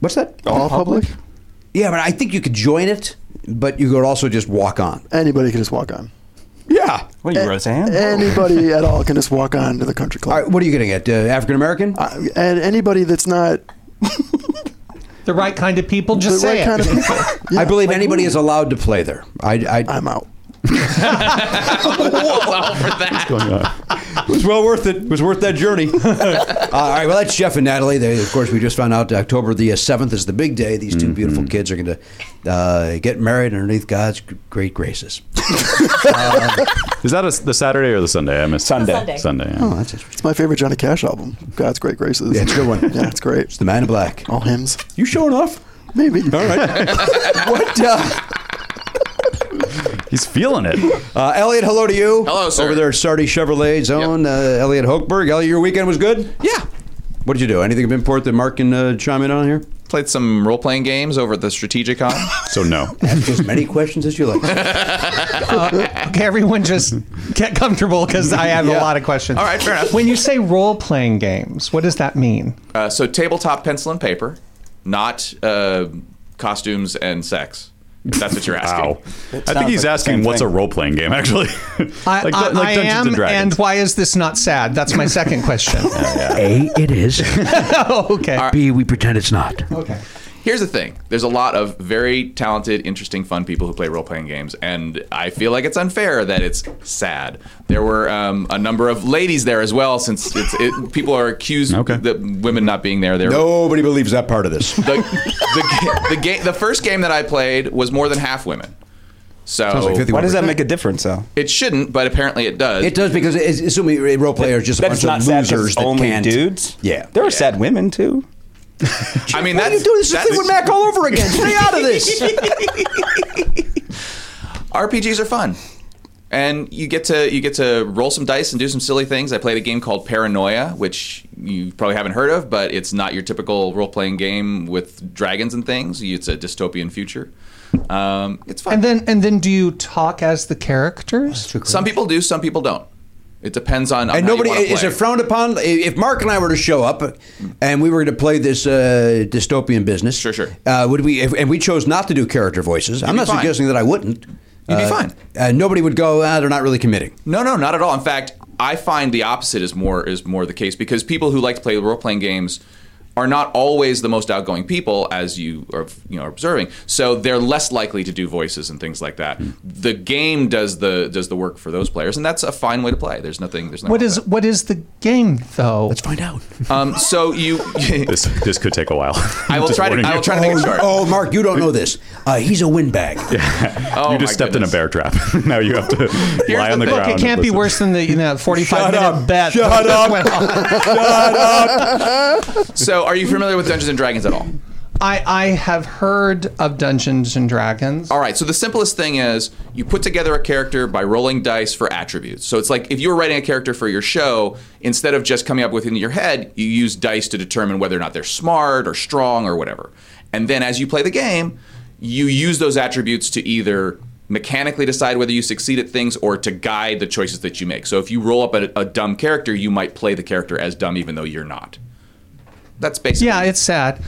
Speaker 2: What's that?
Speaker 7: All, public?
Speaker 2: Yeah, but I think you could join it, but you could also just walk on.
Speaker 7: Anybody can just walk on.
Speaker 2: Yeah.
Speaker 5: What are you, Roseanne?
Speaker 7: Oh, Anybody at all can just walk on to the country
Speaker 2: All
Speaker 7: club.
Speaker 2: right. What are you getting at? Uh, African American?
Speaker 7: Uh, and anybody that's not
Speaker 10: the right kind of people. Just
Speaker 7: the
Speaker 10: say
Speaker 7: right
Speaker 10: it.
Speaker 7: kind of people.
Speaker 2: I believe anybody is allowed to play there. I, I,
Speaker 7: I'm out.
Speaker 9: Wow, for that.
Speaker 1: Going on.
Speaker 2: It was well worth it. It was worth that journey. Uh, all right. Well, that's Jeff and Natalie. They, of course, we just found out October the uh, seventh is the big day. These 2 beautiful
Speaker 7: Mm-hmm.
Speaker 2: kids are going to uh, get married underneath God's g- great graces.
Speaker 1: Is that a, the Saturday or the Sunday? I missed
Speaker 5: Sunday.
Speaker 6: Sunday.
Speaker 1: Sunday. Yeah.
Speaker 2: Oh, that's interesting.
Speaker 7: It's my favorite Johnny Cash album. God's Great Graces.
Speaker 2: Yeah, Oh. it's a good one.
Speaker 7: Yeah, it's great.
Speaker 2: The Man in Black.
Speaker 7: All hymns.
Speaker 2: You showing off?
Speaker 7: Maybe.
Speaker 2: All right. what? Uh,
Speaker 1: He's feeling it.
Speaker 2: uh, Elliot, hello to you.
Speaker 9: Hello, sir.
Speaker 2: Over there at Sardi Chevrolet Zone, uh, Elliot Hochberg. Elliot, your weekend was good?
Speaker 9: Yeah.
Speaker 2: What did you do? Anything of import that Mark can uh, chime in on here?
Speaker 9: Played some role playing games over at the Strategic Con.
Speaker 1: So no.
Speaker 2: Ask as many questions as you like.
Speaker 10: Okay, everyone, just get comfortable because I have a lot of questions.
Speaker 9: All right, fair enough.
Speaker 10: When you say role-playing games, what does that mean?
Speaker 9: Uh, so tabletop pencil and paper, not uh, costumes and sex. If that's what you're
Speaker 1: Wow.
Speaker 9: asking.
Speaker 1: I think he's
Speaker 5: like the
Speaker 1: asking
Speaker 5: same
Speaker 1: what's
Speaker 5: thing.
Speaker 1: a role playing game actually.
Speaker 10: I,
Speaker 1: Like-
Speaker 10: I,
Speaker 1: like
Speaker 10: I
Speaker 1: Dungeons
Speaker 10: am,
Speaker 1: and
Speaker 10: and
Speaker 1: Dragons.
Speaker 10: why is this not sad? That's my second question.
Speaker 15: A, it is.
Speaker 10: okay.
Speaker 15: B, we pretend it's not.
Speaker 10: Okay.
Speaker 9: Here's the thing: there's a lot of very talented, interesting, fun people who play role-playing games, and I feel like it's unfair that it's sad. There were um, a number of ladies there as well, since it's, it, people are accused
Speaker 1: Okay.
Speaker 9: that women not being there. There,
Speaker 2: Nobody believes that part of this.
Speaker 9: the the, ga- the game, the first game that I played was more than half women. So
Speaker 2: Sounds like 51.
Speaker 5: Why does that make a difference, though?
Speaker 9: it shouldn't, but apparently it does.
Speaker 2: It does because it's, assuming a role player is just a bunch
Speaker 5: That's not
Speaker 2: of
Speaker 5: sad. 'cause
Speaker 2: losers
Speaker 5: it's
Speaker 2: that
Speaker 5: only
Speaker 2: can't.
Speaker 5: dudes.
Speaker 2: Yeah.
Speaker 5: there are sad women too.
Speaker 9: I mean,
Speaker 2: Why
Speaker 9: that's
Speaker 2: are you doing this to
Speaker 9: that's-
Speaker 2: Fleetwood Mac all over again? Stay out of this.
Speaker 9: RPGs are fun. And you get to you get to roll some dice and do some silly things. I played a game called Paranoia, which you probably haven't heard of, but it's not your typical role playing game with dragons and things. It's a dystopian future. Um, it's fun.
Speaker 10: And then, and then, do you talk as the characters?
Speaker 9: some people do, some people don't. It depends on, on
Speaker 2: And
Speaker 9: how you
Speaker 2: nobody
Speaker 9: wanna
Speaker 2: is
Speaker 9: play.
Speaker 2: it frowned upon if Mark and I were to show up and we were to play this uh, dystopian business.
Speaker 9: Sure, sure.
Speaker 2: Uh, would we? If, and we chose not to do character voices. I'm
Speaker 9: be
Speaker 2: not
Speaker 9: fine.
Speaker 2: suggesting that I wouldn't.
Speaker 9: You'd be
Speaker 2: Uh,
Speaker 9: fine.
Speaker 2: Uh, nobody would go. Ah, they're not really committing.
Speaker 9: No, no, not at all. In fact, I find the opposite is more is more the case because people who like to play role playing games are not always the most outgoing people, as you are you know are observing. So they're less likely to do voices and things like that. The game does the does the work for those players, and that's a fine way to play. There's nothing. There's nothing
Speaker 10: What is what is the game though? Let's
Speaker 2: find out.
Speaker 9: Um, so you. this
Speaker 1: this could take a while.
Speaker 9: I will
Speaker 1: Just
Speaker 9: try to.
Speaker 1: warning
Speaker 9: I
Speaker 1: you.
Speaker 9: will try to make it short.
Speaker 2: Oh, Mark, you don't know this. Uh, he's a windbag.
Speaker 9: Oh,
Speaker 1: you just
Speaker 9: my
Speaker 1: stepped in a bear trap. now you have to lie on the,
Speaker 10: Look,
Speaker 1: ground.
Speaker 10: it can't
Speaker 1: and
Speaker 10: be
Speaker 1: listen.
Speaker 10: worse than the you know, 45 minute bet.
Speaker 1: Shut
Speaker 10: that
Speaker 1: up.
Speaker 10: went on.
Speaker 9: So, are you familiar with Dungeons and Dragons at all?
Speaker 10: I, I have heard of Dungeons and Dragons.
Speaker 9: All right. So the simplest thing is you put together a character by rolling dice for attributes. So it's like if you were writing a character for your show, instead of just coming up with it in your head, you use dice to determine whether or not they're smart or strong or whatever. And then as you play the game, you use those attributes to either mechanically decide whether you succeed at things or to guide the choices that you make. So if you roll up a, a dumb character, you might play the character as dumb even though you're not. That's basically.
Speaker 10: Yeah, it's sad. Um,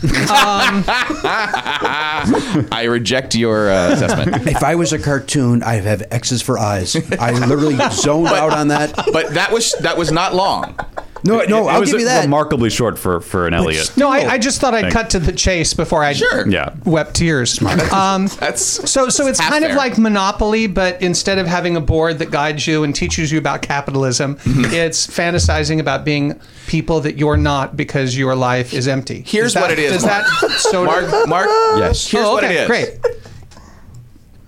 Speaker 9: I reject your uh, assessment.
Speaker 2: if I was a cartoon, I'd have X's for eyes. I literally zoned out on that.
Speaker 9: But that was that was not long.
Speaker 2: No, no,
Speaker 1: it
Speaker 2: I'll
Speaker 1: was
Speaker 2: give you that.
Speaker 1: remarkably short for for an Elliot.
Speaker 10: no, I, I just thought I'd
Speaker 1: Thank-
Speaker 10: cut to the chase before I
Speaker 9: Sure.
Speaker 1: Yeah.
Speaker 10: wept tears. Um,
Speaker 9: That's
Speaker 10: so so it's
Speaker 9: half
Speaker 10: kind of
Speaker 9: fair.
Speaker 10: like Monopoly, but instead of having a board that guides you and teaches you about capitalism,
Speaker 1: Mm-hmm.
Speaker 10: it's fantasizing about being people that you're not because your life is empty.
Speaker 9: Here's
Speaker 10: Is that-
Speaker 9: what it is.
Speaker 10: Does
Speaker 9: Mark.
Speaker 10: that so
Speaker 9: Mark, Mark,
Speaker 2: Yes.
Speaker 9: Here's
Speaker 10: Oh,
Speaker 9: what it
Speaker 10: okay,
Speaker 9: is.
Speaker 10: great.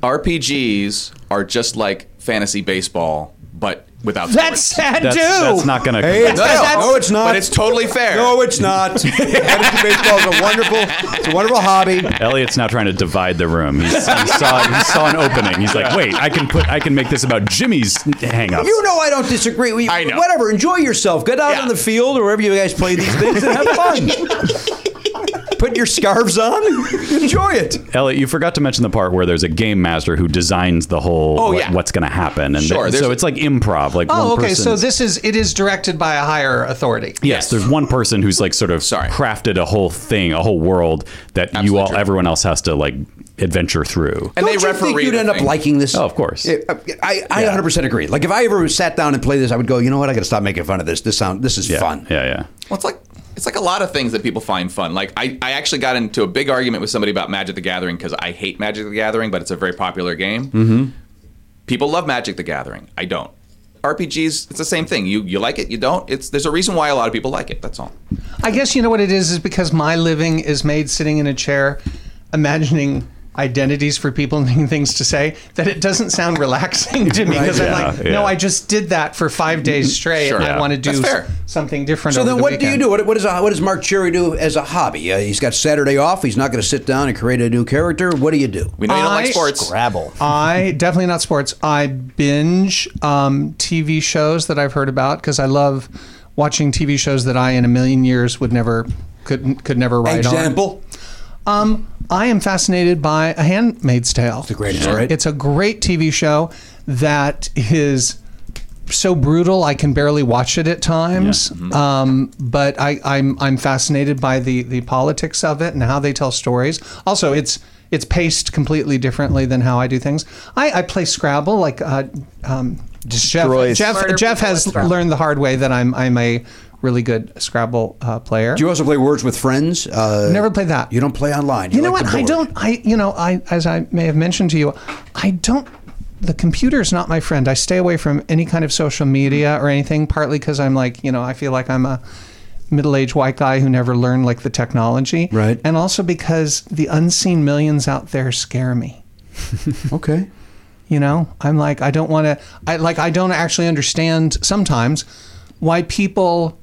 Speaker 9: RPGs are just like fantasy baseball, but without.
Speaker 10: That's sad
Speaker 1: That's,
Speaker 10: too.
Speaker 1: that's not going to.
Speaker 2: Hey, it's
Speaker 9: No,
Speaker 2: not.
Speaker 9: no.
Speaker 2: No, it's not.
Speaker 9: But it's totally fair.
Speaker 2: No, it's not. Fantasy baseball is a wonderful, it's a wonderful hobby.
Speaker 1: Elliot's now trying to divide the room. He's, he saw he saw an opening. He's like, wait, I can put I can make this about Jimmy's hangups.
Speaker 2: You know I don't disagree. with you.
Speaker 9: I know.
Speaker 2: Whatever, enjoy yourself. Get out
Speaker 9: Yeah.
Speaker 2: on the field or wherever you guys play these things and have fun. Put your scarves on. Enjoy it.
Speaker 1: Elliot, you forgot to mention the part where there's a game master who designs the whole
Speaker 9: Oh,
Speaker 1: what-
Speaker 9: yeah.
Speaker 1: what's going to happen, and
Speaker 9: Sure,
Speaker 1: th-
Speaker 9: there's-
Speaker 1: so it's like improv. Like
Speaker 10: Oh,
Speaker 1: one
Speaker 10: okay. So
Speaker 1: person's-
Speaker 10: this is it is directed by a higher authority.
Speaker 1: Yes, there's one person who's like sort of
Speaker 9: Sorry.
Speaker 1: crafted a whole thing, a whole world that you
Speaker 9: Absolutely
Speaker 1: all,
Speaker 9: true.
Speaker 1: everyone else has to like adventure through.
Speaker 9: And
Speaker 2: Don't
Speaker 9: they
Speaker 2: you
Speaker 9: referee.
Speaker 2: think you'd
Speaker 9: the
Speaker 2: end up
Speaker 9: thing.
Speaker 2: liking this?
Speaker 1: Oh, of course.
Speaker 2: I, I, I
Speaker 1: Yeah.
Speaker 2: 100% agree. Like if I ever sat down and played this, I would go, you know what? I got to stop making fun of this. This sound, this is
Speaker 1: yeah,
Speaker 2: fun.
Speaker 1: Yeah, yeah.
Speaker 9: Well, it's like it's like a lot of things that people find fun. Like I, I actually got into a big argument with somebody about Magic the Gathering because I hate Magic the Gathering, but it's a very popular game. Mm-hmm. People love Magic the Gathering. I don't. RPGs, it's the same thing. You you like it, you don't. It's there's a reason why a lot of people like it. That's all.
Speaker 10: I guess you know what it is is because my living is made sitting in a chair, imagining identities for people and things to say that it doesn't sound relaxing to me because
Speaker 1: Yeah,
Speaker 10: I'm like, no,
Speaker 1: yeah.
Speaker 10: I just did that for five days straight.
Speaker 9: Sure.
Speaker 10: and I
Speaker 9: Yeah.
Speaker 10: want to do
Speaker 9: That's fair.
Speaker 10: something different.
Speaker 2: So
Speaker 10: over
Speaker 2: then,
Speaker 10: the
Speaker 2: what do you
Speaker 10: weekend.
Speaker 2: do? What, what, is, what does Mark Cherry do as a hobby? Uh, he's got Saturday off. He's not going to sit down and create a new character. What do you do?
Speaker 9: We know you don't like
Speaker 10: I-
Speaker 9: sports.
Speaker 2: Rabble.
Speaker 10: I definitely not sports. I binge um, TV shows that I've heard about because I love watching TV shows that I in a million years would never could could never write on.
Speaker 2: Example.
Speaker 10: Um, I am fascinated by A Handmaid's Tale. It's a
Speaker 2: great show, right?
Speaker 10: It's a great TV show that is so brutal I can barely watch it at times.
Speaker 2: Mm-hmm.
Speaker 10: Um, but I, I'm I'm fascinated by the the politics of it and how they tell stories. Also, it's it's paced completely differently than how I do things. I, I play Scrabble like uh, um, Jeff
Speaker 5: Destroys-
Speaker 10: Jeff,
Speaker 14: Murder
Speaker 10: Jeff
Speaker 14: people with
Speaker 10: has
Speaker 14: Scrabble.
Speaker 10: learned the hard way that I'm I'm a really good Scrabble uh, player.
Speaker 2: Do you also play Words with Friends? Uh,
Speaker 10: Never played that.
Speaker 2: You don't play online.
Speaker 10: You know
Speaker 2: like
Speaker 10: what?
Speaker 2: the
Speaker 10: I
Speaker 2: board.
Speaker 10: don't. I you know I as I may have mentioned to you, I don't. The computer's not my friend. I stay away from any kind of social media or anything. Partly because I'm like you know I feel like I'm a middle-aged white guy who never learned like the technology.
Speaker 2: Right.
Speaker 10: And also because the unseen millions out there scare me.
Speaker 2: Okay.
Speaker 10: You know, I'm like I don't want to. I like I don't actually understand sometimes why people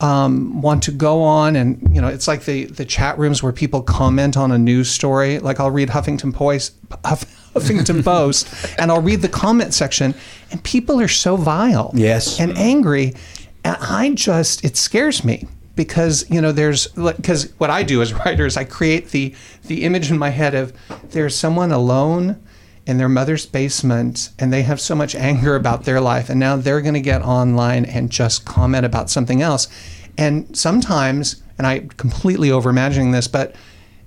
Speaker 10: um, want to go on and you know it's like the the chat rooms where people comment on a news story. Like I'll read Huffington Post, Huff, Huffington Post, and I'll read the comment section, and people are so vile,
Speaker 2: Yes.
Speaker 10: and angry, and I just it scares me because you know there's because what I do as a writer is I create the the image in my head of there's someone alone in their mother's basement and they have so much anger about their life and now they're going to get online and just comment about something else and sometimes and i completely over imagining this but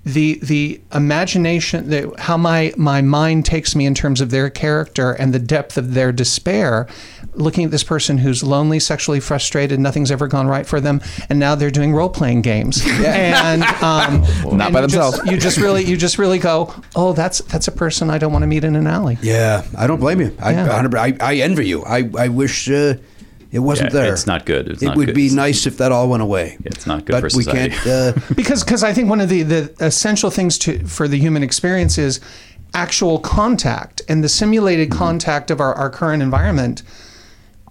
Speaker 10: the the imagination the, how my my mind takes me in terms of their character and the depth of their despair looking at this person who's lonely, sexually frustrated, nothing's ever gone right for them, and now they're doing role playing games. And um,
Speaker 12: Not
Speaker 10: and
Speaker 12: by
Speaker 10: you just-
Speaker 12: themselves.
Speaker 10: you just really, you just really go, oh, that's that's a person I don't want to meet in an alley.
Speaker 2: Yeah, I don't blame you. I,
Speaker 10: Yeah.
Speaker 2: 100 I, I envy you. I, I wish uh, it wasn't
Speaker 1: Yeah,
Speaker 2: there.
Speaker 1: it's not good. It's
Speaker 2: it
Speaker 1: not
Speaker 2: would
Speaker 1: good.
Speaker 2: be
Speaker 1: It's-
Speaker 2: nice if that all went away.
Speaker 1: It's not good
Speaker 2: But
Speaker 1: for
Speaker 2: we
Speaker 1: society.
Speaker 2: can't. Uh,
Speaker 10: because because I think one of the, the essential things to for the human experience is actual contact and the simulated
Speaker 12: Mm-hmm.
Speaker 10: contact of our, our current environment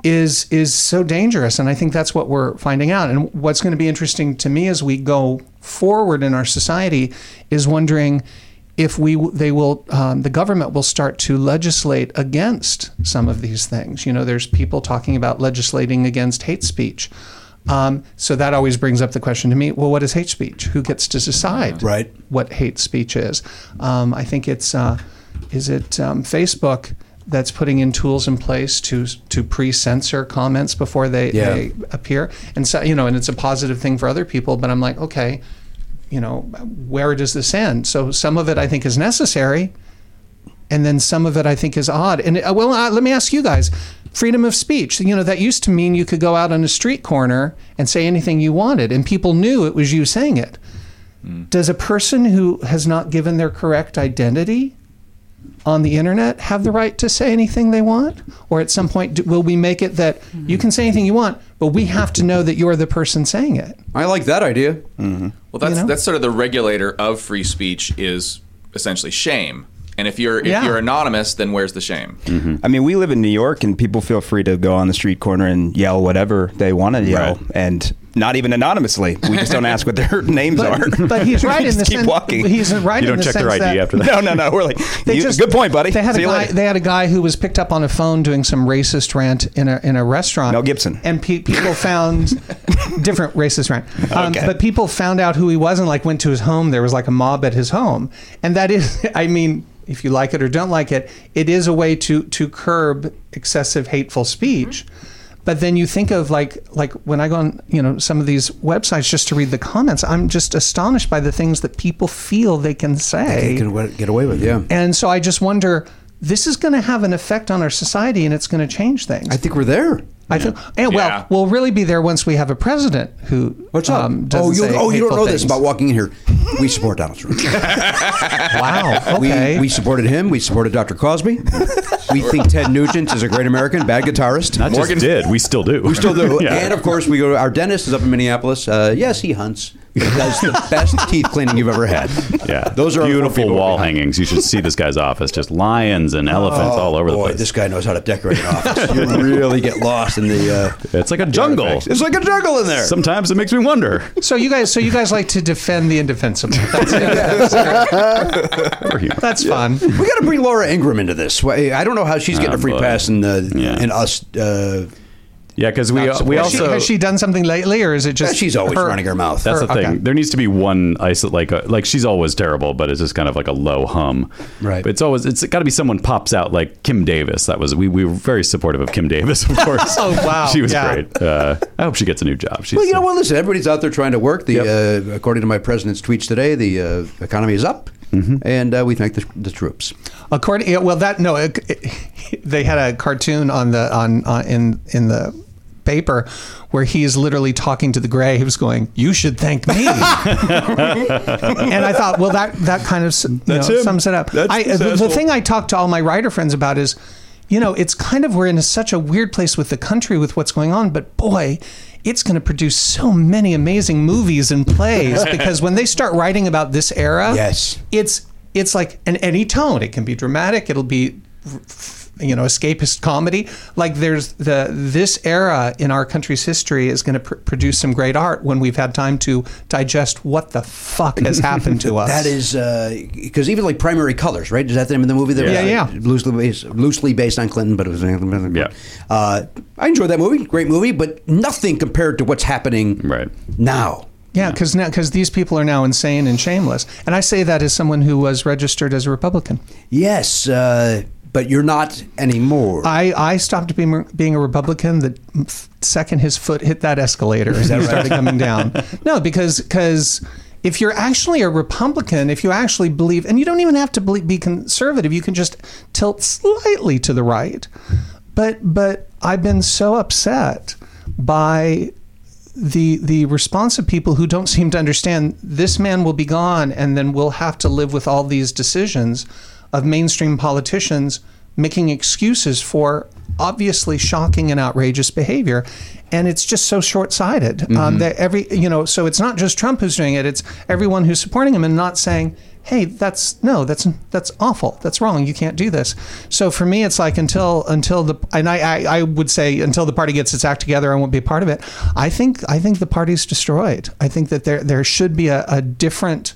Speaker 10: is is so dangerous and I think that's what we're finding out and what's going to be interesting to me as we go forward in our society is wondering if we they will um, the government will start to legislate against some of these things you know there's people talking about legislating against hate speech um, so that always brings up the question to me: Well, what is hate speech? Who gets to decide
Speaker 2: right.
Speaker 10: what hate speech is? Um, I think it's uh, is it um, Facebook that's putting in tools in place to to pre-censor comments before they,
Speaker 2: Yeah.
Speaker 10: they appear, and so you know, and it's a positive thing for other people. But I'm like, okay, you know, where does this end? So some of it I think is necessary, and then some of it I think is odd. And uh, well, uh, let me ask you guys: freedom of speech. You know, that used to mean you could go out on a street corner and say anything you wanted, and people knew it was you saying it. Does a person who has not given their correct identity on the internet have the right to say anything they want? Or at some point, do, will we make it that you can say anything you want, but we have to know that you're the person saying it?
Speaker 2: I like that idea. Mm-hmm.
Speaker 9: Well, that's
Speaker 10: You know?
Speaker 9: that's sort of the regulator of free speech is essentially shame. And if you're if
Speaker 10: Yeah.
Speaker 9: you're anonymous, then where's the shame?
Speaker 2: Mm-hmm.
Speaker 5: I mean, we live in New York, and people feel free to go on the street corner and yell whatever they want to yell, and not even anonymously. We just don't ask what their names
Speaker 10: But-
Speaker 5: are.
Speaker 10: but he's
Speaker 5: We
Speaker 10: right in
Speaker 5: just
Speaker 10: the
Speaker 5: keep
Speaker 10: sense-
Speaker 5: walking.
Speaker 10: he's right You in don't the check their sense ID that- after that.
Speaker 5: No, no, no. We're like,
Speaker 10: They
Speaker 5: you-
Speaker 10: just-
Speaker 5: good point, buddy.
Speaker 10: They had, a
Speaker 5: See you
Speaker 10: guy,
Speaker 5: later.
Speaker 10: they had a guy who was picked up on a phone doing some racist rant in a, in a restaurant. Mel Gibson. And pe- people found different racist rant. Um,
Speaker 5: Okay.
Speaker 10: But people found out who he was and like went to his home. There was like a mob at his home. And that is, I mean, if you like it or don't like it, it is a way to, to curb excessive hateful speech. But then you think of like like when I go on you know some of these websites just to read the comments, I'm just astonished by the things that people feel they can say.
Speaker 2: They can get- get away with it, yeah.
Speaker 10: And so I just wonder, this is going to have an effect on our society, and it's going to change things. I
Speaker 2: think we're there.
Speaker 10: I think, and well,
Speaker 2: Yeah.
Speaker 10: we'll really be there once we have a president who What's
Speaker 2: up?
Speaker 10: um,
Speaker 2: oh,
Speaker 10: doesn't
Speaker 2: you,
Speaker 10: say
Speaker 2: oh, you don't
Speaker 10: hateful
Speaker 2: know
Speaker 10: things.
Speaker 2: this about walking in here. We support Donald Trump.
Speaker 10: wow. Okay.
Speaker 2: We, we supported him. We supported Dr. Cosby. we think Ted Nugent is a great American, bad guitarist.
Speaker 1: Not just did. We still do.
Speaker 2: We still do.
Speaker 1: Yeah.
Speaker 2: And of course, we go. to- Our dentist is up in Minneapolis. Uh, yes, he hunts. He does the best teeth cleaning you've ever had.
Speaker 1: Yeah,
Speaker 2: those are
Speaker 1: beautiful wall hangings. You should see this guy's office. Just lions and elephants
Speaker 2: Oh,
Speaker 1: all over the
Speaker 2: boy,
Speaker 1: place.
Speaker 2: This guy knows how to decorate an office. You really get lost in the. Uh,
Speaker 1: it's like a jungle.
Speaker 2: artifacts. It's like a jungle in there.
Speaker 1: Sometimes it makes me wonder.
Speaker 10: so you guys, so you guys like to defend the indefensible. That's, that's fun.
Speaker 2: We got to bring Laura Ingram into this. Why- I don't know how she's getting
Speaker 1: Oh,
Speaker 2: a free
Speaker 1: boy.
Speaker 2: pass and uh, and us. Uh,
Speaker 1: yeah, because we we
Speaker 10: Has she-
Speaker 1: also
Speaker 10: has she done something lately, or is it just
Speaker 2: she's always
Speaker 10: her-
Speaker 2: running her mouth.
Speaker 1: That's
Speaker 10: Her-
Speaker 1: the thing.
Speaker 10: okay.
Speaker 1: There needs to be one isolate, like a, like she's always terrible, but it's just kind of like a low hum.
Speaker 2: Right.
Speaker 1: But it's always it's got to be someone pops out like Kim Davis. That was we we were very supportive of Kim Davis, of course.
Speaker 10: Oh, wow.
Speaker 1: she was
Speaker 10: Yeah.
Speaker 1: great. Uh, I hope she gets a new job. She's
Speaker 2: well, you know what? Listen, everybody's out there trying to work. The uh, according to my president's tweets today, the uh, economy is up,
Speaker 1: Mm-hmm.
Speaker 2: and uh, we thank the, the troops.
Speaker 10: According, yeah, well, that no, it, it- they had a cartoon on the on, on in in the paper where he is literally talking to the graves, going, "You should thank me." and I thought, well, that that kind of s- you
Speaker 1: That's
Speaker 10: know,
Speaker 1: him.
Speaker 10: sums it up.
Speaker 1: That's
Speaker 10: I, the, the
Speaker 1: successful.
Speaker 10: thing I talk to all my writer friends about is, you know, it's kind of we're in such a weird place with the country with what's going on, but boy. It's going to produce so many amazing movies and plays because when they start writing about this era,
Speaker 2: Yes.
Speaker 10: it's it's like an any tone. It can be dramatic. It'll be f- you know escapist comedy. Like there's the this era in our country's history is going to pr- produce some great art when we've had time to digest what the fuck has happened to us.
Speaker 2: That is because even like primary colors, right? Is that the name of the movie? That
Speaker 10: Yeah. Yeah,
Speaker 2: was, uh, Loosely based, loosely based on Clinton, but it was yeah. Uh, I enjoyed that movie, great movie, but nothing compared to what's happening
Speaker 1: right
Speaker 2: now.
Speaker 10: yeah, because now because these people are now insane and shameless, and I say that as someone who was registered as a Republican.
Speaker 2: Yes, uh, but you're not anymore.
Speaker 10: I, I stopped being being a Republican the second his foot hit that escalator and
Speaker 2: Is that
Speaker 10: he
Speaker 2: right?
Speaker 10: started coming down. No, because because if you're actually a Republican, if you actually believe, and you don't even have to believe, be conservative, you can just tilt slightly to the right. But but I've been so upset by the the response of people who don't seem to understand this man will be gone and then we'll have to live with all these decisions of mainstream politicians making excuses for obviously shocking and outrageous behavior and it's just so short-sighted um, that every you know so it's not just trump who's doing it it's everyone who's supporting him and not saying hey that's no that's that's awful that's wrong you can't do this so for me it's like until until the and I, I i would say until the party gets its act together i won't be a part of it i think i think the party's destroyed i think that there there should be a, a different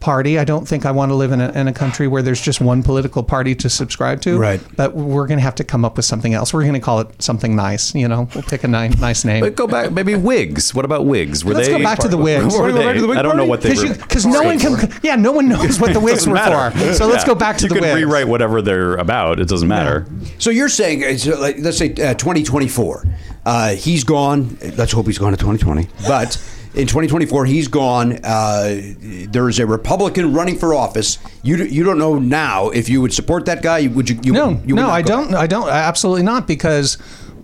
Speaker 10: party i don't think i want to live in a, in a country where there's just one political party to subscribe to
Speaker 15: Right.
Speaker 10: but we're going to have to come up with something else we're going to call it something nice you know we'll pick a ni- nice name
Speaker 1: But go back, maybe Whigs. What about Whigs? Were
Speaker 10: Let's
Speaker 1: they
Speaker 10: go back to the wigs.
Speaker 1: Were they? I don't know what they were.
Speaker 10: Because no one can. Yeah, no one knows what the wigs
Speaker 1: Doesn't
Speaker 10: were
Speaker 1: matter.
Speaker 10: for. So let's
Speaker 1: Yeah.
Speaker 10: go back to
Speaker 1: you
Speaker 10: the
Speaker 1: You
Speaker 10: wigs.
Speaker 1: can rewrite whatever they're about. It doesn't matter.
Speaker 2: So you're saying, it's, uh, like, let's say uh, 2024, uh, he's gone. Let's hope he's gone to 2020. But in 2024, he's gone. Uh, there is a Republican running for office. You d- you don't know now if you would support that guy. Would you? you
Speaker 10: no,
Speaker 2: would, you would
Speaker 10: no,
Speaker 2: not
Speaker 10: I
Speaker 2: go.
Speaker 10: don't. I don't. Absolutely not. Because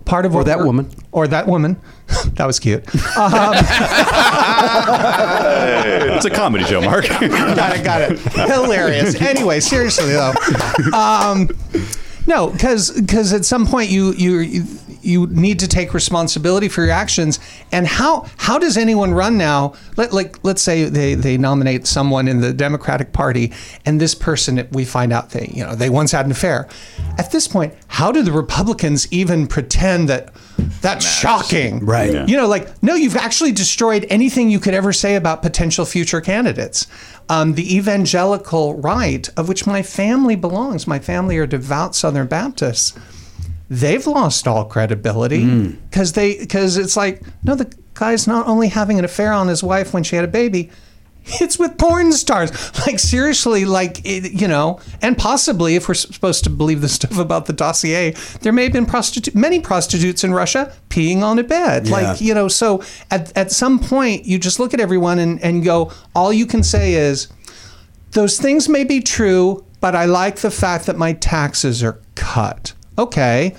Speaker 10: part of
Speaker 2: Or
Speaker 10: what
Speaker 2: that
Speaker 10: we're-
Speaker 2: woman.
Speaker 10: or that woman, that was cute. Um,
Speaker 1: it's a comedy show, Mark.
Speaker 10: got it, got it. Hilarious. Anyway, seriously though, um, no, because at some point you you you- you need to take responsibility for your actions. And how how does anyone run now? Let like let's say they they nominate someone in the Democratic Party, and this person we find out they you know they once had an affair. At this point, how do the Republicans even pretend that that's shocking?
Speaker 2: Right. Yeah.
Speaker 10: You know, like, no, you've actually destroyed anything you could ever say about potential future candidates. Um, the evangelical right, of which my family belongs, my family are devout Southern Baptists, they've lost all credibility because they because it's like, no, the guy's not only having an affair on his wife when she had a baby. It's with porn stars. Like, seriously, like, it, you know, and possibly, if we're supposed to believe the stuff about the dossier, there may have been prostitu- many prostitutes in Russia peeing on a bed. Like,
Speaker 8: Yeah.
Speaker 10: you know, so at, at some point, you just look at everyone and, and go, all you can say is, those things may be true, but I like the fact that my taxes are cut. Okay.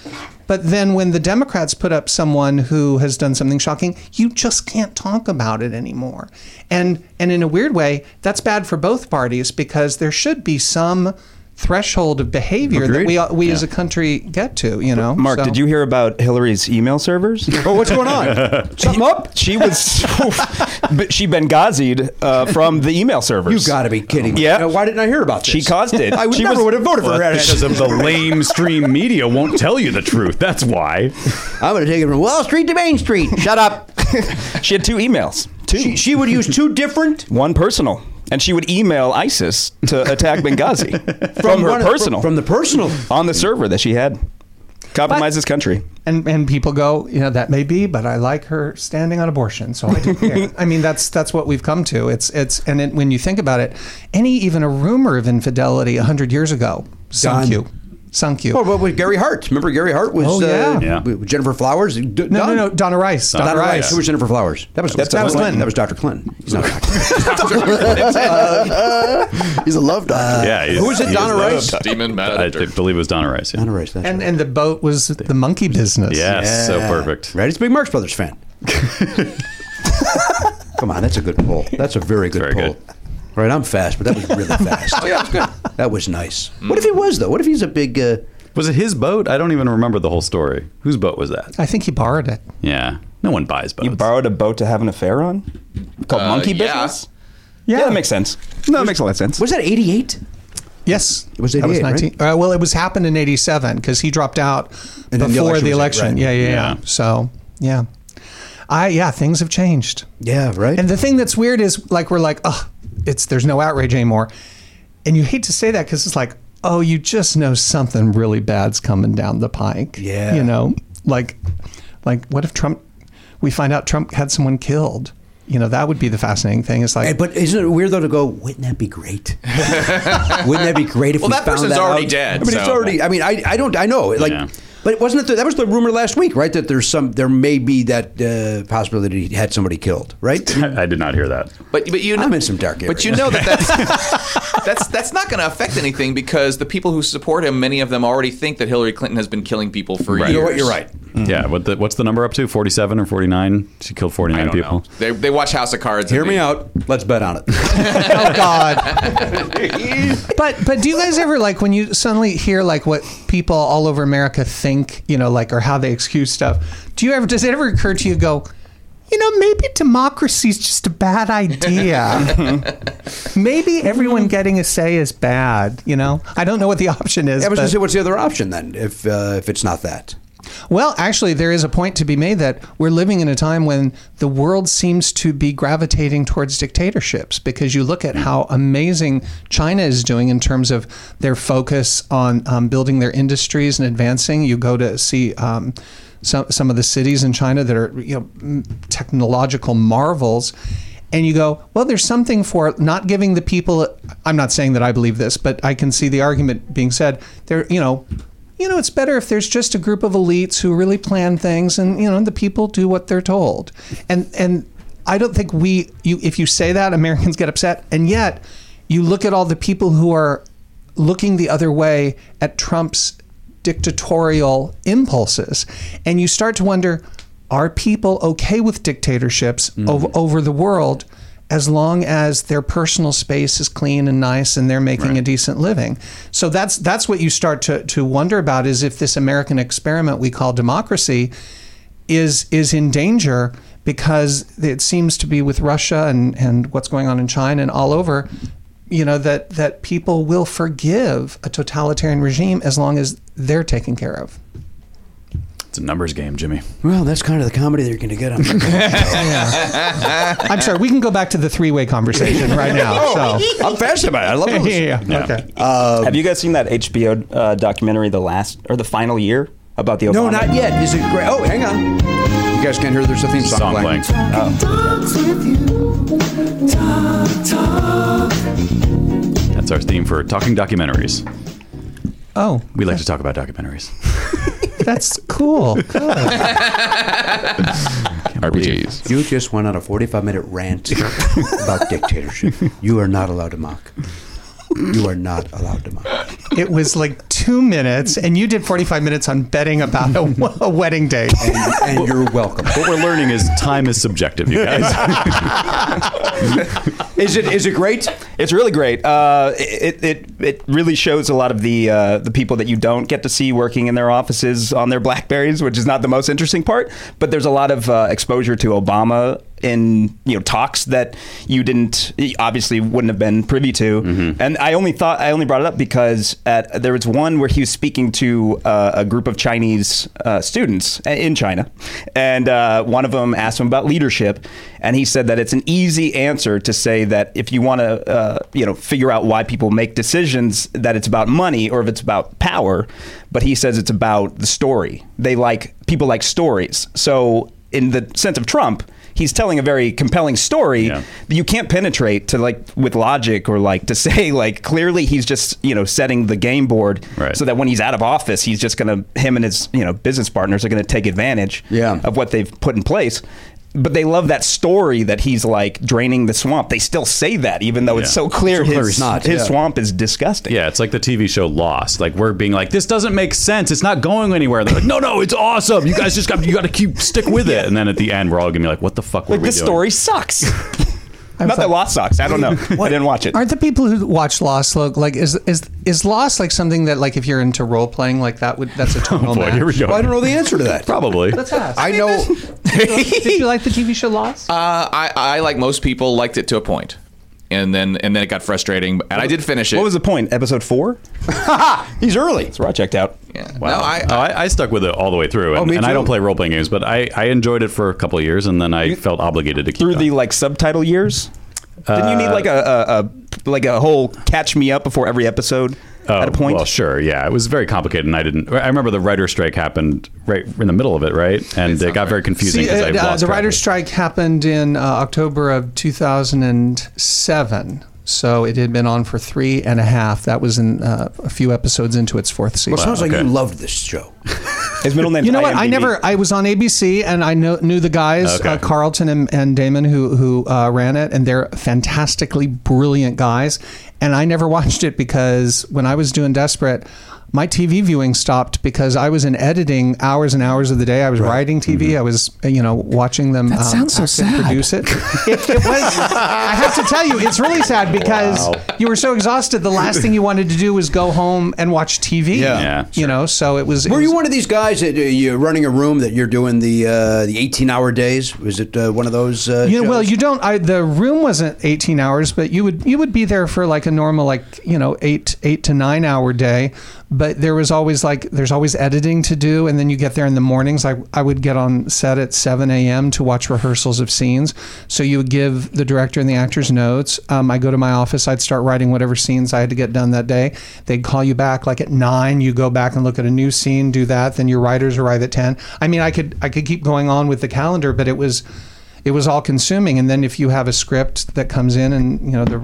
Speaker 10: But then when the Democrats put up someone who has done something shocking, you just can't talk about it anymore. And and in a weird way, that's bad for both parties because there should be some threshold of behavior that we we as a country get to, you know.
Speaker 5: Mark,
Speaker 10: So-
Speaker 5: did you hear about Hillary's email servers?
Speaker 2: Oh, what's going on? Something up?
Speaker 5: She was, but she Benghazi'd uh, from the email servers.
Speaker 2: You got to be kidding me.
Speaker 5: Yeah.
Speaker 2: Now, why didn't I hear about this?
Speaker 5: She caused it.
Speaker 2: I would
Speaker 5: She
Speaker 2: never
Speaker 5: was-
Speaker 2: would have voted for
Speaker 1: Well,
Speaker 2: her.
Speaker 1: that's because of the lamestream media won't tell you the truth. That's why.
Speaker 2: I'm going to take it from Wall Street to Main Street. Shut up.
Speaker 5: She had two emails. Two.
Speaker 2: She, she would use two different
Speaker 5: One personal. And she would email ISIS to attack Benghazi from, her
Speaker 2: one-
Speaker 5: personal.
Speaker 2: from the personal.
Speaker 5: On the server that she had. Compromise this country.
Speaker 10: and and people go, you know, that may be, but I like her standing on abortion, so I don't care. I mean, that's that's what we've come to. It's it's and it, when you think about it, any even a rumor of infidelity hundred years ago sunk
Speaker 2: Done. Oh,
Speaker 10: you, sunk you.
Speaker 2: Well, what was Gary Hart? Remember Gary Hart was
Speaker 10: Oh, yeah.
Speaker 2: uh,
Speaker 1: Yeah.
Speaker 2: with Jennifer Flowers? D-
Speaker 10: no, no, no, Donna Rice, Donna,
Speaker 2: Donna
Speaker 10: Rice.
Speaker 2: Rice. Who was Jennifer Flowers? That was,
Speaker 5: That's
Speaker 2: that was
Speaker 5: Clinton.
Speaker 2: Clinton. That was Dr. Clinton. He's not a doctor.
Speaker 7: He's a love doctor.
Speaker 1: yeah. he's-
Speaker 2: who Uh, is it,
Speaker 1: he
Speaker 2: Donna
Speaker 1: loved.
Speaker 2: Rice?
Speaker 9: Demon
Speaker 1: I
Speaker 9: Manager.
Speaker 1: believe it was Donna Rice. Yeah.
Speaker 2: Donna Rice. That's
Speaker 10: And and the boat was the monkey business.
Speaker 1: Yes. So perfect.
Speaker 2: right. He's a big Marx Brothers fan. Come on, that's a good poll. That's a very good
Speaker 1: Very
Speaker 2: poll.
Speaker 1: good.
Speaker 2: Right, I'm fast, but that was really fast. oh yeah, that was good. That was nice. What if he was though? What if he's a big? Uh,
Speaker 1: Was it his boat? I don't even remember the whole story. Whose boat was that?
Speaker 10: I think he borrowed it.
Speaker 1: Yeah. No one buys boats.
Speaker 5: You borrowed a boat to have an affair on? Called
Speaker 9: Uh,
Speaker 5: Monkey
Speaker 9: yeah.
Speaker 5: Business? Yeah. that makes sense. No, that makes a lot of sense.
Speaker 2: was that 88?
Speaker 10: Yes, it
Speaker 2: was
Speaker 10: that was
Speaker 2: 88, right?
Speaker 10: Uh, well, it was happened in '87 because he dropped out
Speaker 2: And then the
Speaker 10: before
Speaker 2: election
Speaker 10: the
Speaker 2: was it,
Speaker 10: election.
Speaker 2: right.
Speaker 10: Yeah, yeah, yeah,
Speaker 1: Yeah.
Speaker 10: So, yeah, I yeah, things have changed.
Speaker 2: Yeah, right.
Speaker 10: And the thing that's weird is like we're like, oh, it's there's no outrage anymore, and you hate to say that because it's like, oh, you just know something really bad's coming down the pike.
Speaker 2: Yeah.
Speaker 10: you know, like, like what if Trump? We find out Trump had someone killed. You know, that would be the fascinating thing. It's like,
Speaker 2: Hey, but isn't it weird though to go? Wouldn't that be great? Wouldn't that be great if
Speaker 9: Well,
Speaker 2: we
Speaker 9: that
Speaker 2: found
Speaker 9: person's
Speaker 2: that
Speaker 9: already
Speaker 2: out?
Speaker 9: dead,
Speaker 2: I mean, it's
Speaker 9: so-
Speaker 2: already. I mean, I, I don't. I know. Like,
Speaker 1: Yeah.
Speaker 2: But wasn't it the, that was the rumor last week, right? That there's some there may be that uh, possibility that he had somebody killed, right?
Speaker 1: I did not hear that.
Speaker 9: But but you know,
Speaker 2: I'm in some dark areas.
Speaker 9: But you know that that's that's, that's not going to affect anything because the people who support him, many of them already think that Hillary Clinton has been killing people for years.
Speaker 2: You know what? You're right.
Speaker 1: Yeah. What the, what's the number up to? 47 or 49? She killed 49 people.
Speaker 9: They, they watch House of Cards.
Speaker 2: Hear me out. Let's bet on it.
Speaker 10: oh God! but but do you guys ever like when you suddenly hear like what people all over America think, you know, like or how they excuse stuff? Do you ever does it ever occur to you go, you know, maybe democracy's just a bad idea. maybe everyone getting a say is bad. You know, I don't know what the option is.
Speaker 2: I was
Speaker 10: but-
Speaker 2: going to say, what's the other option then? If uh, if it's not that,
Speaker 10: Well, actually, there is a point to be made that we're living in a time when the world seems to be gravitating towards dictatorships because you look at how amazing China is doing in terms of their focus on um, building their industries and advancing. You go to see. Um, some, some of the cities in China that are you know m- technological marvels and you go, well, there's something for not giving the people. I'm not saying that I believe this, but I can see the argument being said. There, you know, you know, it's better if there's just a group of elites who really plan things, and you know, the people do what they're told. And and I don't think we, you, if you say that, Americans get upset. And yet, you look at all the people who are looking the other way at Trump's dictatorial impulses, and you start to wonder are people okay with dictatorships ov- over the world as long as their personal space is clean and nice and they're making a decent living? So that's that's what you start to, to wonder about is if this American experiment we call democracy is is in danger because it seems to be with Russia and, and what's going on in China and all over, you know, that, that people will forgive a totalitarian regime as long as they're taken care of.
Speaker 1: It's a numbers game, Jimmy.
Speaker 2: well, that's kind of the comedy they're going to get. I'm,
Speaker 10: I'm sorry, we can go back to the three way conversation right now. So.
Speaker 2: I'm passionate about it. I love it.
Speaker 10: Yeah, yeah, okay.
Speaker 5: Have you guys seen that HBO uh, documentary, the last or the final year about the Obama?
Speaker 2: No, not yet. Is it great? Oh, hang on. You guys can't hear. There's a theme song,
Speaker 1: Song
Speaker 2: playing.
Speaker 1: playing. That's our theme for talking documentaries.
Speaker 10: Oh,
Speaker 1: We like to talk about documentaries.
Speaker 10: that's cool. Good.
Speaker 1: RPGs.
Speaker 2: You just went on a 45 minute rant about dictatorship. You are not allowed to mock. You are not allowed to mock.
Speaker 10: It was like two minutes, and you did 45 minutes on betting about a, a wedding date.
Speaker 2: And, and you're welcome.
Speaker 1: What we're learning is time is subjective, you guys.
Speaker 2: Is it is it great?
Speaker 5: It's really great. Uh, it, it it really shows a lot of the uh, the people that you don't get to see working in their offices on their Blackberries, which is not the most interesting part. But there's a lot of uh, exposure to Obama in you know talks that you didn't obviously wouldn't have been privy to. And I only thought I only brought it up because at there was one where he was speaking to uh, a group of Chinese uh, students a- in China, and uh, one of them asked him about leadership, and he said that it's an easy answer to say that if you want to, uh, you know, figure out why people make decisions, that it's about money or if it's about power, but he says it's about the story. They like people like stories. So in the sense of Trump. He's telling a very compelling story
Speaker 1: Yeah.
Speaker 5: that you can't penetrate to like with logic or like to say like clearly he's just you know setting the game board
Speaker 1: Right.
Speaker 5: so that when he's out of office, he's just going to him and his you know business partners are going to take advantage
Speaker 2: Yeah.
Speaker 5: of what they've put in place. But they love that story that he's like draining the swamp. They still say that, even though it's
Speaker 1: Yeah.
Speaker 5: so clear
Speaker 2: So clear
Speaker 5: his
Speaker 2: he's not,
Speaker 5: his
Speaker 2: yeah.
Speaker 5: swamp is disgusting.
Speaker 1: yeah, it's like the TV show Lost. Like we're being like, this doesn't make sense. It's not going anywhere. They're like, no, no, it's awesome. You guys just got you got to keep stick with it. And then at the end, we're all gonna be like, what the fuck were
Speaker 5: like
Speaker 1: we
Speaker 5: this
Speaker 1: doing?
Speaker 5: story sucks. Not
Speaker 10: like-
Speaker 5: that Lost sucks. I don't know. I didn't watch it.
Speaker 10: Aren't the people who watch Lost look like is is is Lost like something that like if you're into role playing like that would that's a total
Speaker 1: Oh boy,
Speaker 10: match?
Speaker 1: here we go.
Speaker 2: Well, I don't know the answer to that.
Speaker 1: Probably.
Speaker 10: Let's ask.
Speaker 2: I know. Um,
Speaker 10: Did you like the TV show Lost?
Speaker 9: Uh, I, I, like most people, liked it to a point, and then and then it got frustrating. And I did finish it.
Speaker 5: What was the point? Episode four?
Speaker 2: He's early.
Speaker 5: That's where I checked out.
Speaker 9: Yeah.
Speaker 1: Wow.
Speaker 9: No, I,
Speaker 1: Oh, I, I stuck with it all the way through, and,
Speaker 2: me
Speaker 1: and I
Speaker 2: too.
Speaker 1: don't play role playing games, but I, I enjoyed it for a couple of years, and then I felt obligated to keep
Speaker 5: Through the
Speaker 1: going.
Speaker 5: like subtitle years? Didn't you need like a, a, a like a whole catch me up before every episode at a point?
Speaker 1: Oh, Well, sure, yeah, it was very complicated, and I didn't. I remember the writer strike happened right in the middle of it, right, and it got very confusing
Speaker 10: See,
Speaker 1: because I
Speaker 10: uh, uh,
Speaker 1: lost
Speaker 10: the
Speaker 1: track
Speaker 10: writer's
Speaker 1: of it.
Speaker 10: strike happened in uh, October of 2007. So it had been on for three and a half. That was in uh, a few episodes into its fourth season.
Speaker 2: Well, it sounds like
Speaker 1: okay.
Speaker 2: you loved this show.
Speaker 5: His middle name.
Speaker 10: You know what? I never. I was on ABC, and I know, knew the guys,
Speaker 5: Okay.
Speaker 10: uh, Carlton and, and Damon, who who uh, ran it, and they're fantastically brilliant guys. And I never watched it because when I was doing Desperate, my TV viewing stopped because I was in editing hours and hours of the day. I was writing TV. I was uh, you know watching them. um,
Speaker 12: That sounds so
Speaker 10: act and
Speaker 12: sad.
Speaker 10: Produce it. it, it was. I have to tell you, it's really sad because you were so exhausted. The last thing you wanted to do was go home and watch TV.
Speaker 2: Yeah. Yeah,
Speaker 10: you know, so it was. it
Speaker 2: Were you
Speaker 10: was-
Speaker 2: one of these guys that uh, you're running a room that you're doing the uh, the 18 hour days? Was it uh, one of those? Uh,
Speaker 10: You know, well,
Speaker 2: shows?
Speaker 10: you don't. I, the room wasn't 18 hours, but you would you would be there for like a normal like you know eight eight to nine hour day. But there was always like there's always editing to do, and then you get there in the mornings. Like I would get on set at 7 a.m. to watch rehearsals of scenes. So you would give the director and the actors notes. Um, I go to my office. I'd start writing whatever scenes I had to get done that day. They'd call you back like at nine. You go back and look at a new scene, do that. Then your writers arrive at 10. I mean, I could I could keep going on with the calendar, but it was it was all consuming and then if you have a script that comes in and you know the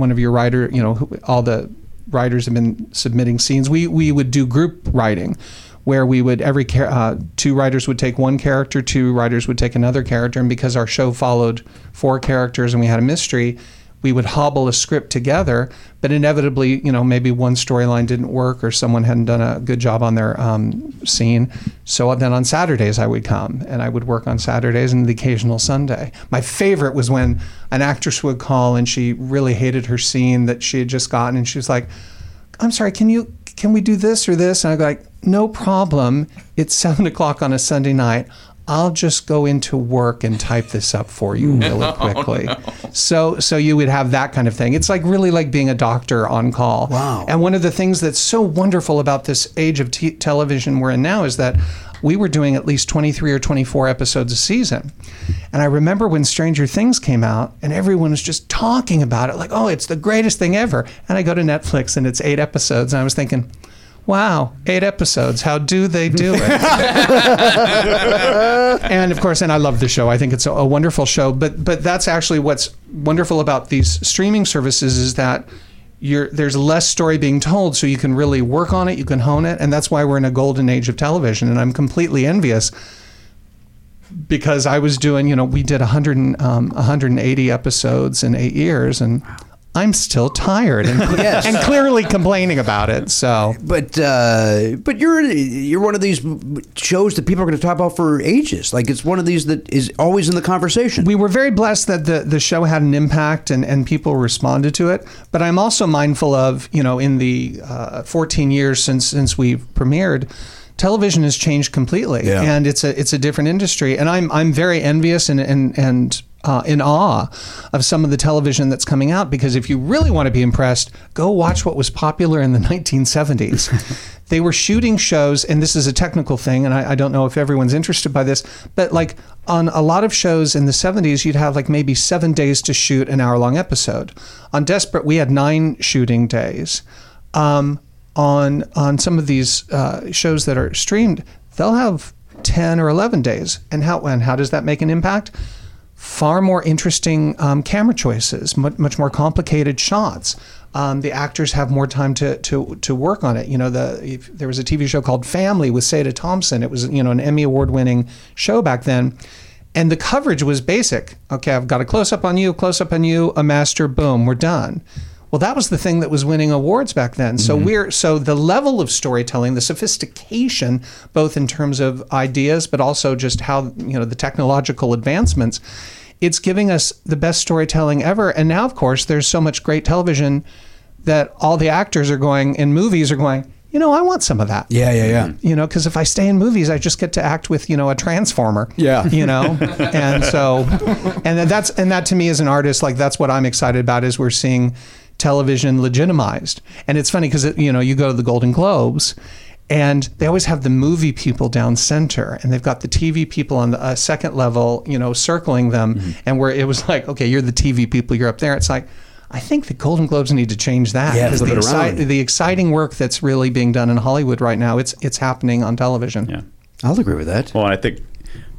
Speaker 10: one of your writer you know who- all the writers have been submitting scenes we we would do group writing where we would every char- uh, two writers would take one character two writers would take another character and because our show followed four characters and we had a mystery we would hobble a script together, but inevitably, you know, maybe one storyline didn't work or someone hadn't done a good job on their um, scene. So then on Saturdays, I would come and I would work on Saturdays and the occasional Sunday. My favorite was when an actress would call and she really hated her scene that she had just gotten, and she was like, I'm sorry, can you can we do this or this? And I go like, no problem. It's seven o'clock on a Sunday night. I'll just go into work and type this up for you really
Speaker 13: No,
Speaker 10: quickly. So so you would have that kind of thing. It's like really like being a doctor on call. Wow. And one of the things that's so wonderful about this age of t- television we're in now is that we were doing at least 23 or 24 episodes a season. And I remember when Stranger Things came out and everyone was just talking about it like, "Oh, it's the greatest thing ever." And I go to Netflix and it's 8 episodes and I was thinking, "Wow, 8 episodes. How do they do it?" and of course, and I love the show. I think it's a, a wonderful show. But but that's actually what's wonderful about these streaming services is that you're, there's less story being told, so you can really work on it. You can hone it, and that's why we're in a golden age of television. And I'm completely envious because I was doing, you know, we did 100 and, um, 180 episodes in eight years, and I'm still tired and,
Speaker 2: Yes.
Speaker 10: and clearly complaining about it. So,
Speaker 2: but uh, but you're you're one of these shows that people are going to talk about for ages. Like it's one of these that is always in the conversation.
Speaker 10: We were very blessed that the, the show had an impact and, and people responded to it. But I'm also mindful of, you know, in the uh, 14 years since since we premiered, television has changed completely.
Speaker 13: Yeah.
Speaker 10: And it's a it's a different industry. And I'm I'm very envious and and, and uh, in awe of some of the television that's coming out because if you really want to be impressed, go watch what was popular in the 1970s. they were shooting shows, and this is a technical thing, and I, I don't know if everyone's interested by this, but like on a lot of shows in the 70s, you'd have like maybe seven days to shoot an hour long episode. On Desperate, we had nine shooting days. Um, on on some of these uh, shows that are streamed, they'll have 10 or 11 days. And how, and how does that make an impact? far more interesting um, camera choices, much, much more complicated shots. Um, the actors have more time to, to, to work on it. You know, the if, there was a TV show called Family with Seda Thompson. It was you know an Emmy award winning show back then, and the coverage was basic. Okay, I've got a close up on you, close up on you, a master, boom, we're done. Well, that was the thing that was winning awards back then. So we're so the level of storytelling, the sophistication, both in terms of ideas, but also just how you know the technological advancements, it's giving us the best storytelling ever. And now, of course, there's so much great television that all the actors are going in movies are going. You know, I want some of that.
Speaker 2: Yeah, yeah, yeah.
Speaker 5: Mm-hmm.
Speaker 10: You know, because if I stay in movies, I just get to act with you know a transformer.
Speaker 2: Yeah.
Speaker 10: You know, and so and then that's and that to me as an artist like that's what i'm excited about is we're seeing television legitimized and it's funny because it, you know you go to the golden globes and they always have the movie people down center and they've got the tv people on the uh, second level you know circling them and where it was like okay you're the tv people you're up there it's like I think the Golden Globes need to change that
Speaker 2: Yeah,
Speaker 10: because
Speaker 2: flip
Speaker 10: the,
Speaker 2: it around.
Speaker 10: the exciting work that's really being done in Hollywood right now it's it's happening on television.
Speaker 1: Yeah.
Speaker 2: I'll agree with that.
Speaker 1: Well, I think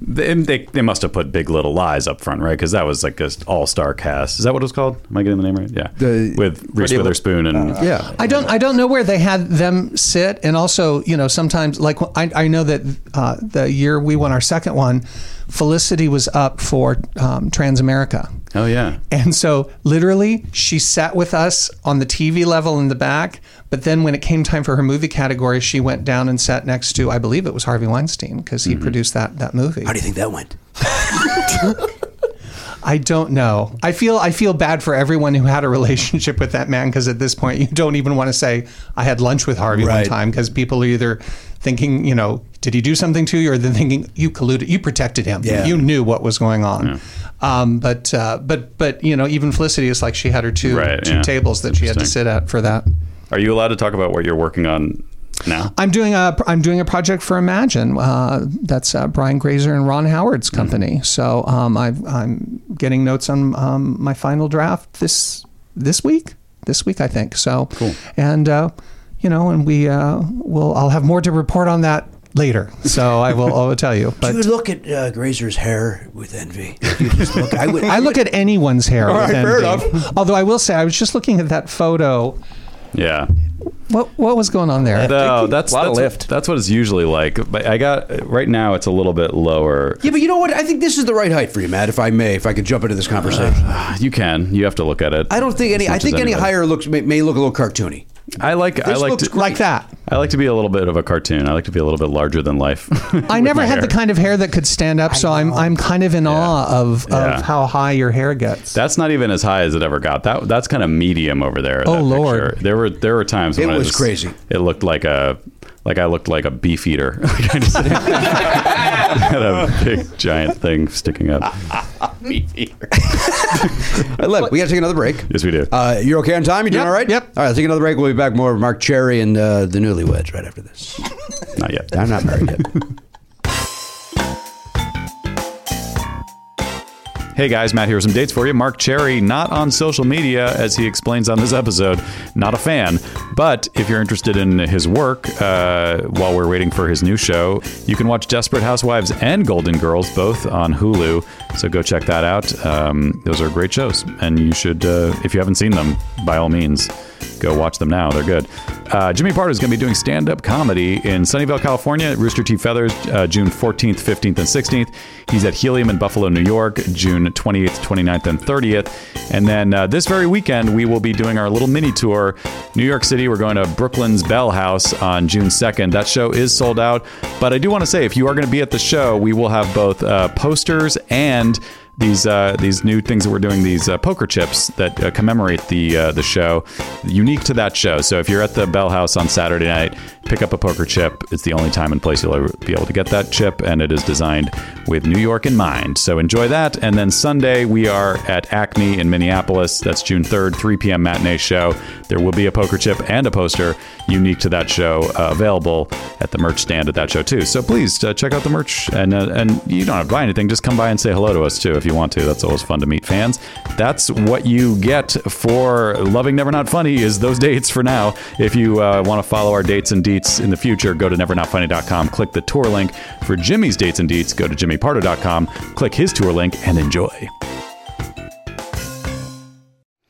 Speaker 1: They, they, they must have put Big Little Lies up front, right? Because that was like an all star cast. Is that what it was called? Am I getting the name right? Yeah. With Reese
Speaker 5: Pretty Little-
Speaker 1: Witherspoon and
Speaker 2: Uh,
Speaker 5: yeah.
Speaker 10: I don't. I don't know where they had them sit, and also, you know, sometimes like I, I know that uh, the year we won our second one, Felicity was up for um, Transamerica,
Speaker 1: Oh yeah.
Speaker 10: and so literally she sat with us on the TV level in the back. But then when it came time for her movie category, she went down and sat next to I believe it was Harvey Weinstein because he produced that that movie. How do you think that went? I don't know. I feel I feel bad for everyone who had a relationship with that man because at this point you don't even want to say I had lunch with Harvey one
Speaker 5: Right.
Speaker 10: time because people are either thinking you know did he do something to you or they're thinking you colluded you protected him
Speaker 5: Yeah.
Speaker 10: you knew what was going on. Um, but uh, but but you know even Felicity is like she had her two
Speaker 1: Right,
Speaker 10: two
Speaker 1: yeah.
Speaker 10: tables that she had to
Speaker 1: Interesting.
Speaker 10: sit at for that.
Speaker 1: Are you allowed to talk about what you're working on now?
Speaker 10: I'm doing a I'm doing a project for Imagine. Uh, that's uh, Brian Grazer and Ron Howard's
Speaker 13: Mm-hmm.
Speaker 10: company. So um, I've, I'm getting notes on um, my final draft this this week. This week, I think. So cool. And uh, you know, and we uh, will. I'll have more to report on that later. So I will. I will tell you. But
Speaker 13: Do you look at uh, Grazer's hair with envy? Do you just look, I would.
Speaker 10: I look at anyone's hair.
Speaker 13: All
Speaker 10: with
Speaker 13: right, fair
Speaker 10: envy. Although I will say, I was just looking at that photo.
Speaker 1: Yeah.
Speaker 10: What what was going on there?
Speaker 1: No, that's that's, What, that's what it's usually like. But I got right now it's a little bit lower.
Speaker 2: Yeah, but you know what? I think this is the right height for you, Matt. If I may, if I could jump into this conversation,
Speaker 1: You can. You have to look at it.
Speaker 2: I don't think any.
Speaker 1: as
Speaker 2: I
Speaker 1: much
Speaker 2: think
Speaker 1: as
Speaker 2: any
Speaker 1: anybody.
Speaker 2: higher looks may, may look a little cartoony.
Speaker 1: I like. I
Speaker 2: This
Speaker 1: like
Speaker 2: looks
Speaker 1: to,
Speaker 2: great. Like
Speaker 10: that.
Speaker 1: I like to be a little bit of a cartoon. I like to be a little bit larger than life.
Speaker 10: I never had the
Speaker 1: hair.
Speaker 10: kind of hair that could stand up, so I'm I'm kind of in awe of,
Speaker 1: Yeah.
Speaker 10: of how high your hair gets.
Speaker 1: That's not even as high as it ever got. That that's kind of medium over there.
Speaker 10: Oh,
Speaker 1: that
Speaker 10: Lord.
Speaker 1: picture. there were there were times
Speaker 2: It
Speaker 1: when I
Speaker 2: was crazy.
Speaker 1: It looked like a like I looked like a beef eater. Like I just had a big giant thing sticking up.
Speaker 2: Uh, Look, we got to take another break.
Speaker 1: Yes, we do.
Speaker 2: Uh, you're okay on time? You doing all right? Yep. All right, let's take another break. We'll be back more with Mark Cherry and uh, the Newlyweds right after this.
Speaker 1: Not yet.
Speaker 2: I'm not married yet.
Speaker 1: Hey guys, Matt here with some dates for you. Mark Cherry, not on social media, as he explains on this episode, not a fan. But if you're interested in his work, uh, while we're waiting for his new show, you can watch Desperate Housewives and Golden Girls both on Hulu. So go check that out. Um, those are great shows, and you should, uh, if you haven't seen them, by all means, go watch them now. They're good. Uh, Jimmy Pardo is going to be doing stand up comedy in Sunnyvale, California at Rooster Teeth Feathers uh, June 14th, 15th, and 16th. He's at Helium in Buffalo, New York June 28th, 29th, and 30th. And then uh, this very weekend, we will be doing our little mini tour. New York City, we're going to Brooklyn's Bell House on June 2nd. That show is sold out. But I do want to say if you are going to be at the show, we will have both uh, posters and these uh, these new things that we're doing these uh, poker chips that uh, commemorate the uh, the show unique to that show so if you're at the bell house on saturday night pick up a poker chip it's the only time and place you'll ever be able to get that chip and it is designed with new york in mind so enjoy that and then sunday we are at acme in minneapolis that's june 3rd 3 p.m matinee show there will be a poker chip and a poster unique to that show uh, available at the merch stand at that show too. So please uh, check out the merch and uh, and you don't have to buy anything. Just come by and say hello to us too if you want to. That's always fun to meet fans. That's what you get for loving Never Not Funny is those dates for now. If you uh, want to follow our dates and deets in the future, go to nevernotfunny.com. Click the tour link for Jimmy's dates and deets. Go to jimmypardo.com. Click his tour link and enjoy.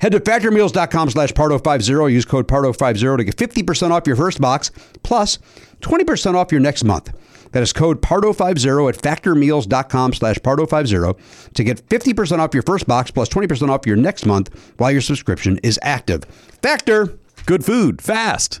Speaker 2: Head to factormeals.com slash part050. Use code part050 to get 50% off your first box plus 20% off your next month. That is code part050 at factormeals.com slash part050 to get 50% off your first box plus 20% off your next month while your subscription is active. Factor.
Speaker 1: Good food, fast.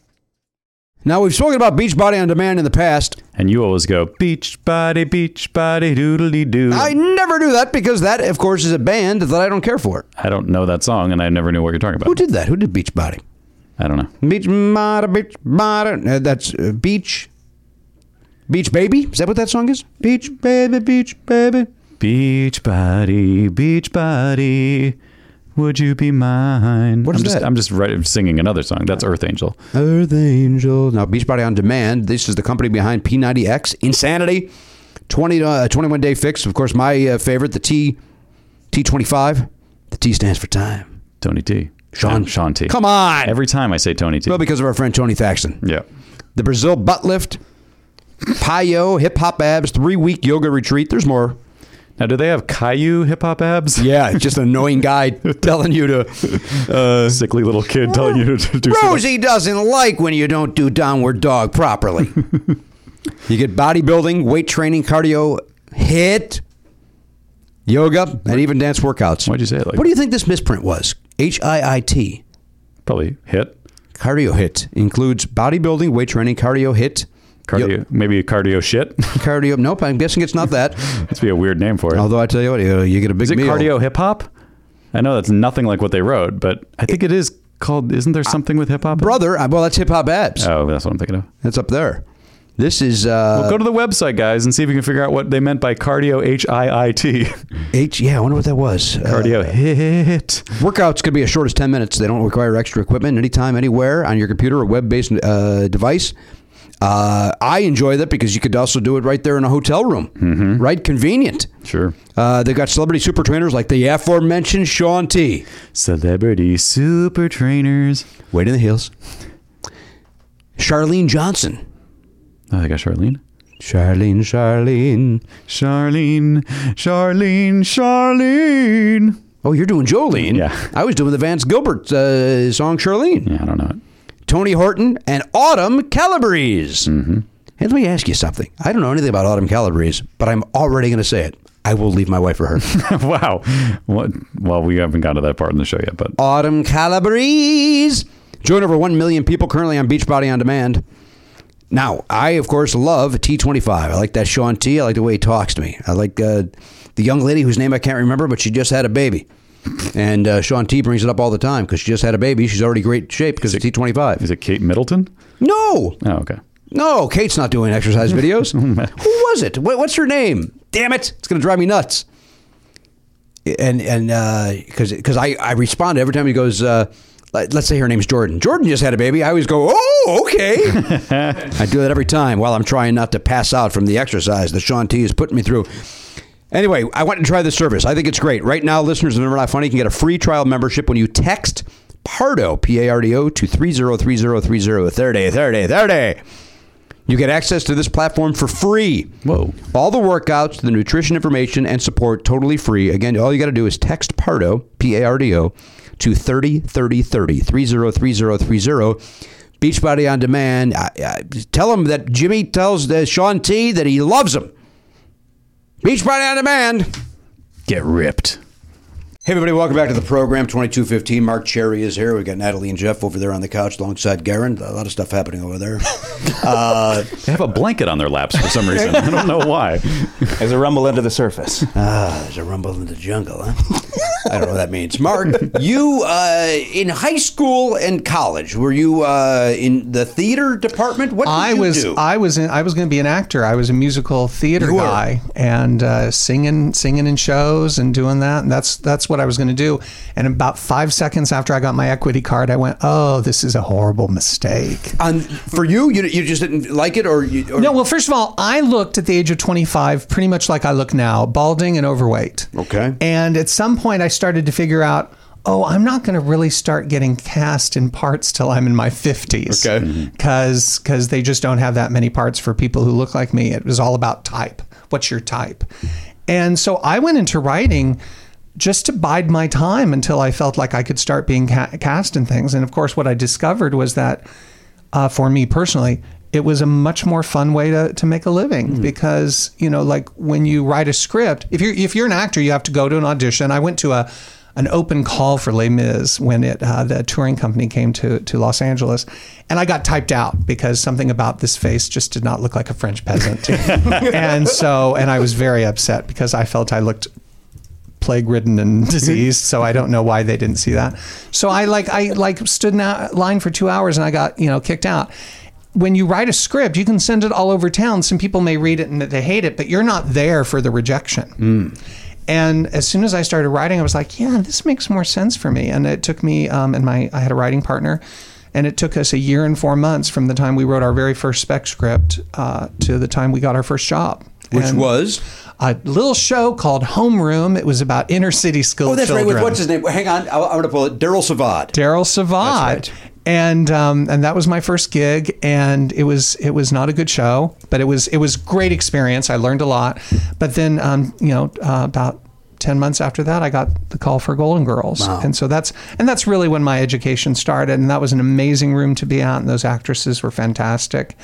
Speaker 2: Now we've spoken about Beachbody on Demand in the past.
Speaker 1: And you always go beach body, beach body, doodly doo.
Speaker 2: I never do that because that, of course, is a band that I don't care for.
Speaker 1: I don't know that song, and I never knew what you're talking about.
Speaker 2: Who did that? Who did Beachbody?
Speaker 1: I don't know.
Speaker 2: Beach Mata, Beach Mata. Uh, that's uh, Beach. Beach Baby? Is that what that song is? Beach Baby, Beach Baby.
Speaker 1: Beach body, beach body, would you be mine? What
Speaker 2: is
Speaker 1: I'm just,
Speaker 2: that?
Speaker 1: I'm just writing, singing another song. That's Earth Angel.
Speaker 2: Earth Angel. Now, Beachbody on Demand. This is the company behind P90X. Insanity. 20, uh, 21 day fix. Of course, my uh, favorite, the T, T25. The T stands for time.
Speaker 1: Tony T. Sean. Sean T.
Speaker 2: Come on.
Speaker 1: Every time I say Tony T.
Speaker 2: Well, because of our friend Tony Thaxton.
Speaker 1: Yeah.
Speaker 2: The Brazil butt lift, Payo, hip hop abs, three week yoga retreat. There's more.
Speaker 1: Now, do they have Caillou hip hop abs?
Speaker 2: Yeah, just an annoying guy telling you to. Uh,
Speaker 1: Sickly little kid telling you to do
Speaker 2: Rosie doesn't like when you don't do downward dog properly. you get bodybuilding, weight training, cardio, hit, yoga, and even dance workouts.
Speaker 1: Why'd you say it like
Speaker 2: What do you think this misprint was? H I I T.
Speaker 1: Probably hit.
Speaker 2: Cardio hit includes bodybuilding, weight training, cardio hit.
Speaker 1: Cardio, maybe cardio shit.
Speaker 2: Cardio. Nope. I'm guessing it's not that.
Speaker 1: That'd be a weird name for it.
Speaker 2: Although I tell you what, you you get a big
Speaker 1: Is it
Speaker 2: meal.
Speaker 1: cardio hip hop? I know that's nothing like what they wrote, but I think it is called. Isn't there something with hip hop?
Speaker 2: Brother, uh, well, that's hip hop abs.
Speaker 1: Oh, that's what I'm thinking of.
Speaker 2: That's up there. This is uh,
Speaker 1: Well, go to the website, guys, and see if you can figure out what they meant by cardio. H I I T.
Speaker 2: Uh, H. Yeah, I wonder what that was.
Speaker 1: Cardio hit.
Speaker 2: Workouts could be as short as 10 minutes. They don't require extra equipment anytime, anywhere on your computer or web based uh, device. Uh, I enjoy that because you could also do it right there in a hotel room, right? Convenient.
Speaker 1: Sure.
Speaker 2: Uh, they've got celebrity super trainers like the aforementioned Sean T.
Speaker 1: Celebrity super trainers.
Speaker 2: Wait in the heels. Charlene Johnson.
Speaker 1: Oh, they got Charlene.
Speaker 2: Charlene, Charlene, Charlene, Charlene, Charlene. Oh, you're doing Jolene. Yeah, I was doing the Vance Gilbert uh, song Charlene. Yeah, I don't know it. Tony Horton and Autumn Calabrese. Mm-hmm. Hey, let me ask you something. I don't know anything about Autumn Calabrese, but I'm already going to say it. I will leave my wife for her.
Speaker 1: wow. What, well, we haven't gotten to that part in the show yet, but
Speaker 2: Autumn Calabrese. Join over 1 million people currently on Beachbody On Demand. Now, I, of course, love T25. I like that Sean T. I like the way he talks to me. I like uh, the young lady whose name I can't remember, but she just had a baby. And uh, Sean T brings it up all the time because she just had a baby. She's already great shape because of T25.
Speaker 1: Is it Kate Middleton?
Speaker 2: No.
Speaker 1: Oh, okay.
Speaker 2: No, Kate's not doing exercise videos. Who was it? What, what's her name? Damn it! It's gonna drive me nuts. And and because because I I respond every time he goes. Uh, let- Let's say her name's Jordan. Jordan just had a baby. I always go, oh, okay. I do that every time while I'm trying not to pass out from the exercise that Sean T is putting me through. Anyway, I went and tried the service. I think it's great. Right now, listeners of Never Not Funny can get a free trial membership when you text PARDO, P A R D O, to 303030 30 30 30. You get access to this platform for free. Whoa. All the workouts, the nutrition information, and support totally free. Again, all you got to do is text PARDO, P A R D O, to 303030, 303030. Beachbody on Demand. I, I, tell them that Jimmy tells uh, Sean T that he loves him. Beachbody on Demand. Get ripped. Hey everybody, welcome back to the program. Twenty-two fifteen. Mark Cherry is here. We got Natalie and Jeff over there on the couch alongside Garen. A lot of stuff happening over there. Uh,
Speaker 1: They have a blanket on their laps for some reason. I don't know why.
Speaker 5: There's a rumble under the surface.
Speaker 2: Ah, there's a rumble in the jungle, huh? I don't know what that means. Mark, you uh, in high school and college were you uh, in the theater department? What did
Speaker 10: I
Speaker 2: you
Speaker 10: was
Speaker 2: do?
Speaker 10: I was in, I was going to be an actor. I was a musical theater
Speaker 2: You were.
Speaker 10: guy and uh, singing singing in shows and doing that. And that's that's what I was going to do. And about five seconds after I got my equity card, I went, "Oh, this is a horrible mistake."
Speaker 2: And for you, you, you just didn't like it, or, you, or
Speaker 10: no? Well, first of all, I looked at the age of 25 pretty much like I look now, balding and overweight.
Speaker 2: Okay.
Speaker 10: And at some point, I started to figure out. Oh, I'm not going to really start getting cast in parts till I'm in my 50s. Okay. Because they just don't have that many parts for people who look like me. It was all about type. What's your type? And so I went into writing just to bide my time until I felt like I could start being ca- cast in things. And of course, what I discovered was that uh, for me personally, it was a much more fun way to, to make a living because you know, like when you write a script, if you're if you're an actor, you have to go to an audition. I went to a an open call for Les Mis when it uh, the touring company came to to Los Angeles, and I got typed out because something about this face just did not look like a French peasant, and so and I was very upset because I felt I looked plague ridden and diseased so i don't know why they didn't see that so i like i like stood in that line for two hours and i got you know kicked out when you write a script you can send it all over town some people may read it and they hate it but you're not there for the rejection
Speaker 2: Mm.
Speaker 10: and as soon as i started writing i was like yeah this makes more sense for me and it took me um, and my i had a writing partner and it took us a year and four months from the time we wrote our very first spec script uh, to the time we got our first job
Speaker 2: Which
Speaker 10: And-
Speaker 2: was
Speaker 10: a little show called Homeroom. It was about inner city school
Speaker 2: oh, that's
Speaker 10: children.
Speaker 2: right. With what's his name? Hang on, I, I'm going to pull it. Daryl Savad.
Speaker 10: Daryl Savad. And um, and that was my first gig, and it was it was not a good show, but it was it was great experience. I learned a lot, but then um, you know uh, about ten months after that, I got the call for Golden Girls,
Speaker 16: Wow.
Speaker 10: and so that's and that's really when my education started, and that was an amazing room to be at, and those actresses were fantastic,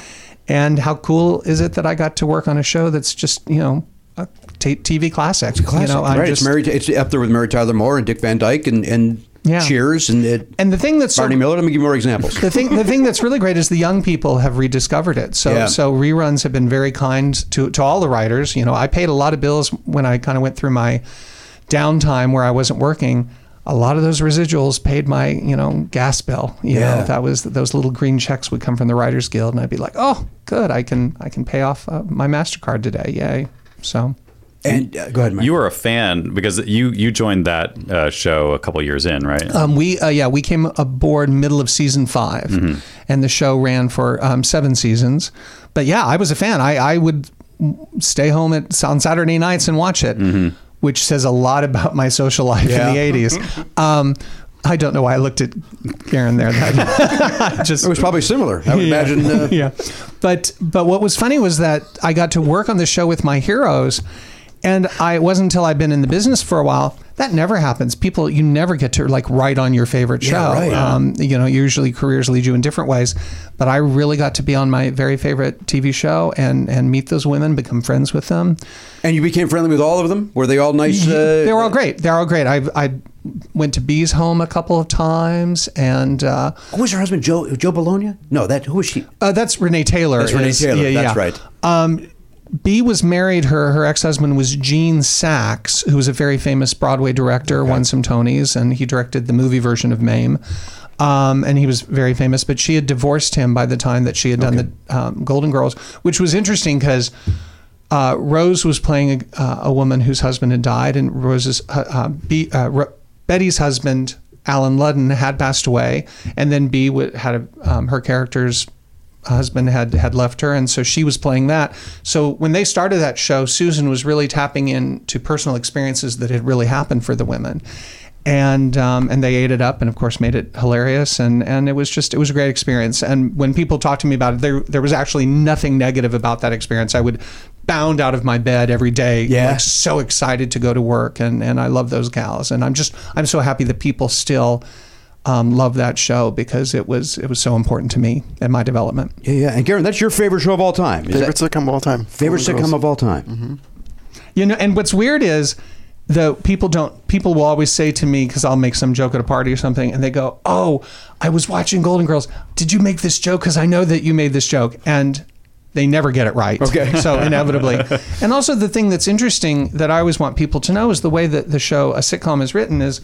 Speaker 10: and how cool is it that I got to work on a show that's just you know a t- TV classic,
Speaker 2: Classic,
Speaker 10: you know, I'm
Speaker 2: right?
Speaker 10: just-
Speaker 2: it's, Mary, it's up there with Mary Tyler Moore and Dick Van Dyke and, and
Speaker 10: Yeah.
Speaker 2: Cheers and it,
Speaker 10: and the thing that's so-
Speaker 2: Barney Miller. Let me give you more examples.
Speaker 10: the thing the thing that's really great is the young people have rediscovered it. So
Speaker 2: Yeah.
Speaker 10: so reruns have been very kind to to all the writers. You know, I paid a lot of bills when I kind of went through my downtime where I wasn't working. A lot of those residuals paid my you know gas bill. You
Speaker 2: Yeah.
Speaker 10: know that was those little green checks would come from the Writers Guild, and I'd be like, oh good, I can I can pay off uh, my Mastercard today. Yay! So
Speaker 2: And uh, go ahead, Mike.
Speaker 1: You were a fan because you you joined that uh, show a couple years in, right?
Speaker 10: Um, we uh, yeah we came aboard middle of season 5 and the show ran for um, seven seasons. But yeah, I was a fan. I I would stay home at on Saturday nights and watch it, which says a lot about my social life
Speaker 16: Yeah.
Speaker 10: in the '80s. Um, I don't know why I looked at Karen there. That just
Speaker 2: it was probably similar. I would
Speaker 10: Yeah.
Speaker 2: imagine. Uh,
Speaker 10: yeah, but but what was funny was that I got to work on the show with my heroes, and I it wasn't until I've been in the business for a while that never happens. People you never get to like write on your favorite show.
Speaker 2: Yeah, right.
Speaker 10: um, you know, usually careers lead you in different ways, but I really got to be on my very favorite TV show and and meet those women, become friends with them.
Speaker 2: And you became friendly with all of them. Were they all nice? Uh,
Speaker 10: They're all great. They're all great. I I went to Bee's home a couple of times, and uh,
Speaker 2: who was her husband? Joe Joe Bologna? No, that who was she?
Speaker 10: Uh, that's Renee Taylor.
Speaker 2: That's Renee
Speaker 10: is-
Speaker 2: Taylor.
Speaker 10: yeah,
Speaker 2: That's
Speaker 10: yeah.
Speaker 2: right.
Speaker 10: Um, Bee was married. Her her ex husband was Gene Sachs, who was a very famous Broadway director, won some Tonys, and he directed the movie version of Mame. Um, and he was very famous, but she had divorced him by the time that she had done the um, Golden Girls, which was interesting because uh, Rose was playing a, uh, a woman whose husband had died, and Rose's uh, uh, B, uh, Ro- Betty's husband, Alan Ludden, had passed away, and then B w- had a, um, her character's husband had had left her, and so she was playing that. So when they started that show, Susan was really tapping into personal experiences that had really happened for the women. And um, and they ate it up, and of course made it hilarious, and, and it was just it was a great experience. And when people talked to me about it, there there was actually nothing negative about that experience. I would bound out of my bed every day, yeah, like, so excited to go to work, and and I love those gals, and I'm just I'm so happy that people still um, love that show because it was it was so important to me and my development.
Speaker 2: Yeah, yeah. And Karen, that's your favorite show of all time. Is
Speaker 7: Favorite
Speaker 2: that-
Speaker 7: sitcom of all time.
Speaker 2: favorite
Speaker 7: Golden Girls.
Speaker 2: sitcom of all time.
Speaker 10: You know, and what's weird is though people don't people will always say to me because I'll make some joke at a party or something, and they go, "Oh, I was watching Golden Girls. Did you make this joke? Because I know that you made this joke." And they never get it right.
Speaker 2: Okay.
Speaker 10: So inevitably. and also the thing that's interesting that I always want people to know is the way that the show a sitcom is written is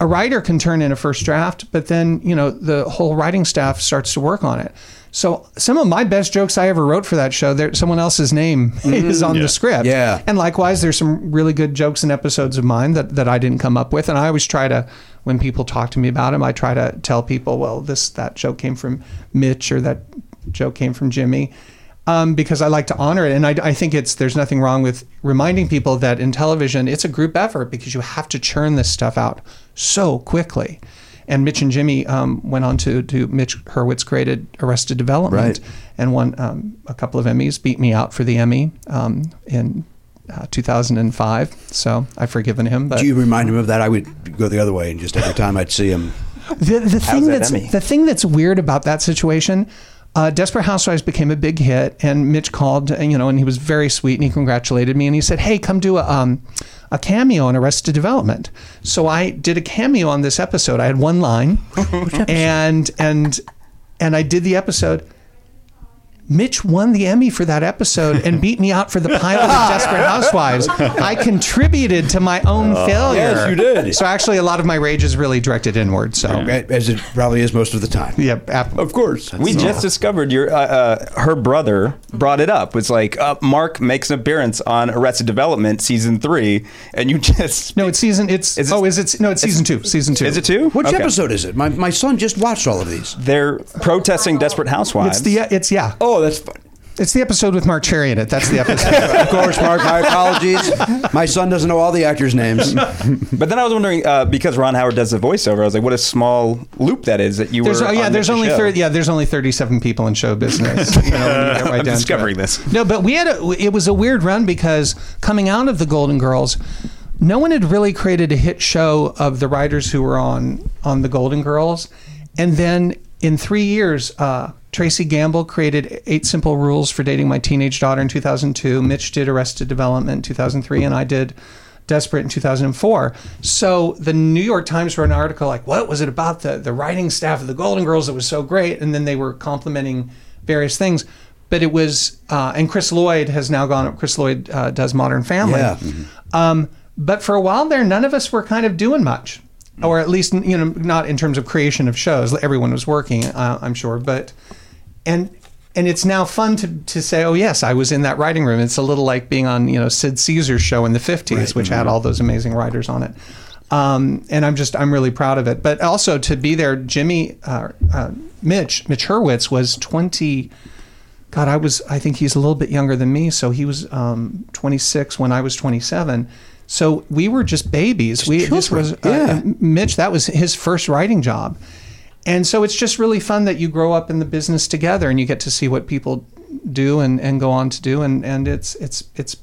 Speaker 10: a writer can turn in a first draft, but then, you know, the whole writing staff starts to work on it. So some of my best jokes I ever wrote for that show, there someone else's name is on
Speaker 2: Yeah.
Speaker 10: the script.
Speaker 2: Yeah.
Speaker 10: And likewise, there's some really good jokes and episodes of mine that, that I didn't come up with. And I always try to, when people talk to me about them, I try to tell people, well, this that joke came from Mitch or that joke came from Jimmy, um, because I like to honor it. And I, I think it's there's nothing wrong with reminding people that in television it's a group effort because you have to churn this stuff out so quickly. And Mitch and Jimmy um, went on to do Mitch Hurwitz created Arrested Development and won um, a couple of Emmys, beat me out for the Emmy um, in uh, 2005. So I've forgiven him. But
Speaker 2: Do you remind him of that? I would go the other way, and just every time I'd see him.
Speaker 10: the, the
Speaker 2: How's
Speaker 10: thing
Speaker 2: that
Speaker 10: that's
Speaker 2: Emmy?
Speaker 10: the thing that's weird about that situation. Uh, Desperate Housewives became a big hit, and Mitch called, and, you know, and he was very sweet, and he congratulated me, and he said, "Hey, come do a um, a cameo on Arrested Development." So I did a cameo on this episode. I had one line, and and and I did the episode. Mitch won the Emmy for that episode and beat me out for the pilot of Desperate Housewives. I contributed to my own
Speaker 2: Oh.
Speaker 10: failure.
Speaker 2: Yes, you did.
Speaker 10: So actually, a lot of my rage is really directed inward. So
Speaker 2: as it probably is most of the time.
Speaker 10: Yep.
Speaker 5: Of course. we
Speaker 10: That's-
Speaker 5: just discovered your uh, uh, her brother brought it up. It's like uh, Mark makes an appearance on Arrested Development season three, and you just
Speaker 10: no, it's season. It's oh, is it? No, it's season two. Season two.
Speaker 5: Is it two?
Speaker 10: Which episode
Speaker 2: is it? My my son just watched all of these.
Speaker 5: They're protesting Desperate Housewives.
Speaker 10: It's the e-, it's yeah.
Speaker 2: Oh, that's fun.
Speaker 10: It's the episode with Mark Cherry in it. That's the episode.
Speaker 2: of course, Mark. My apologies. My son doesn't know all the actors' names.
Speaker 5: but then I was wondering uh, because Ron Howard does the voiceover. I was like, what a small loop that is that you
Speaker 10: There's,
Speaker 5: were.
Speaker 10: oh, yeah,
Speaker 5: on
Speaker 10: there's
Speaker 5: Mitch's
Speaker 10: only
Speaker 5: show.
Speaker 10: 30, yeah, there's only 37 people in show business. you know, when you get right
Speaker 5: I'm
Speaker 10: down to
Speaker 5: discovering
Speaker 10: it.
Speaker 5: this.
Speaker 10: No, but we had a, it was a weird run because coming out of the Golden Girls, no one had really created a hit show of the writers who were on on the Golden Girls, and then in three years, uh, Tracy Gamble created Eight Simple Rules for Dating My Teenage Daughter in 2002. Mitch did Arrested Development in 2003, and I did. Desperate in 2004. So the New York Times wrote an article like, "What was it about the the writing staff of the Golden Girls that was so great?" And then they were complimenting various things. But it was, uh, and Chris Lloyd has now gone. Chris Lloyd uh, does Modern Family.
Speaker 2: Yeah.
Speaker 10: Um, but for a while there, none of us were kind of doing much, or at least you know not in terms of creation of shows. Everyone was working, uh, I'm sure. But and and it's now fun to, to say, oh yes, I was in that writing room. It's a little like being on you know Sid Caesar's show in the 50s, which had all those amazing writers on it. Um, and I'm just I'm really proud of it. But also to be there, Jimmy, uh, uh, Mitch, Mitch Hurwitz was 20. God, I was, I think he's a little bit younger than me. So he was um, 26 when I was 27. So we were just babies. we this was uh, Mitch. That was his first writing job, and so it's just really fun that you grow up in the business together and you get to see what people do and, and go on to do, and, and it's it's it's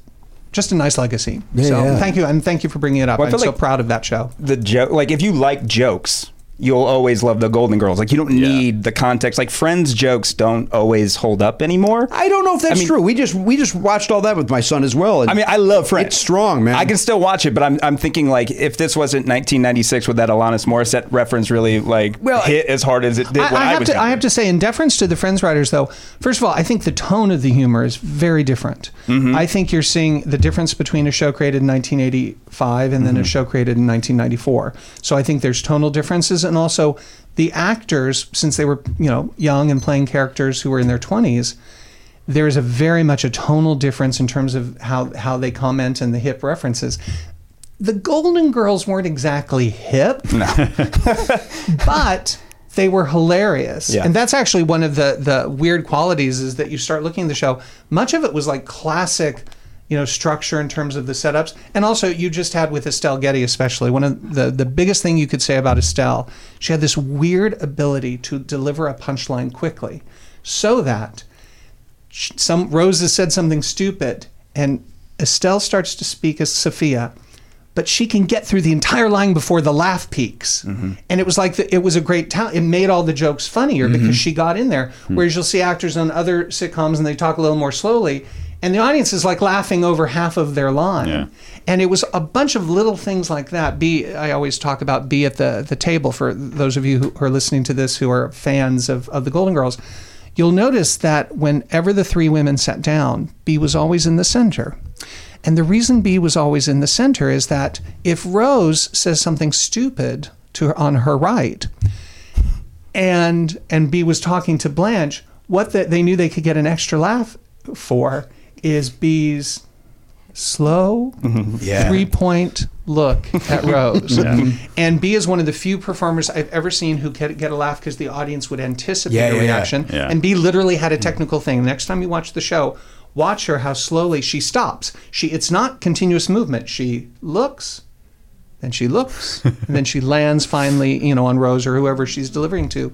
Speaker 10: just a nice legacy.
Speaker 5: Yeah,
Speaker 10: so
Speaker 5: yeah.
Speaker 10: thank you and thank you for bringing it up.
Speaker 5: Well, I
Speaker 10: I'm
Speaker 5: feel
Speaker 10: so
Speaker 5: like-
Speaker 10: proud of that show.
Speaker 5: the joke like if you like jokes you'll always love the golden girls like you don't need the context like friends jokes don't always hold up anymore
Speaker 2: I don't know if that's true. We just we just watched all that with my son as well. And
Speaker 5: I mean, I love Friends.
Speaker 2: It's strong, man.
Speaker 5: I can still watch it, but I'm, I'm thinking like if this wasn't 1996, would that Alanis Morissette reference really like hit as hard as it did
Speaker 10: I,
Speaker 5: when
Speaker 10: I
Speaker 5: I,
Speaker 10: have
Speaker 5: was?
Speaker 10: to,
Speaker 5: younger?
Speaker 10: I have to say, in deference to the Friends writers, though, first of all, I think the tone of the humor is very different. I think you're seeing the difference between a show created in 1985 and then a show created in 1994. So I think there's tonal differences, and also the actors, since they were you know young and playing characters who were in their 20s. There is a very much a tonal difference in terms of how, how they comment and the hip references. The Golden Girls weren't exactly hip. but they were hilarious.
Speaker 5: Yeah.
Speaker 10: And that's actually one of the the weird qualities is that you start looking at the show, much of it was like classic you know structure in terms of the setups and also you just had with Estelle Getty especially one of the the biggest thing you could say about Estelle she had this weird ability to deliver a punchline quickly so that sh- some Rose has said something stupid and Estelle starts to speak as Sophia but she can get through the entire line before the laugh peaks. And it was like the, it was a great talent. It made all the jokes funnier because she got in there. Whereas you'll see actors on other sitcoms and they talk a little more slowly, and the audience is like laughing over half of their line. And it was a bunch of little things like that. Be I always talk about be at the the table for those of you who are listening to this who are fans of of the Golden Girls. You'll notice that whenever the three women sat down, B was always in the center. And the reason B was always in the center is that if Rose says something stupid to her, on her right, and and B was talking to Blanche, what the, they knew they could get an extra laugh for is B's slow
Speaker 5: Mm-hmm. Yeah.
Speaker 10: three point look at Rose.
Speaker 5: Yeah. Mm-hmm.
Speaker 10: And B is one of the few performers I've ever seen who get, get a laugh because the audience would anticipate
Speaker 5: Yeah,
Speaker 10: a
Speaker 5: yeah, yeah.
Speaker 10: reaction.
Speaker 5: Yeah. Mm.
Speaker 10: And B literally had a technical thing. Next time you watch the show, watch her how slowly she stops. She it's not continuous movement. She looks, then she looks, and then she lands finally, you know, on Rose or whoever she's delivering to.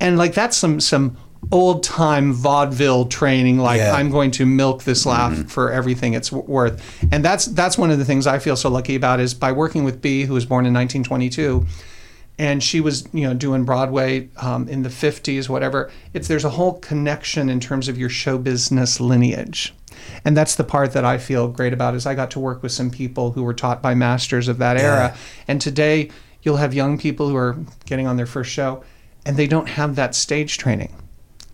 Speaker 10: And like that's some some old time vaudeville training like
Speaker 5: Yeah.
Speaker 10: I'm going to milk this laugh for everything it's w- worth. And that's that's one of the things I feel so lucky about is by working with B who was born in 1922 and she was you know doing Broadway um, in the 50s, whatever. It's there's a whole connection in terms of your show business lineage, and that's the part that I feel great about is I got to work with some people who were taught by masters of that era, and today you'll have young people who are getting on their first show, and they don't have that stage training.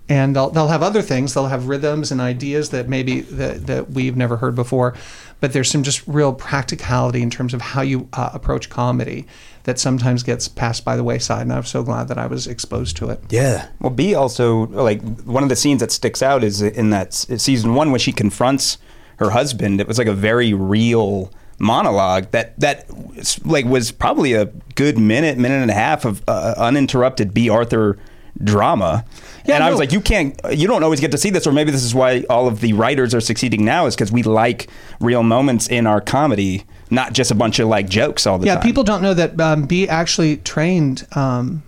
Speaker 10: And they'll, they'll have other things. They'll have rhythms and ideas that maybe that, that we've never heard before. But there's some just real practicality in terms of how you uh, approach comedy that sometimes gets passed by the wayside. And I'm so glad that I was exposed to it.
Speaker 5: Yeah. Well, B also like one of the scenes that sticks out is in that s- season one when she confronts her husband. It was like a very real monologue that that s- like was probably a good minute, minute and a half of uh, uninterrupted B Arthur drama. and I was
Speaker 10: no.
Speaker 5: like, you can't, you don't always get to see this, or maybe this is why all of the writers are succeeding now is because we like real moments in our comedy, not just a bunch of like jokes all the
Speaker 10: yeah,
Speaker 5: time.
Speaker 10: people don't know that um, B actually trained, um,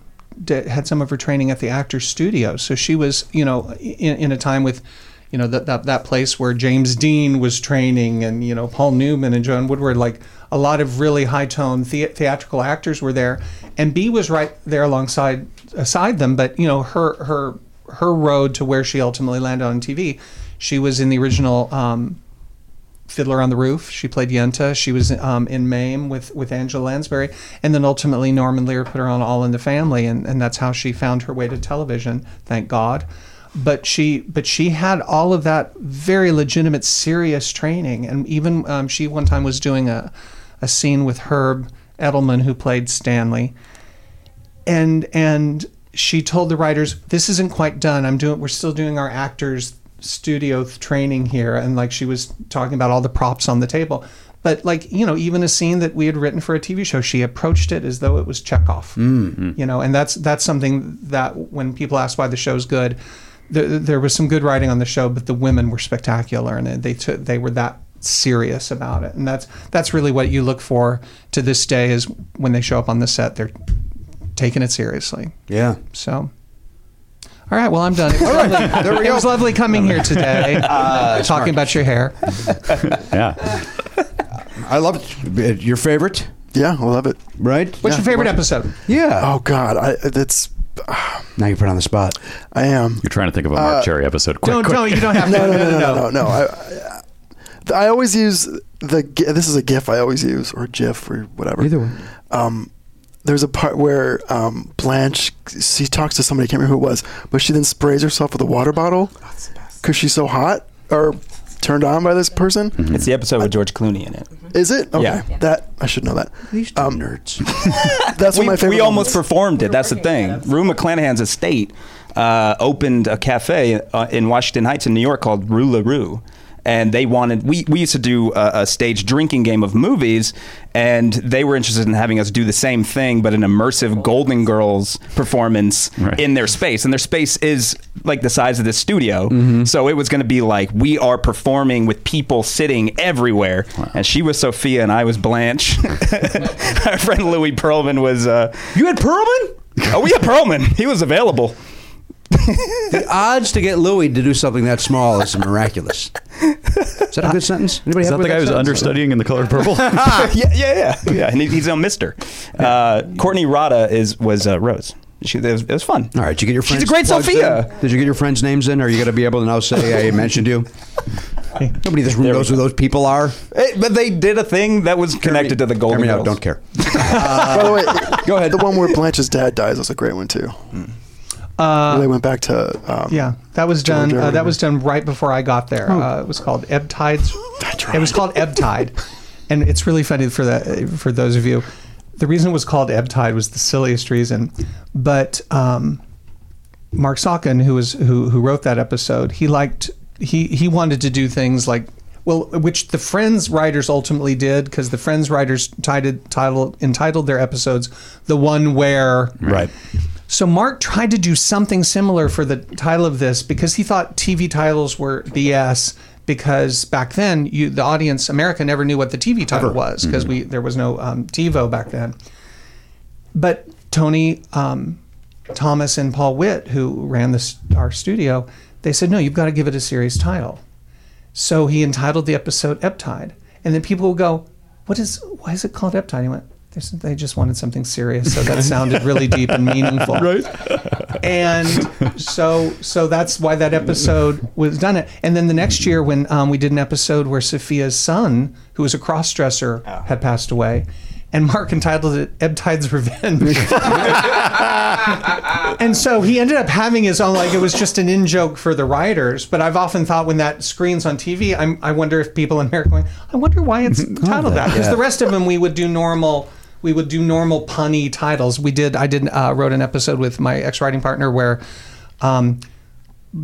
Speaker 10: d- had some of her training at the Actors Studio. So she was, you know, in, in a time with, you know, that that that place where James Dean was training, and you know, Paul Newman and Joan Woodward, like a lot of really high tone the- theatrical actors were there, and B was right there alongside aside them. But you know, her her her road to where she ultimately landed on TV, she was in the original. Um, Fiddler on the Roof. She played Yenta. She was um, in MAME with, with Angela Lansbury. And then ultimately, Norman Lear put her on All in the Family, and, and that's how she found her way to television, thank God. But she, but she had all of that very legitimate, serious training, and even um, she one time was doing a, a scene with Herb Edelman, who played Stanley, and and she told the writers this isn't quite done i'm doing we're still doing our actors studio th- training here and like she was talking about all the props on the table but like you know even a scene that we had written for a tv show she approached it as though it was chekhov you know and that's that's something that when people ask why the show's good there, there was some good writing on the show but the women were spectacular and they took they were that serious about it, and that's that's really what you look for to this day is when they show up on the set, they're taking it seriously.
Speaker 2: Yeah.
Speaker 10: So. All right, well, I'm done. It was, lovely.
Speaker 2: there we
Speaker 10: It was
Speaker 2: go.
Speaker 10: lovely coming here today,
Speaker 2: Uh,
Speaker 10: talking about your hair.
Speaker 1: yeah.
Speaker 2: I love it. Your favorite?
Speaker 7: Yeah, I love it.
Speaker 2: Right?
Speaker 10: What's your favorite episode?
Speaker 2: Yeah.
Speaker 7: Oh God, I that's.
Speaker 2: Now you put on the spot.
Speaker 7: I am.
Speaker 1: You're trying to think of a Mark
Speaker 7: Uh,
Speaker 1: Cherry episode. Quick,
Speaker 10: don't-
Speaker 1: quick.
Speaker 10: don't- you don't have
Speaker 7: no,
Speaker 10: to.
Speaker 7: no, no,
Speaker 10: No,
Speaker 7: no,
Speaker 10: no,
Speaker 7: no, no. no. I, I, I always use the. gi- This is a GIF I always use, or GIF, or whatever.
Speaker 2: Either one.
Speaker 7: Um, there's a part where um, Blanche she talks to somebody. I can't remember who it was, but she then sprays herself with a water bottle because she's so hot or turned on by this person.
Speaker 5: It's the episode with George Clooney in it.
Speaker 10: Mm-hmm.
Speaker 7: Is it? Okay.
Speaker 5: Mm-hmm. Yeah.
Speaker 7: That I should know that.
Speaker 2: These
Speaker 7: two um,
Speaker 2: nerds.
Speaker 7: that's
Speaker 5: we,
Speaker 7: what my
Speaker 5: we
Speaker 7: favorite. one
Speaker 5: almost
Speaker 7: was.
Speaker 5: performed it. That's the thing. Rue McClanahan's estate uh, opened a cafe uh, in Washington Heights in New York called Rue La Rue. And they wanted we, we used to do a, a stage drinking game of movies, and they were interested in having us do the same thing, but an immersive Golden Girls performance in their space. And their space is like the size of this studio,
Speaker 2: Mm-hmm.
Speaker 5: so it was going to be like we are performing with people sitting everywhere. And she was Sophia, and I was Blanche. Our friend Louis Perlman was. Uh,
Speaker 2: You had Perlman?
Speaker 5: Oh, we had Perlman. He was available.
Speaker 2: The odds to get Louis to do something that small is miraculous. Is that a good sentence? Anybody
Speaker 1: Is that the
Speaker 2: happy with
Speaker 1: guy who's
Speaker 2: sentence?
Speaker 1: understudying in the color purple?
Speaker 2: Ah.
Speaker 5: yeah, yeah, yeah, yeah. And he- he's on Mister. Uh, Courtney Rada is was uh, Rose. She, it, was, it was fun.
Speaker 2: All right, did you get your
Speaker 5: She's
Speaker 2: friends
Speaker 5: a great
Speaker 2: plugs
Speaker 5: Sophia.
Speaker 2: in? Did you get your friends' names in? Are you going to be able to now say I mentioned you? Nobody in this room knows who those people are.
Speaker 5: Eh, but they did a thing that was connected to the Golden
Speaker 2: I mean, I
Speaker 5: Girls.
Speaker 2: don't care. Uh,
Speaker 7: By the way, go ahead. The one where Blanche's dad dies was a great one too.
Speaker 2: Hmm.
Speaker 7: Where
Speaker 2: Uh,
Speaker 7: they went back to um,
Speaker 10: Yeah, that was
Speaker 7: Joan
Speaker 10: done. Uh, that
Speaker 7: Jeremy.
Speaker 10: was done right before I got there. Uh, it was called Ebb Tides. It was called Ebb Tide, and it's really funny for that for those of you. The reason it was called Ebb Tide was the silliest reason, but um, Mark Socken, who was who who wrote that episode, he liked he he wanted to do things like well, which the Friends writers ultimately did because the Friends writers titled titled entitled their episodes the one where
Speaker 1: right.
Speaker 10: so Mark tried to do something similar for the title of this because he thought TV titles were BS because back then you the audience America never knew what the TV title was because we there was no um, TiVo back then. But Tony um, Thomas and Paul Witt, who ran this our studio, they said no, you've got to give it a serious title. So he entitled the episode Eptide. And then people will go, What is why is it called Eptide? He went, "There's- they just wanted something serious, so that sounded really deep and meaningful. Right. And so so that's why that episode was done it. And then the next year when um, we did an episode where Sophia's son, who was a cross dresser, had passed away. And Mark entitled it Ebtide's Revenge. and so he ended up having his own like it was just an in joke for the writers but i've often thought when that screens on tv I'm, i wonder if people in america are going i wonder why it's titled that because
Speaker 2: yeah.
Speaker 10: the rest of them we would do normal we would do normal punny titles we did i did uh, wrote an episode with my ex-writing partner where um,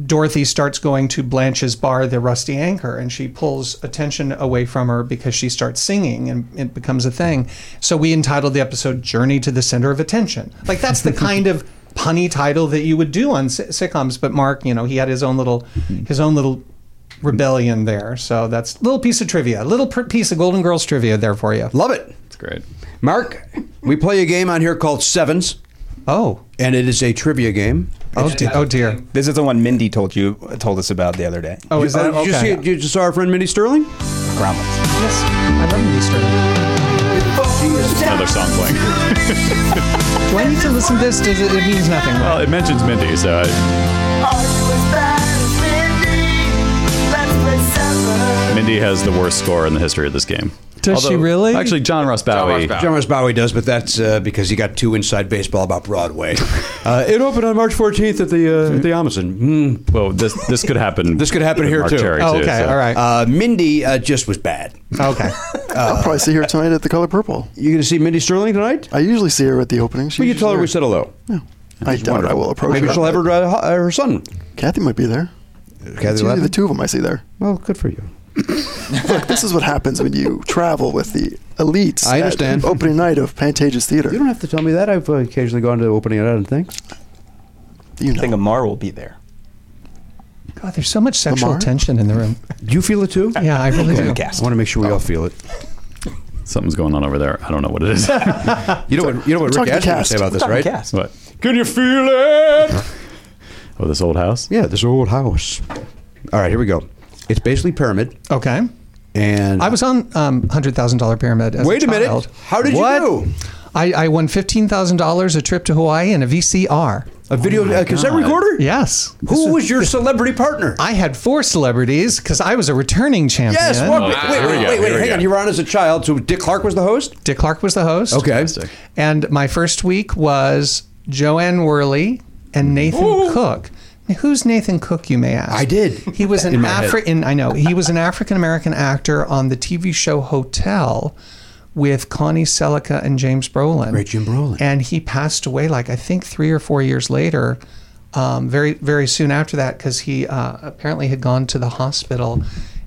Speaker 10: Dorothy starts going to Blanche's bar, the Rusty Anchor, and she pulls attention away from her because she starts singing and it becomes a thing. So we entitled the episode Journey to the Center of Attention. Like that's the kind of punny title that you would do on si- sitcoms, but Mark, you know, he had his own little his own little rebellion there. So that's a little piece of trivia, a little pr- piece of Golden Girls trivia there for you.
Speaker 2: Love it.
Speaker 1: That's great.
Speaker 2: Mark, we play a game on here called Sevens,
Speaker 10: Oh.
Speaker 2: and it is a trivia game.
Speaker 10: Oh, de- oh dear.
Speaker 5: This is the one Mindy told you told us about the other day.
Speaker 10: Oh, is that
Speaker 2: Oh, did you,
Speaker 10: okay?
Speaker 2: see, you just saw our friend Minnie Sterling?
Speaker 5: Groundlings.
Speaker 10: Yes. I love these stories.
Speaker 1: Another song playing.
Speaker 10: Do I need to listen to this? Does it, it means nothing?
Speaker 1: Well, Uh, it mentions Mindy, so uh, I, Mindy has the worst score in the history of this game.
Speaker 10: Does she really?
Speaker 1: Actually, John Ross Bowie.
Speaker 2: John Ross Bowie does, but that's uh, because he got two inside baseball about Broadway. uh, it opened on March 14th at the uh, at the Amazon. Mm.
Speaker 1: Well, this this could happen.
Speaker 2: This could happen
Speaker 1: with
Speaker 2: here,
Speaker 1: Mark
Speaker 2: too.
Speaker 1: Cherry,
Speaker 10: Oh,
Speaker 1: too,
Speaker 10: okay,
Speaker 1: so.
Speaker 10: all right.
Speaker 2: Uh, Mindy uh, just was bad.
Speaker 10: Okay.
Speaker 7: I'll probably see her tonight at the Color Purple.
Speaker 2: You going to see Mindy Sterling tonight?
Speaker 7: I usually see her at the opening. She's
Speaker 2: Will you tell her
Speaker 7: usually
Speaker 2: we said hello?
Speaker 7: there. No, I
Speaker 2: She's
Speaker 7: doubt I
Speaker 2: wonderful.
Speaker 7: will approach
Speaker 2: Maybe
Speaker 7: her.
Speaker 2: she'll have her, uh, hu- her son.
Speaker 7: Kathy might be there. It's
Speaker 2: Kathy
Speaker 7: usually
Speaker 2: Levin.
Speaker 7: the two of them I see there.
Speaker 2: Well, good for you.
Speaker 7: Look, this is what happens when you travel with the elites.
Speaker 2: I
Speaker 7: at
Speaker 2: understand.
Speaker 7: opening night of Pantages Theater.
Speaker 2: You don't have to tell me that. I've uh, occasionally gone to opening it out and things.
Speaker 7: You
Speaker 5: I think
Speaker 7: know.
Speaker 5: Amar will be there.
Speaker 10: God, there's so much sexual
Speaker 15: Lamar?
Speaker 10: tension in the room.
Speaker 15: Do you feel it too?
Speaker 10: Yeah, I really do.
Speaker 15: I want to make sure we all feel it.
Speaker 1: Something's going on over there. I don't know what it is.
Speaker 2: You know what? You know what
Speaker 1: Talk
Speaker 2: Rick
Speaker 1: to
Speaker 2: Astley would
Speaker 1: cast.
Speaker 2: say about this,
Speaker 1: Talk to
Speaker 2: right?
Speaker 1: cast. What?
Speaker 2: Can you feel it?
Speaker 1: Oh, this old house?
Speaker 2: Yeah, this old house. All right, here we go. It's basically pyramid.
Speaker 10: Okay.
Speaker 2: And
Speaker 10: I was on um, hundred thousand dollar pyramid. As
Speaker 2: Wait a minute.
Speaker 10: child.
Speaker 2: How did you
Speaker 10: What?
Speaker 2: do?
Speaker 10: I, I won fifteen thousand dollars a trip to Hawaii and a VCR.
Speaker 2: A
Speaker 10: Oh
Speaker 2: video a cassette recorder?
Speaker 10: Yes.
Speaker 2: Who was your celebrity partner?
Speaker 10: I had four celebrities because I was a returning champion.
Speaker 2: Yes.
Speaker 1: Oh,
Speaker 2: what- wait,
Speaker 10: Wow.
Speaker 2: wait, wait, wait, wait. Hang on. You were on as a child, so Dick Clark was the host.
Speaker 10: Dick Clark was the host.
Speaker 2: Okay.
Speaker 10: And my first week was Joanne Worley
Speaker 2: Mm.
Speaker 10: and Nathan Cook. Now, Who's Nathan Cook, you may ask? I
Speaker 2: did.
Speaker 10: He was an
Speaker 2: In my head.
Speaker 10: African. I know he was an African American actor on the TV show Hotel with Connie Selica and James Brolin.
Speaker 2: Great Jim Brolin.
Speaker 10: And he passed away, like I think three or four years later, um, very very soon after that, because he uh, apparently had gone to the hospital,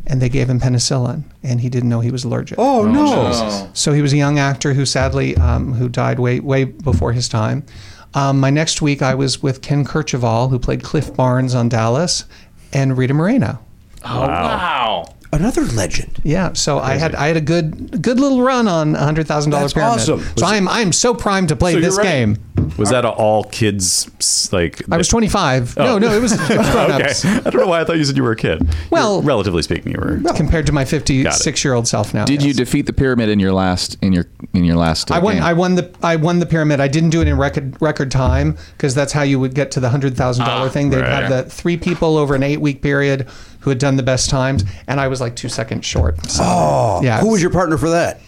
Speaker 10: and they gave him penicillin, and he didn't know he was allergic.
Speaker 2: Oh, Oh, no.
Speaker 9: Jesus.
Speaker 10: So he was a young actor who sadly um, who died way way before his time. Um, my next week, I was with Ken Kercheval, who played Cliff Barnes on Dallas, and Rita Moreno.
Speaker 9: Oh, wow.
Speaker 2: Another legend.
Speaker 10: Yeah, so I had I had a good good little run on a hundred thousand dollar
Speaker 1: That's
Speaker 10: pyramid.
Speaker 1: awesome.
Speaker 10: So I'm I'm so primed to play
Speaker 1: So you're
Speaker 10: this
Speaker 1: right.
Speaker 10: game.
Speaker 1: Was that a all kids like?
Speaker 10: I was 25. No, no, it was, it was
Speaker 1: okay.
Speaker 10: grown-ups.
Speaker 1: I don't know why I thought you said you were a kid.
Speaker 10: Well-
Speaker 1: relatively speaking, you were.
Speaker 10: compared to my 56 year old self now.
Speaker 9: Did you defeat the pyramid in your last in your in your last? Uh,
Speaker 10: I won.
Speaker 9: Game?
Speaker 10: I won the. I won the pyramid. I didn't do it in record record time because that's how you would get to the hundred thousand thousand dollar
Speaker 9: Ah,
Speaker 10: thing. They'd
Speaker 9: right.
Speaker 10: have the three people over an eight week period who had done the best times, and I was like two seconds short. So,
Speaker 2: Oh,
Speaker 10: yeah.
Speaker 2: Who was your partner for that?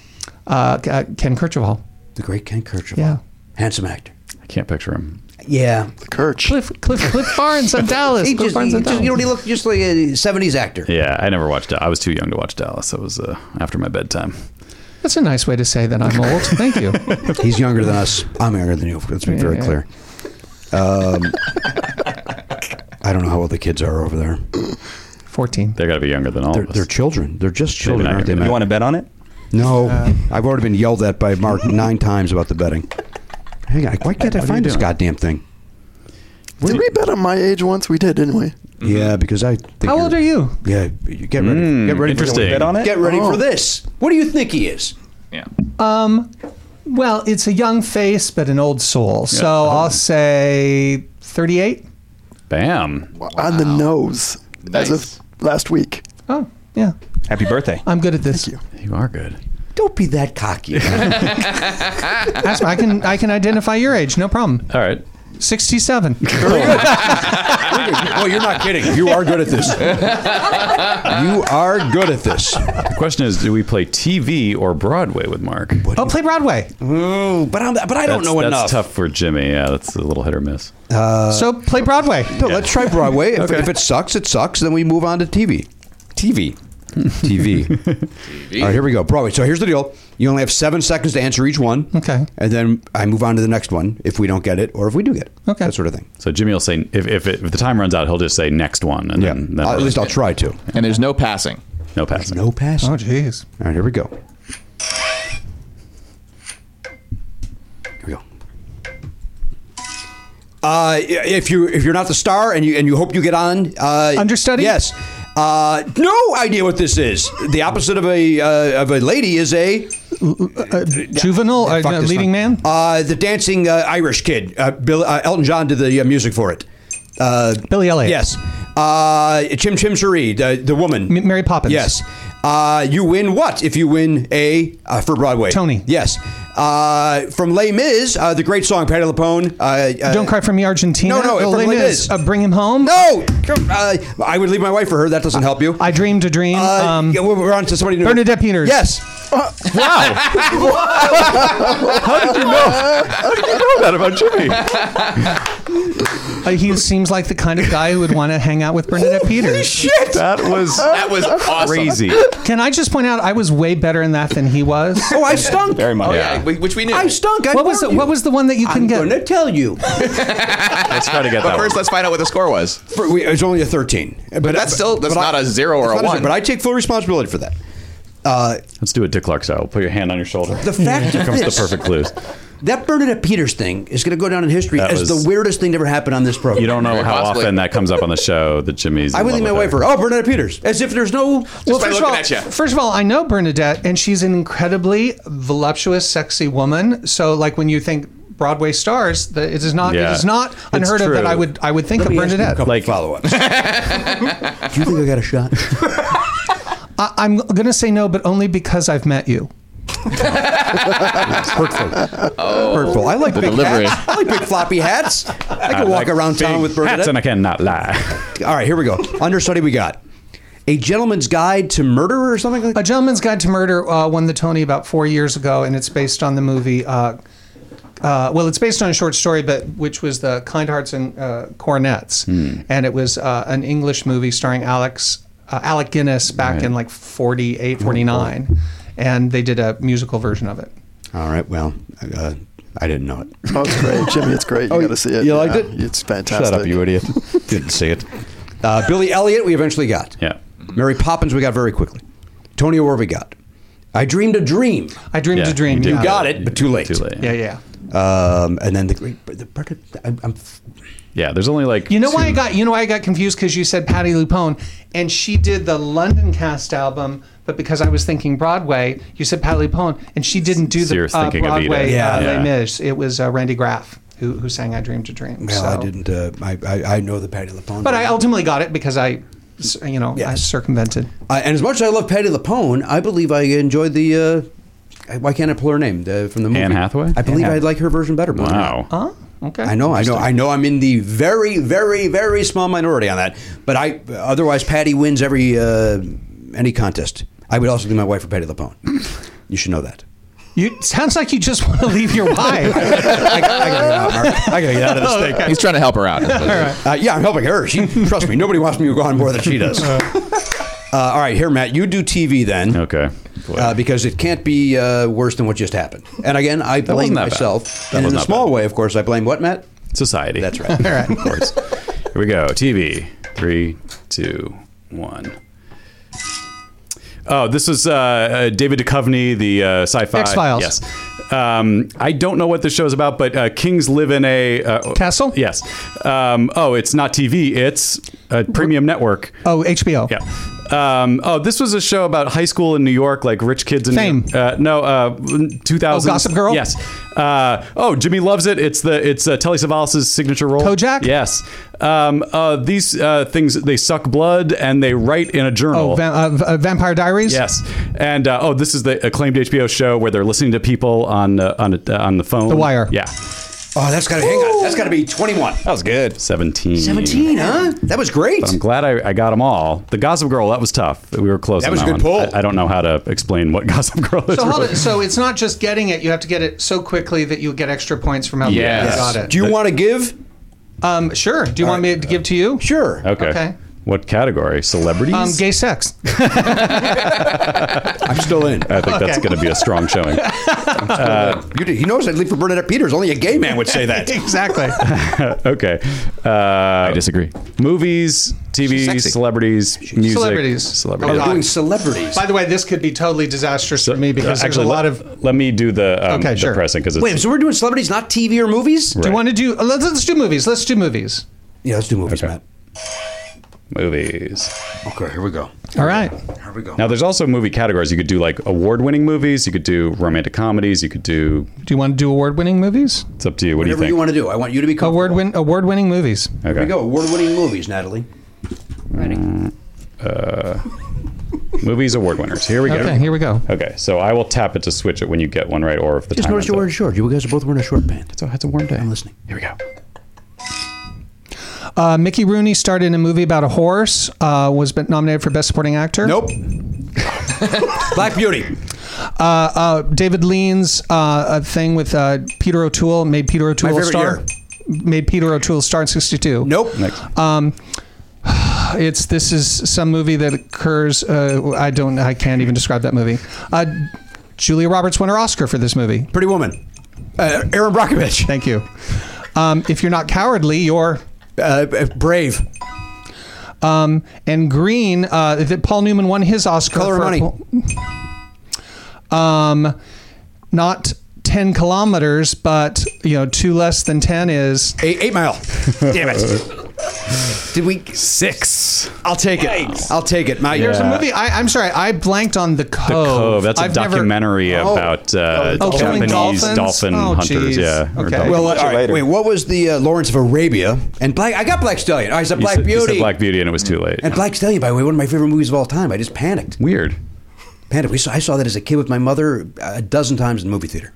Speaker 10: uh, uh, Ken Kercheval?
Speaker 2: The great Ken Kirchhoff.
Speaker 10: Yeah.
Speaker 2: Handsome actor.
Speaker 1: I can't picture him.
Speaker 2: Yeah.
Speaker 7: Kirch.
Speaker 10: Cliff Cliff Cliff Barnes on Dallas.
Speaker 2: He
Speaker 10: Cliff
Speaker 2: just,
Speaker 10: Barnes
Speaker 2: he
Speaker 10: on
Speaker 2: just, you know,
Speaker 10: Dallas.
Speaker 2: he looked just like a 70s actor.
Speaker 1: Yeah, I never watched. I was too young to watch Dallas. That was uh, after my bedtime.
Speaker 10: That's a nice way to say that I'm old. Thank you.
Speaker 2: He's younger than us. I'm younger than you. Let's be very
Speaker 10: Yeah.
Speaker 2: clear. Um, I don't know how old the kids are over there.
Speaker 10: Fourteen.
Speaker 1: They got to be younger than all
Speaker 2: They're,
Speaker 1: of us.
Speaker 2: they're children. They're just children,
Speaker 1: not
Speaker 2: aren't they,
Speaker 1: gonna be-
Speaker 2: Matt?
Speaker 5: You want to bet on it?
Speaker 2: No, I've already been yelled at by Mark nine times about the betting. Hang on, why can't I
Speaker 1: What are
Speaker 2: find
Speaker 1: you
Speaker 2: this
Speaker 1: doing?
Speaker 2: goddamn thing?
Speaker 7: Did we bet on my age once? We did, didn't we?
Speaker 2: Yeah, because I. Think
Speaker 10: How old
Speaker 2: you're-
Speaker 10: are you?
Speaker 2: Yeah, you get ready.
Speaker 1: Mm,
Speaker 2: get ready for
Speaker 1: interesting.
Speaker 5: Bet on it?
Speaker 2: Get ready
Speaker 7: Oh.
Speaker 2: for this. What do you think he is?
Speaker 9: Yeah.
Speaker 10: Um, well, it's a young face but an old soul. So I'll say thirty-eight.
Speaker 1: Bam.
Speaker 7: On the nose. As
Speaker 9: Nice.
Speaker 7: of last week.
Speaker 10: Oh, yeah.
Speaker 5: Happy birthday.
Speaker 10: I'm good at this.
Speaker 1: You are good.
Speaker 2: Don't be that cocky.
Speaker 10: Ask me, I can I can identify your age, no problem.
Speaker 1: All right.
Speaker 10: Sixty-seven.
Speaker 2: oh, you're not kidding. You are good at this. you are good at this.
Speaker 1: The question is, do we play TV or Broadway with Mark?
Speaker 10: Oh, play Broadway.
Speaker 2: Ooh, but I'm, but I don't
Speaker 1: That's,
Speaker 2: know
Speaker 1: that's
Speaker 2: enough.
Speaker 1: tough for Jimmy. Yeah, that's a little hit or miss.
Speaker 10: so play Broadway.
Speaker 2: Uh, No, let's try Broadway. If, if it sucks, it sucks. Then we move on to TV. TV. TV. All right, here we go. Broadway. So here's the deal. You only have seven seconds to answer each one.
Speaker 10: Okay.
Speaker 2: And then I move on to the next one if we don't get it or if we do get it.
Speaker 10: Okay.
Speaker 2: That sort of thing.
Speaker 1: So Jimmy will say, if if, it, if the time runs out, he'll just say next one, and
Speaker 2: Yeah.
Speaker 1: then, then
Speaker 2: I'll- at
Speaker 1: we're-
Speaker 2: least I'll try to.
Speaker 9: And there's no passing.
Speaker 1: no passing.
Speaker 2: No pass.
Speaker 10: Oh,
Speaker 2: All
Speaker 10: jeez.
Speaker 2: right, here we go. Here we go. Uh, if you if you're not the star and you and you hope you get on uh,
Speaker 10: Understudy?
Speaker 2: yes. Uh, no idea what this is. The opposite of a uh, of a lady is a
Speaker 10: Uh, juvenile, uh,
Speaker 2: Fuck
Speaker 10: no,
Speaker 2: this
Speaker 10: leading
Speaker 2: one.
Speaker 10: man.
Speaker 2: Uh, the dancing uh, Irish kid. Uh, Bill, uh, Elton John did the uh, music for it. Uh,
Speaker 10: Billy Elliot.
Speaker 2: Yes. Uh, Chim Chim Cherie, the, the woman.
Speaker 10: M- Mary Poppins.
Speaker 2: Yes. Uh, you win what if you win a uh, for Broadway?
Speaker 10: Tony.
Speaker 2: Yes. Uh, from Les Mis, uh, the great song Patty LaPone. Uh, uh,
Speaker 10: Don't cry for me, Argentina.
Speaker 2: No, no, from
Speaker 10: Oh, Les
Speaker 2: Les Mis.
Speaker 10: Mis. Uh, bring him home.
Speaker 2: No. Uh, I would leave my wife for her. That doesn't help you.
Speaker 10: I dreamed a dream.
Speaker 2: Uh,
Speaker 10: um,
Speaker 2: yeah, we're on to somebody new.
Speaker 10: Bernadette Peters.
Speaker 2: Yes.
Speaker 1: know that about Jimmy.
Speaker 10: uh, he seems like the kind of guy who would want to hang out with Bernadette Peters.
Speaker 2: Shit.
Speaker 1: That was
Speaker 9: That was oh, awesome.
Speaker 1: crazy.
Speaker 10: Can I just point out I was way better in that than he was?
Speaker 2: Oh, I stunk.
Speaker 5: Very much.
Speaker 9: Oh, yeah. we- which we knew.
Speaker 2: I stunk. I
Speaker 10: What was the,
Speaker 2: warned
Speaker 10: what
Speaker 2: you.
Speaker 10: was the one that you couldn't
Speaker 2: I'm
Speaker 10: get?
Speaker 2: gonna tell you.
Speaker 1: Let's try to get
Speaker 9: But
Speaker 1: that.
Speaker 9: first,
Speaker 1: one.
Speaker 9: let's find out what the score was.
Speaker 2: For, we, it's only a 13. But,
Speaker 9: that's still- that's not
Speaker 2: a
Speaker 9: a zero or a one.
Speaker 2: but I take full responsibility for that. Uh,
Speaker 1: Let's do it Dick Clark style. Put your hand on your shoulder.
Speaker 2: the fact
Speaker 1: Here
Speaker 2: of
Speaker 1: comes
Speaker 2: this,
Speaker 1: the perfect clues.
Speaker 2: That Bernadette Peters thing is going to go down in history
Speaker 1: That
Speaker 2: as
Speaker 1: was-
Speaker 2: the weirdest thing that ever happened on this program.
Speaker 1: You don't know how often that comes up on the show that Jimmy's. in
Speaker 2: I would
Speaker 1: love
Speaker 2: leave my
Speaker 1: with
Speaker 2: wife
Speaker 1: her.
Speaker 2: for, oh, Bernadette Peters. As if there's no.
Speaker 10: well, first of, all, first of all, I know Bernadette, and she's an incredibly voluptuous, sexy woman. So, like when you think Broadway stars, the- it is not
Speaker 1: Yeah.
Speaker 10: it is not
Speaker 1: It's
Speaker 10: unheard of
Speaker 1: true.
Speaker 10: that I would I would think
Speaker 1: Let
Speaker 10: of
Speaker 1: me ask you a
Speaker 10: Bernadette.
Speaker 1: couple Like-
Speaker 10: follow-ups.
Speaker 2: Do you think I got a shot?
Speaker 10: I, I'm going to say no, but only because I've met you.
Speaker 2: Hurtful. Hurtful. I like
Speaker 10: Oh. The
Speaker 2: big
Speaker 10: delivery.
Speaker 2: hats. I like big floppy hats. I
Speaker 1: I
Speaker 2: can walk
Speaker 1: like
Speaker 2: around town
Speaker 1: big
Speaker 2: with Bernadette.
Speaker 1: hats and I cannot lie.
Speaker 2: All right, here we go. Understudy we got. A Gentleman's Guide to Murder or something like
Speaker 10: A Gentleman's Guide to Murder uh, won the Tony about four years ago, and it's based on the movie. Uh, uh, well, it's based on a short story, but which was the Kind Hearts and uh, Cornets,
Speaker 1: Hmm.
Speaker 10: and it was uh, an English movie starring Alex uh, Alec Guinness back in like 48, 49. and they did a musical version of it.
Speaker 2: All right, well, uh, I didn't know it.
Speaker 7: Oh, it's great, Jimmy. It's great. You got to see it.
Speaker 2: Oh, you liked
Speaker 7: Yeah,
Speaker 2: it?
Speaker 7: It's fantastic.
Speaker 2: idiot. Didn't see it. Uh, Billy Elliot, we eventually got. Yeah. Mary Poppins, we got very quickly. Tony Orr, we got. I dreamed a dream.
Speaker 10: I dreamed
Speaker 1: Yeah,
Speaker 10: a dream.
Speaker 1: you did.
Speaker 10: yeah.
Speaker 2: You got it, but too late.
Speaker 1: Uh, Too late.
Speaker 10: Yeah, yeah.
Speaker 2: Um, and then the great, the, the, I'm, I'm
Speaker 1: Yeah, there's only like
Speaker 10: You know why I
Speaker 1: two-
Speaker 10: got you know why I got confused because you said Patty Lupone and she did the London cast album, but because I was thinking Broadway, you said Patty Lupone and she didn't do
Speaker 1: So
Speaker 10: the
Speaker 1: you're
Speaker 10: uh,
Speaker 1: thinking of Edith.
Speaker 10: Broadway
Speaker 1: Yeah.
Speaker 10: uh,
Speaker 1: Yeah.
Speaker 10: Les Mis. It was uh, Randy Graff who, who sang "I Dreamed a Dream."
Speaker 2: Well,
Speaker 10: so.
Speaker 2: I didn't. Uh, I, I I know the Patty LaPone.
Speaker 10: but I ultimately got it because I, s- you know, I circumvented.
Speaker 2: I- Uh, and as much as I love Patty LaPone, I believe I enjoyed the. Uh, I- why can't I pull her name the, from the movie?
Speaker 1: Anne Hathaway?
Speaker 2: I believe
Speaker 1: Anne
Speaker 2: I like her version better. believe it or not.
Speaker 1: Wow.
Speaker 10: Huh? Okay.
Speaker 2: I know, I know, I know. I'm in the very, very, very small minority on that. But I, otherwise, Patty wins every uh, any contest. I would also do my wife for Patty LaPone. You should know that.
Speaker 10: You sounds like you just want to leave your wife.
Speaker 2: I gotta get out of this thing.
Speaker 9: He's trying to help her out.
Speaker 2: Uh, yeah, I'm helping her. She trust me. Nobody wants me to go on more than she does. Uh, all right, here, Matt, you do TV then.
Speaker 1: Okay.
Speaker 2: Uh, because it can't be uh, worse than what just happened. And again, I blame
Speaker 1: wasn't that bad.
Speaker 2: myself.
Speaker 1: That
Speaker 2: And in
Speaker 1: wasn't
Speaker 2: a
Speaker 1: that
Speaker 2: small way, of course, I blame what, Matt?
Speaker 1: Society.
Speaker 2: That's right.
Speaker 10: All right.
Speaker 1: Of course. Here we go. TV. Three, two, one. Oh, this is uh, uh, David Duchovny, the uh, sci-fi.
Speaker 10: X-Files.
Speaker 1: Yes. Um, I don't know what this show is about, but uh, kings live in a uh,
Speaker 10: castle.
Speaker 1: Yes. Um, oh, it's not TV. It's a premium network.
Speaker 10: Oh, HBO.
Speaker 1: Yeah. Um, oh, this was a show about high school in New York, like rich kids in
Speaker 10: Fame.
Speaker 1: Uh, no, uh, 2000.
Speaker 10: Oh, Gossip Girl?
Speaker 1: Yes. Uh, oh, Jimmy loves it. It's the it's uh, Telly Savalas' signature role.
Speaker 10: Kojak?
Speaker 1: Yes. Um, uh, these uh, things they suck blood and they write in a journal.
Speaker 10: Oh, va- uh, v- uh, Vampire Diaries.
Speaker 1: Yes, and uh, oh, this is the acclaimed HBO show where they're listening to people on uh, on uh, on the phone.
Speaker 10: The Wire.
Speaker 1: Yeah,
Speaker 2: Oh, that's gotta hang on. That's gotta be 21.
Speaker 1: that was good. Seventeen.
Speaker 2: 17, huh? That was great.
Speaker 1: But I'm glad I, I got them all. The Gossip Girl that was tough. We were close.
Speaker 2: That
Speaker 1: on
Speaker 2: was a good
Speaker 1: one.
Speaker 2: pull.
Speaker 1: I, I don't know how to explain what Gossip Girl is.
Speaker 10: So hold
Speaker 1: really.
Speaker 10: it. So it's not just getting it; you have to get it so quickly that you get extra points from how many
Speaker 1: Yes.
Speaker 10: you got it.
Speaker 2: Do you want to give?
Speaker 10: Um, sure. Do you want me to give to you?
Speaker 2: Sure.
Speaker 1: Okay.
Speaker 10: Okay.
Speaker 1: What category? Celebrities?
Speaker 10: Um, gay sex.
Speaker 2: I'm still in.
Speaker 1: I think that's
Speaker 10: okay.
Speaker 1: going to be a strong showing.
Speaker 2: you did, he knows I'd leave for Bernadette Peters. Only a gay man would say that.
Speaker 10: exactly.
Speaker 1: okay. Uh, I
Speaker 12: disagree.
Speaker 1: Movies,
Speaker 12: She's
Speaker 1: TV,
Speaker 12: sexy.
Speaker 1: celebrities, music.
Speaker 10: Celebrities.
Speaker 1: Celebrities.
Speaker 10: Oh,
Speaker 2: We're
Speaker 10: God.
Speaker 2: doing celebrities.
Speaker 10: By the way, this could be totally disastrous for me because
Speaker 1: Actually,
Speaker 10: there's a lot
Speaker 1: let,
Speaker 10: of.
Speaker 1: let me do the um,
Speaker 10: Okay, sure.
Speaker 1: depressing because it's
Speaker 2: Wait, so we're doing celebrities, not TV or movies?
Speaker 10: Do you want to do? uh, Let's, let's do movies. Let's do movies.
Speaker 2: Yeah, let's do movies, Matt.
Speaker 1: movies.
Speaker 2: Okay, here we go.
Speaker 10: All right.
Speaker 2: Here we go.
Speaker 1: Now, there's also movie categories. You could do like award-winning movies. You could do romantic comedies. You could do.
Speaker 10: Do you want to do award-winning movies?
Speaker 1: It's up to you. What
Speaker 2: Whatever
Speaker 1: do
Speaker 2: you,
Speaker 1: you think?
Speaker 2: want to do. I want you to be comfortable.
Speaker 10: Award win award-winning movies.
Speaker 1: okay.
Speaker 2: Here we go. Award-winning movies, Natalie.
Speaker 1: Movies award winners. Here we go.
Speaker 10: Okay, here we go.
Speaker 1: Okay, so I will tap it to switch it when you get one right, or if the
Speaker 2: Just
Speaker 1: time
Speaker 2: notice
Speaker 1: runs
Speaker 2: you're
Speaker 1: out.
Speaker 2: wearing shorts. You guys are both wearing a short pant.
Speaker 1: It's a, it's a warm day.
Speaker 2: I'm listening.
Speaker 1: Here we go.
Speaker 10: Uh, Mickey Rooney starred in a movie about a horse. Uh, was been nominated for best supporting actor.
Speaker 2: Nope. Black Beauty.
Speaker 10: Uh, uh, David Lean's uh, uh, thing with uh, Peter O'Toole made Peter O'Toole
Speaker 2: favorite
Speaker 10: star. Made Peter O'Toole star in '62.
Speaker 2: Nope.
Speaker 1: Next.
Speaker 10: Um, it's this is some movie that occurs. Uh, I don't. I can't even describe that movie. Uh, Julia Roberts won her Oscar for this movie.
Speaker 2: Pretty Woman. Uh, Aaron Brockovich.
Speaker 10: Thank you. Um, if you're not cowardly, you're.
Speaker 2: Uh, Brave.
Speaker 10: Um, and Green. Uh, that Paul Newman won his Oscar.
Speaker 2: Color of
Speaker 10: for
Speaker 2: Money.
Speaker 10: Um, not 10 kilometers, but you know, two less than 10 is
Speaker 2: eight, eight mile.
Speaker 5: Damn it.
Speaker 2: Did we
Speaker 1: six?
Speaker 2: I'll take it. I'll take it. My
Speaker 10: There's a movie. I, I'm sorry, I blanked on the Cove.
Speaker 1: Cove. That's a
Speaker 10: Oh, I've never-
Speaker 1: documentary
Speaker 10: Oh.
Speaker 1: about uh,
Speaker 10: Oh, killing
Speaker 1: Japanese
Speaker 10: dolphins?
Speaker 1: dolphin
Speaker 10: Oh,
Speaker 1: hunters.
Speaker 10: geez.
Speaker 1: Yeah. or dolphin-
Speaker 2: Well, uh, all right, wait. What was the uh, Lawrence of Arabia and Black? I got Black Stallion. I said
Speaker 1: You
Speaker 2: Black
Speaker 1: said- you
Speaker 2: Beauty.
Speaker 1: said Black Beauty, and it was too late.
Speaker 2: And Black Stallion, by the way, one of my favorite movies of all time. I just panicked.
Speaker 1: Weird.
Speaker 2: Panicked. We saw, I saw that as a kid with my mother a dozen times in the movie theater.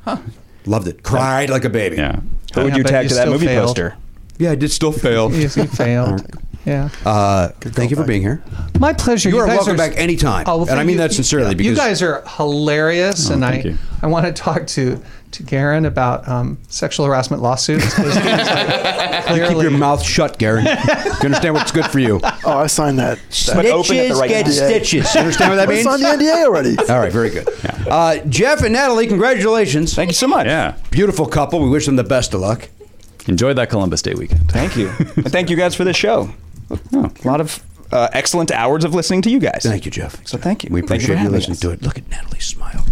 Speaker 2: Loved it. Cried like a baby.
Speaker 1: Yeah.
Speaker 5: Who would
Speaker 10: Yeah,
Speaker 5: you
Speaker 10: but
Speaker 5: tag
Speaker 10: you
Speaker 5: to that
Speaker 10: still
Speaker 5: movie
Speaker 10: failed.
Speaker 5: poster?
Speaker 2: Yeah, I did still fail.
Speaker 10: Yes, you failed. Yeah.
Speaker 2: Uh, thank you for being here.
Speaker 10: My pleasure.
Speaker 2: You are
Speaker 10: guys Oh,
Speaker 2: welcome back anytime.
Speaker 10: well,
Speaker 2: And
Speaker 10: thank
Speaker 2: I mean
Speaker 10: you.
Speaker 2: that sincerely
Speaker 10: You- you
Speaker 2: because-
Speaker 10: guys are hilarious,
Speaker 1: Oh,
Speaker 10: and I
Speaker 1: thank you.
Speaker 10: I want to talk to to Garen about um, sexual harassment lawsuits. Those things are
Speaker 2: You keep
Speaker 10: clearly,
Speaker 2: your mouth shut, Gary. you understand what's good for you.
Speaker 7: Oh, I signed that.
Speaker 5: But open at the right
Speaker 2: get
Speaker 5: time.
Speaker 2: stitches. You understand what that
Speaker 7: I
Speaker 2: means?
Speaker 7: signed the NDA already.
Speaker 2: All right, very good. Uh, Jeff and Natalie, congratulations.
Speaker 5: Thank you so much.
Speaker 1: Yeah.
Speaker 2: Beautiful couple. We wish them the best of luck.
Speaker 1: Enjoy that Columbus Day weekend.
Speaker 5: Thank you. and thank you guys for this show. A lot of uh, excellent hours of listening to you guys.
Speaker 2: Oh. Thank you, Jeff.
Speaker 5: So thank you.
Speaker 2: We
Speaker 5: Thank for
Speaker 2: appreciate you
Speaker 5: having
Speaker 2: listening
Speaker 5: us.
Speaker 2: to it. Look at Natalie smile.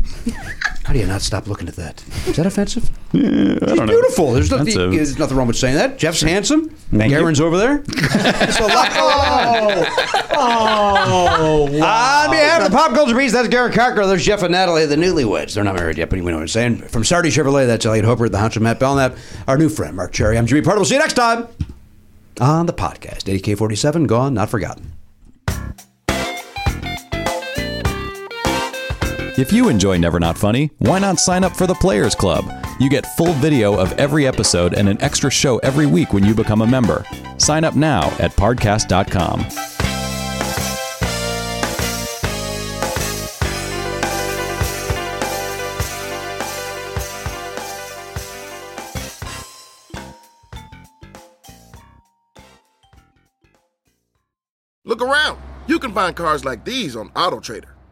Speaker 2: How do you not stop looking at that? Is that offensive?
Speaker 1: I
Speaker 2: She's
Speaker 1: don't know.
Speaker 2: beautiful. There's nothing,
Speaker 1: Offensive.
Speaker 2: there's nothing wrong with saying that. Jeff's handsome.
Speaker 5: Thank you.
Speaker 2: Garen's over there. There's a lot going on.
Speaker 10: oh,
Speaker 2: On behalf of the Pop Culture Beast, that's Garen Cocker. There's Jeff and Natalie, the newlyweds. They're not married yet, but you know what I'm saying. From Saturday Chevrolet, that's Elliot Hopper, the Hunch of Matt Belknap, our new friend, Mark Cherry. I'm Jimmy Pardo. We'll see you next time on the podcast. ADK 47, gone, not forgotten.
Speaker 1: If you enjoy Never Not Funny, why not sign up for the Players Club? You get full video of every episode and an extra show every week when you become a member. Sign up now at podcast.com.
Speaker 9: Look around. You can find cars like these on AutoTrader.